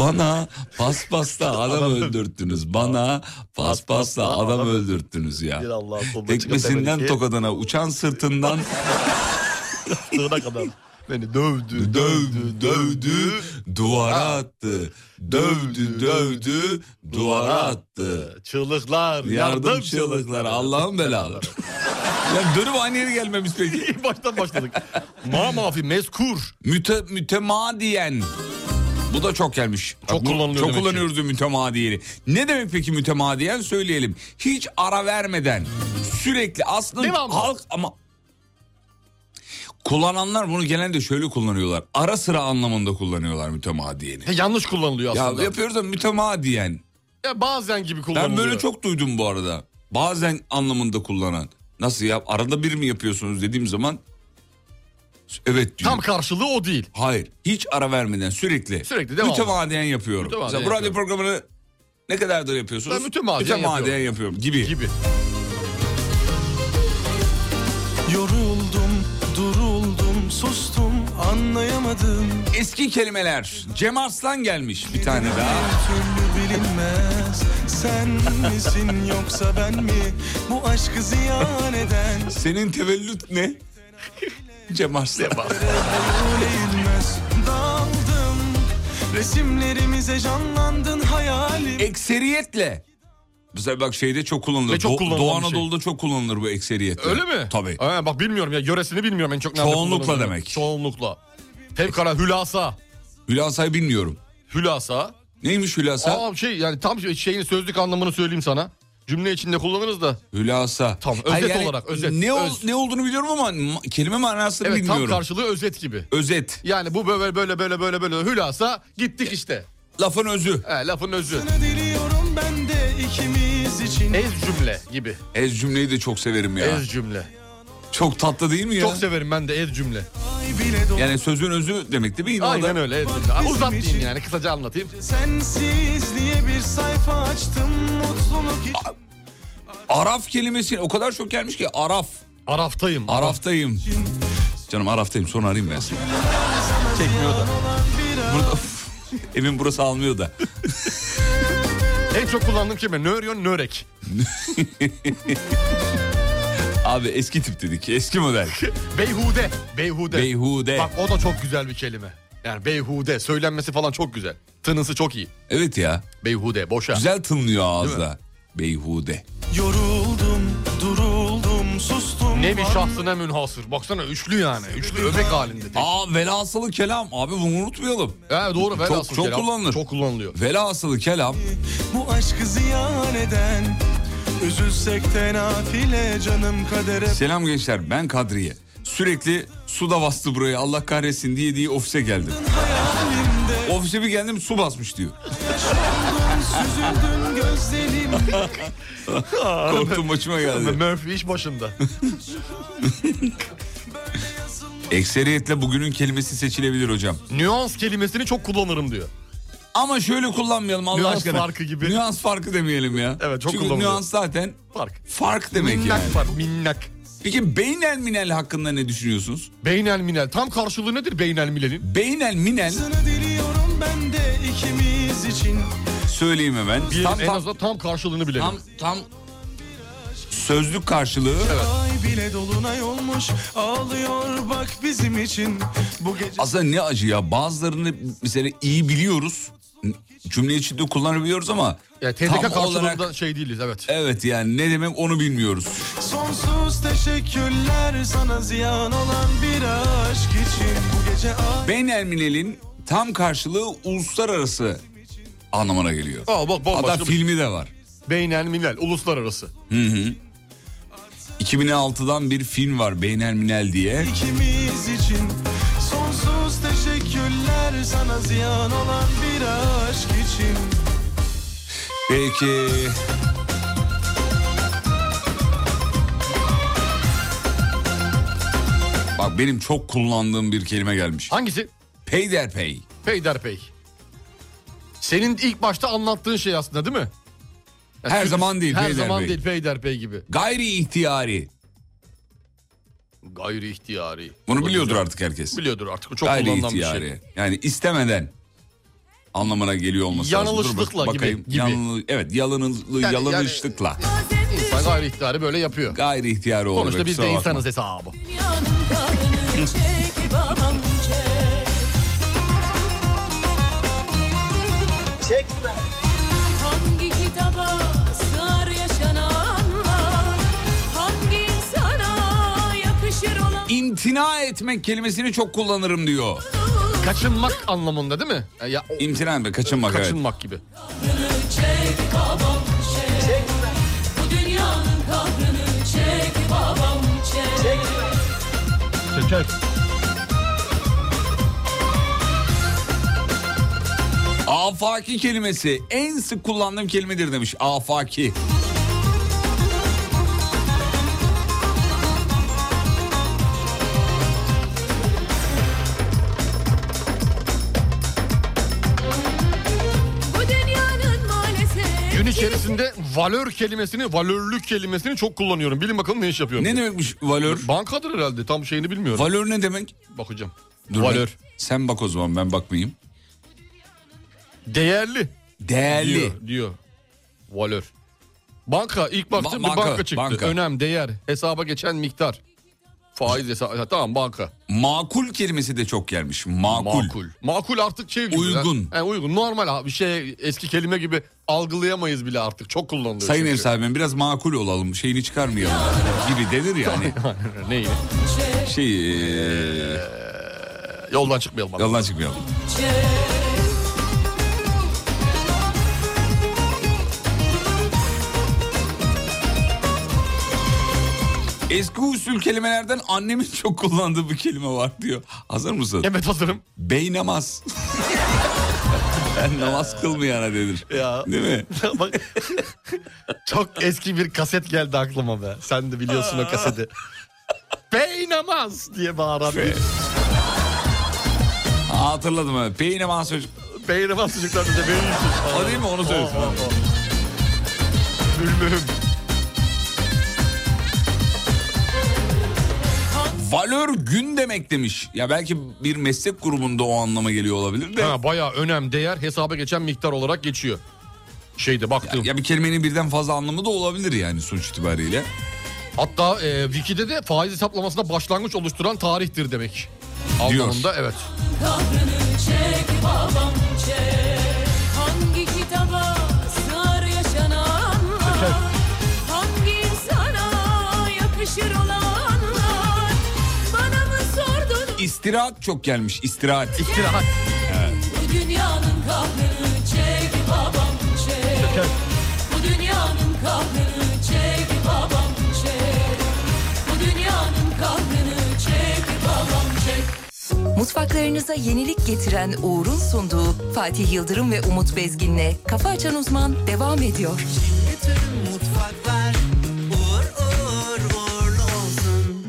[SPEAKER 4] Bana paspasta adam öldürttünüz. Bana paspasta adam öldürttünüz ya.
[SPEAKER 5] Bir Allah'ın sonuna çıkıp demedik
[SPEAKER 4] Tekmesinden
[SPEAKER 5] ki-
[SPEAKER 4] tokadana, uçan sırtından
[SPEAKER 5] Sığına kadar. Beni dövdü,
[SPEAKER 4] dövdü, dövdü, duvara attı. Dövdü, dövdü, duvara attı.
[SPEAKER 5] Çığlıklar,
[SPEAKER 4] yardım çığlıkları. Allah'ın belaları. ya dönüp aynı yere gelmemiz peki.
[SPEAKER 5] Baştan başladık. Ma mafi mezkur.
[SPEAKER 4] Müte, mütemadiyen. Bu da çok gelmiş. Çok
[SPEAKER 5] kullanılıyor
[SPEAKER 4] Çok
[SPEAKER 5] demek ki.
[SPEAKER 4] kullanıyoruz mütemadiyeni. Ne demek peki mütemadiyen söyleyelim. Hiç ara vermeden sürekli aslında halk ama kullananlar bunu genelde şöyle kullanıyorlar. Ara sıra anlamında kullanıyorlar mütemadiyeni.
[SPEAKER 5] Ya yanlış kullanılıyor aslında.
[SPEAKER 4] Ya yapıyoruz da mütemadiyen.
[SPEAKER 5] Ya bazen gibi
[SPEAKER 4] Ben
[SPEAKER 5] kullanılıyor.
[SPEAKER 4] böyle çok duydum bu arada. Bazen anlamında kullanan. Nasıl ya arada bir mi yapıyorsunuz dediğim zaman evet diyor.
[SPEAKER 5] Tam karşılığı o değil.
[SPEAKER 4] Hayır hiç ara vermeden sürekli.
[SPEAKER 5] Sürekli devamlı.
[SPEAKER 4] Mütemadiyen yapıyorum.
[SPEAKER 5] Mütemadiyen
[SPEAKER 4] Mesela bu radyo programını ne kadardır yapıyorsunuz?
[SPEAKER 5] Ben mütemadiyen
[SPEAKER 4] yapıyorum. gibi.
[SPEAKER 5] Gibi.
[SPEAKER 15] Yoruldum, duruldum, sustum, anlayamadım.
[SPEAKER 4] Eski kelimeler. Cem Arslan gelmiş bir tane daha.
[SPEAKER 15] Türlü bilinmez. Sen misin yoksa ben mi? Bu aşkı ziyan eden.
[SPEAKER 4] Senin tevellüt ne? Cem Arslan.
[SPEAKER 15] Kabul edilmez. Daldım. Resimlerimize canlandın hayalim.
[SPEAKER 4] Ekseriyetle. Mesela bak şeyde çok kullanılır.
[SPEAKER 5] Ve çok
[SPEAKER 4] Do-
[SPEAKER 5] kullanılan
[SPEAKER 4] Doğu
[SPEAKER 5] bir şey.
[SPEAKER 4] Anadolu'da çok kullanılır bu ekseriyetle.
[SPEAKER 5] Öyle mi?
[SPEAKER 4] Tabii.
[SPEAKER 5] Ha, bak bilmiyorum ya yöresini bilmiyorum en çok nerede
[SPEAKER 4] Çoğunlukla
[SPEAKER 5] kullanılıyor.
[SPEAKER 4] demek.
[SPEAKER 5] Çoğunlukla. Fevkala hülasa.
[SPEAKER 4] Hülasa'yı bilmiyorum.
[SPEAKER 5] Hülasa.
[SPEAKER 4] Neymiş hülasa?
[SPEAKER 5] Aa şey yani tam şeyin sözlük anlamını söyleyeyim sana. Cümle içinde kullanırız da.
[SPEAKER 4] Hülasa.
[SPEAKER 5] Tamam özet
[SPEAKER 4] Hayır, yani
[SPEAKER 5] olarak özet.
[SPEAKER 4] Ne, ol-
[SPEAKER 5] öz.
[SPEAKER 4] ne olduğunu biliyorum ama ma- kelime manasını
[SPEAKER 5] Evet
[SPEAKER 4] bilmiyorum.
[SPEAKER 5] tam karşılığı özet gibi.
[SPEAKER 4] Özet.
[SPEAKER 5] Yani bu böyle böyle böyle böyle böyle hülasa gittik işte.
[SPEAKER 4] Lafın özü.
[SPEAKER 5] He lafın özü.
[SPEAKER 15] Diliyorum ben de ikimiz için.
[SPEAKER 5] Ez cümle gibi.
[SPEAKER 4] Ez cümleyi de çok severim ya.
[SPEAKER 5] Ez cümle.
[SPEAKER 4] Çok tatlı değil mi ya?
[SPEAKER 5] Çok severim ben de ez cümle.
[SPEAKER 4] Yani sözün özü demek değil mi? Yine o
[SPEAKER 5] Aynen
[SPEAKER 4] da-
[SPEAKER 5] öyle ez cümle. Aa, Uzatmayayım yani kısaca anlatayım.
[SPEAKER 15] Sensiz diye bir sayfa açtım mutluluk için.
[SPEAKER 4] Araf kelimesi o kadar çok gelmiş ki Araf.
[SPEAKER 5] Araftayım.
[SPEAKER 4] Araftayım. Canım Araftayım sonra arayayım ben seni.
[SPEAKER 5] Çekmiyor da.
[SPEAKER 4] Burada, Of, evin burası almıyor da.
[SPEAKER 5] En çok kullandığım kelime nöryon nörek.
[SPEAKER 4] Abi eski tip dedik. Eski model.
[SPEAKER 5] Beyhude. Beyhude.
[SPEAKER 4] Beyhude.
[SPEAKER 5] Bak o da çok güzel bir kelime. Yani beyhude söylenmesi falan çok güzel. Tınısı çok iyi.
[SPEAKER 4] Evet ya.
[SPEAKER 5] Beyhude boşa.
[SPEAKER 4] Güzel tınlıyor ağızda. Beyhude.
[SPEAKER 15] Yoruldum, duruldum, sustum.
[SPEAKER 5] Ne bir şahsına münhasır. Baksana üçlü yani. Üçlü öbek halinde.
[SPEAKER 4] Aa velhasılı kelam. Abi bunu unutmayalım.
[SPEAKER 5] He doğru velhasılı
[SPEAKER 4] çok, çok
[SPEAKER 5] kelam.
[SPEAKER 4] kullanılır. Çok
[SPEAKER 5] kullanılıyor.
[SPEAKER 4] Velhasılı kelam.
[SPEAKER 15] Bu aşkı ziyan eden Üzülsek de nafile canım kadere
[SPEAKER 4] Selam gençler ben Kadriye. Sürekli suda bastı burayı Allah kahretsin diye diye ofise geldim. Ofise bir geldim su basmış diyor.
[SPEAKER 15] Süzüldün gözlerim
[SPEAKER 4] Korktum başıma geldi.
[SPEAKER 5] Murphy iş başında.
[SPEAKER 4] Ekseriyetle bugünün kelimesi seçilebilir hocam.
[SPEAKER 5] Nüans kelimesini çok kullanırım diyor.
[SPEAKER 4] Ama şöyle kullanmayalım Allah
[SPEAKER 5] Nüans
[SPEAKER 4] aşkına.
[SPEAKER 5] farkı gibi.
[SPEAKER 4] Nüans farkı demeyelim ya.
[SPEAKER 5] Evet, çok
[SPEAKER 4] Çünkü
[SPEAKER 5] kullanılıyor.
[SPEAKER 4] nüans zaten
[SPEAKER 5] fark.
[SPEAKER 4] Fark demek
[SPEAKER 5] minnak
[SPEAKER 4] yani.
[SPEAKER 5] var minnak.
[SPEAKER 4] Peki beynel minel hakkında ne düşünüyorsunuz?
[SPEAKER 5] Beynel minel. Tam karşılığı nedir beynel minelin?
[SPEAKER 4] Beynel minel.
[SPEAKER 15] Sana diliyorum ben de ikimiz için
[SPEAKER 4] Söyleyeyim hemen.
[SPEAKER 5] Bilelim,
[SPEAKER 4] tam,
[SPEAKER 5] en
[SPEAKER 4] tam-
[SPEAKER 5] azından tam karşılığını bilelim.
[SPEAKER 4] tam, tam sözlük karşılığı.
[SPEAKER 15] Ay bile dolunay olmuş Ağlıyor bak bizim için Bu gece
[SPEAKER 4] Aslında ne acı ya bazılarını mesela iyi biliyoruz cümle içinde kullanabiliyoruz ama
[SPEAKER 5] Ya TDK karşılığında şey değiliz evet.
[SPEAKER 4] Evet yani ne demek onu bilmiyoruz.
[SPEAKER 15] sonsuz teşekkürler Sana ziyan olan bir aşk için Bu gece ay
[SPEAKER 4] Beynel minel'in tam karşılığı uluslararası anlamına geliyor.
[SPEAKER 5] Aa, bak, bambaşka
[SPEAKER 4] Hatta
[SPEAKER 5] bir-
[SPEAKER 4] filmi de var.
[SPEAKER 5] Beynel minel uluslararası.
[SPEAKER 4] Hı hı. 2006'dan bir film var Beynel Minel diye.
[SPEAKER 15] ikimiz için Sonsuz teşekkürler Sana ziyan olan bir aşk için
[SPEAKER 4] Peki. Bak benim çok kullandığım bir kelime gelmiş.
[SPEAKER 5] Hangisi?
[SPEAKER 4] Peyderpey.
[SPEAKER 5] Peyderpey. Senin ilk başta anlattığın şey aslında değil mi? Ya
[SPEAKER 4] Her
[SPEAKER 5] sü-
[SPEAKER 4] zaman değil,
[SPEAKER 5] Her
[SPEAKER 4] peyderpey.
[SPEAKER 5] zaman değil peyderpey gibi.
[SPEAKER 4] Gayri ihtiyari.
[SPEAKER 5] Gayri ihtiyari.
[SPEAKER 4] Bunu biliyordur artık herkes.
[SPEAKER 5] Biliyordur artık. Bu çok
[SPEAKER 4] Gayri
[SPEAKER 5] kullanılan bir
[SPEAKER 4] ihtiyari.
[SPEAKER 5] şey.
[SPEAKER 4] Yani istemeden anlamına geliyor olması lazım. Dur bak-
[SPEAKER 5] Yanılışlıkla gibi-
[SPEAKER 4] bakayım.
[SPEAKER 5] gibi.
[SPEAKER 4] Yanılı- evet yalınızlı,
[SPEAKER 5] Yani-
[SPEAKER 4] yalınışlıkla.
[SPEAKER 5] İnsan gayri ihtiyari böyle yapıyor.
[SPEAKER 4] Gayri ihtiyari olarak.
[SPEAKER 5] Sonuçta biz de
[SPEAKER 4] kusura bakma.
[SPEAKER 5] insanız hesabı.
[SPEAKER 3] Çekme. Hangi kitaba sığar yaşananlar? Hangi insana yakışır olan?
[SPEAKER 4] İmtina etmek kelimesini çok kullanırım diyor.
[SPEAKER 5] Kaçınmak anlamında değil mi? Ya, ya-
[SPEAKER 4] İmtina etmek, kaçınmak, evet.
[SPEAKER 5] kaçınmak gibi.
[SPEAKER 3] Çek babam çek. Bu dünyanın kahrını çek babam çek.
[SPEAKER 10] Çeker.
[SPEAKER 4] Afaki kelimesi en sık kullandığım kelimedir demiş. Afaki.
[SPEAKER 3] Bu dünyanın maalesef.
[SPEAKER 5] Gün içerisinde valör kelimesini, valörlük kelimesini çok kullanıyorum. Bilin bakalım ne iş yapıyorum.
[SPEAKER 4] Ne demekmiş valör?
[SPEAKER 5] Bankadır herhalde. Tam şeyini bilmiyorum.
[SPEAKER 4] Valör ne demek?
[SPEAKER 5] Bakacağım.
[SPEAKER 4] Dur
[SPEAKER 5] valör.
[SPEAKER 4] ben- Sen bak o zaman ben bakmayayım.
[SPEAKER 5] Değerli.
[SPEAKER 4] Değerli.
[SPEAKER 5] Diyor, diyor. Valör. Banka ilk baktım
[SPEAKER 4] Ba-
[SPEAKER 5] bir banka,
[SPEAKER 4] banka,
[SPEAKER 5] çıktı.
[SPEAKER 4] banka.
[SPEAKER 5] Önem, değer, hesaba geçen miktar. Faiz hesabı. Tamam banka.
[SPEAKER 4] Makul kelimesi de çok gelmiş. Makul.
[SPEAKER 5] Makul. Makul artık şey gibi.
[SPEAKER 4] Uygun.
[SPEAKER 5] Yani uygun. Normal abi. Bir şey eski kelime gibi algılayamayız bile artık. Çok kullanılıyor.
[SPEAKER 4] Sayın
[SPEAKER 5] çünkü.
[SPEAKER 4] ev sahibim biraz makul olalım şeyini çıkarmayalım gibi denir yani.
[SPEAKER 5] Neyi?
[SPEAKER 4] Şey eee,
[SPEAKER 5] Yoldan çıkmayalım. abi.
[SPEAKER 4] yoldan çıkmayalım. Eski usul kelimelerden annemin çok kullandığı bir kelime var diyor. Hazır mısın?
[SPEAKER 5] Evet hazırım.
[SPEAKER 4] Beynamaz. ben namaz kılmayana denir.
[SPEAKER 5] Ya.
[SPEAKER 4] Değil mi?
[SPEAKER 5] Bak, çok eski bir kaset geldi aklıma be. Sen de biliyorsun o kaseti. Beynamaz diye bağıran bir.
[SPEAKER 4] Aa, Hatırladım evet. Beynamaz çocuk.
[SPEAKER 5] Beynamaz çocuklar bize beyinsiz.
[SPEAKER 4] O değil mi? Onu söylesin.
[SPEAKER 5] Bülbülüm.
[SPEAKER 4] Valör gün demek demiş. Ya belki bir meslek grubunda o anlama geliyor olabilir de.
[SPEAKER 5] Ha, bayağı önem, değer, hesaba geçen miktar olarak geçiyor. Şeyde baktım.
[SPEAKER 4] Ya bir kelimenin birden fazla anlamı da olabilir yani sonuç itibariyle.
[SPEAKER 5] Hatta e, Wiki'de de faiz hesaplamasına başlangıç oluşturan tarihtir demek.
[SPEAKER 18] Diyor.
[SPEAKER 5] Anlamında evet.
[SPEAKER 16] Kahrını çek babam çek Hangi kitaba sığar yaşananlar Hangi insana yakışır olanlar Bana mı sordun
[SPEAKER 18] İstirahat çok gelmiş istirahat.
[SPEAKER 5] İstirahat.
[SPEAKER 18] Evet.
[SPEAKER 16] bu dünyanın kahrını çek babam çek Bu dünyanın kahrını çek babam çek Bu dünyanın kahrını çek babam çek
[SPEAKER 11] Mutfaklarınıza yenilik getiren Uğur'un sunduğu Fatih Yıldırım ve Umut Bezgin'le Kafa Açan Uzman devam ediyor.
[SPEAKER 19] Mutfaklar uğur uğur uğurlu olsun.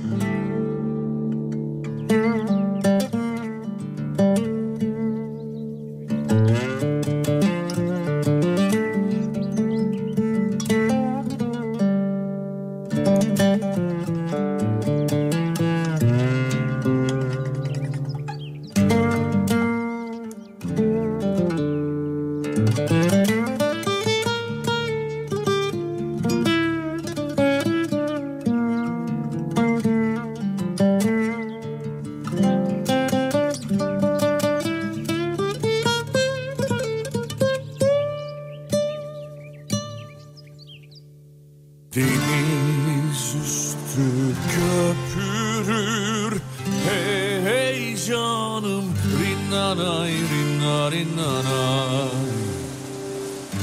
[SPEAKER 4] Deniz üstü köpürür Hey hey canım Rinnanay rinna rinnanay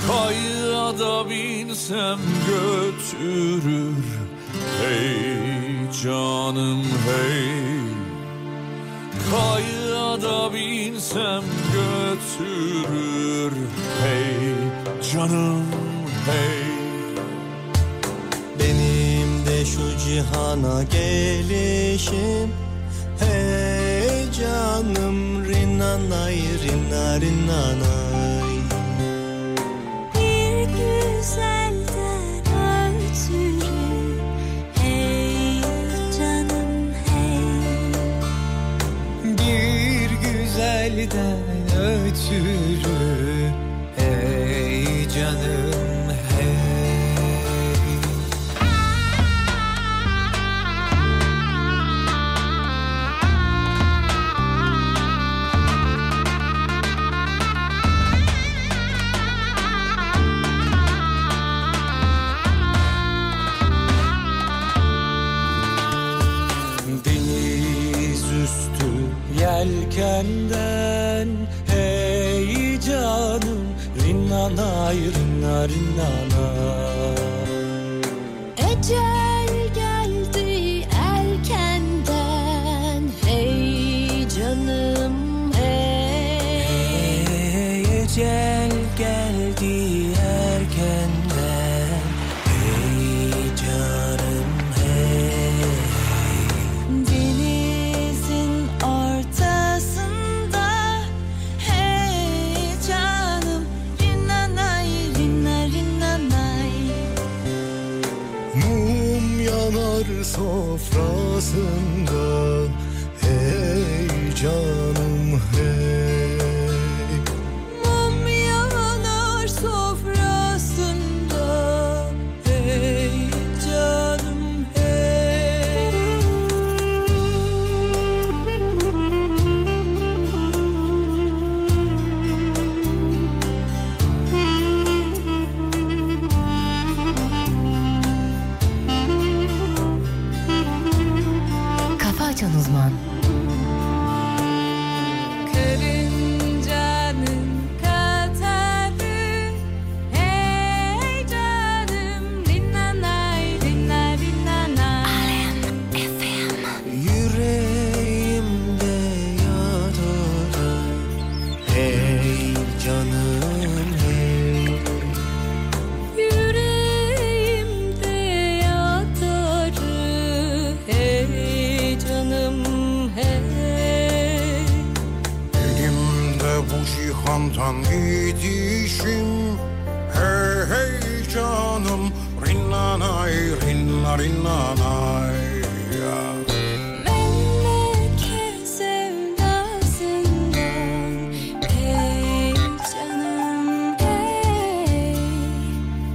[SPEAKER 4] Kayığa da binsem götürür Hey canım hey Kayığa da binsem götürür Hey canım hey
[SPEAKER 7] Benim de şu cihana gelişim Hey canım rinanay rina rinanay
[SPEAKER 3] Bir güzelden ötürü Hey canım hey
[SPEAKER 7] Bir güzelden ötürü Hey canım hey Deniz üstü yelkenden Hey canım rinnanay rinna rinnanay
[SPEAKER 3] Ecel geldi erkenden Hey canım hey
[SPEAKER 7] Hey ecel geldi erkenden Hey canım hey
[SPEAKER 3] Denizin ortasında Hey canım Rinnanay rinna rinnanay
[SPEAKER 7] Mum yanar sofrasında Hey canım hey
[SPEAKER 3] Mum yanar sofrasında Hey canım
[SPEAKER 20] Kafa Açan Uzman.
[SPEAKER 16] Karıncanın katarı Hey canım dinlenay dinler dinlenay Alem FM
[SPEAKER 7] Yüreğimde yatar Hey canım hey
[SPEAKER 3] Yüreğimde yatarı Hey canım hey
[SPEAKER 4] Elimde bu cihandan gidişim Hey hey canım Rinnanay rinna rinnanay
[SPEAKER 3] Meleke sevdasından Hey canım hey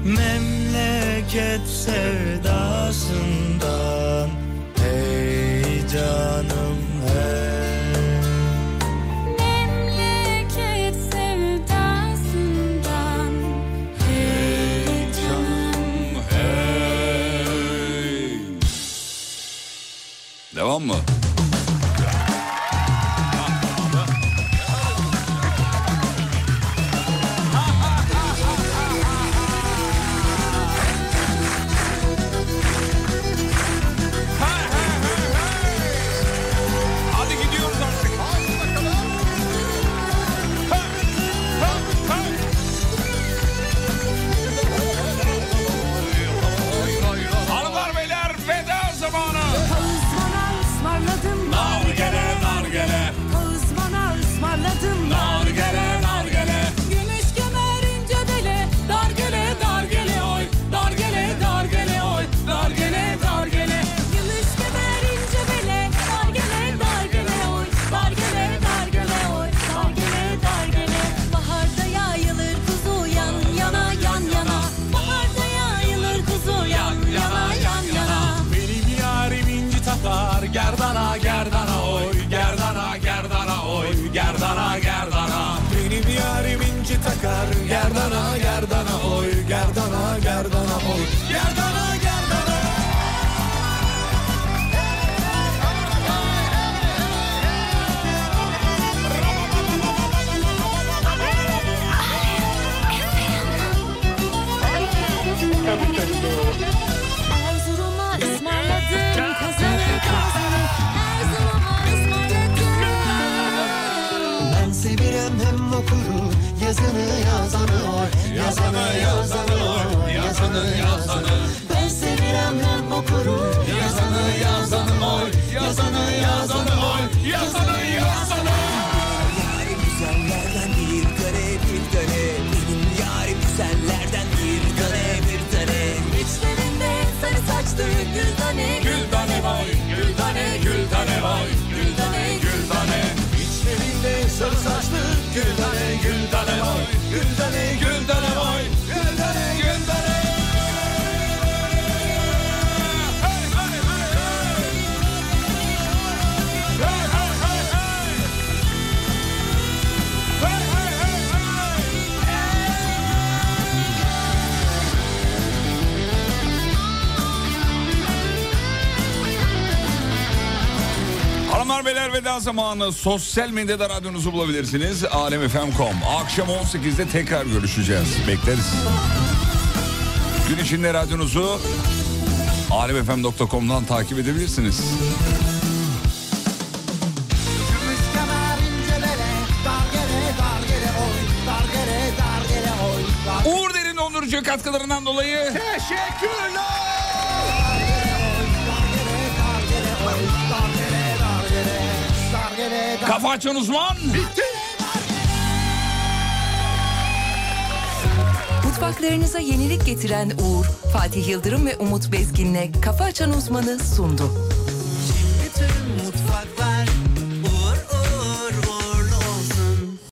[SPEAKER 7] Memleket sevdasında
[SPEAKER 4] Devam mı? Hadi gidiyoruz artık. Hanımlar beyler veda zamanı.
[SPEAKER 3] Ağızmana ısmarladım nargele
[SPEAKER 4] nargele.
[SPEAKER 3] Ağızmana ısmarladım
[SPEAKER 4] nargele nargele.
[SPEAKER 3] Gümüş kemer ince bele dargele dargele oy dargele dargele oy dargele dargele. Gümüş kemer ince bele dargele dargele oy dargele dargele oy dargele dargele. Baharda yayılır kuzu yan yana yan yana. Baharda yayılır kuzu yan yana yan yana.
[SPEAKER 15] Benim yarim inci takar Gerdana gerdana oy Gerdana gerdana oy Gerdana gerdana Benim yarim inci takar Gerdana gerdana oy Gerdana gerdana oy Gerdana gerdana
[SPEAKER 3] Erzurum'a ısmarladım kazanı kazanı Erzurum'a ısmarladım
[SPEAKER 21] Ben sevirem hem okuru Yazını yazanı oy Yazanı yazanı oy Yazanı yazanı Ben sevirem hem okuru Yazını yazanı oy Yazanı yazanı oy Yazanı yazanı
[SPEAKER 16] Yarim güzellerden bir tane bir tane Benim yarim güzellerden bir tane bir tane
[SPEAKER 3] İçlerinde sarı saçlı gül tane
[SPEAKER 15] Gül tane vay Gül tane gül tane vay Gül tane gül tane İçlerinde sarı saçlı Gül tane gül tane vay Gül tane gül tane vay Gül tane gül tane
[SPEAKER 4] Hanımlar beyler veda zamanı sosyal medyada radyonuzu bulabilirsiniz. Alemfm.com. Akşam 18'de tekrar görüşeceğiz. Bekleriz. Gün içinde radyonuzu alemfm.com'dan takip edebilirsiniz.
[SPEAKER 16] Gümüş kemer incelere Dar gele dar gele oy Dar gele dar gele oy dar-
[SPEAKER 4] Uğur Derin Onurcu katkılarından dolayı
[SPEAKER 16] Teşekkürler
[SPEAKER 4] Kafa açan uzman. Bitti.
[SPEAKER 11] Mutfaklarınıza yenilik getiren Uğur, Fatih Yıldırım ve Umut Bezgin'le Kafa Açan Uzman'ı sundu.
[SPEAKER 16] Bütün mutfaklar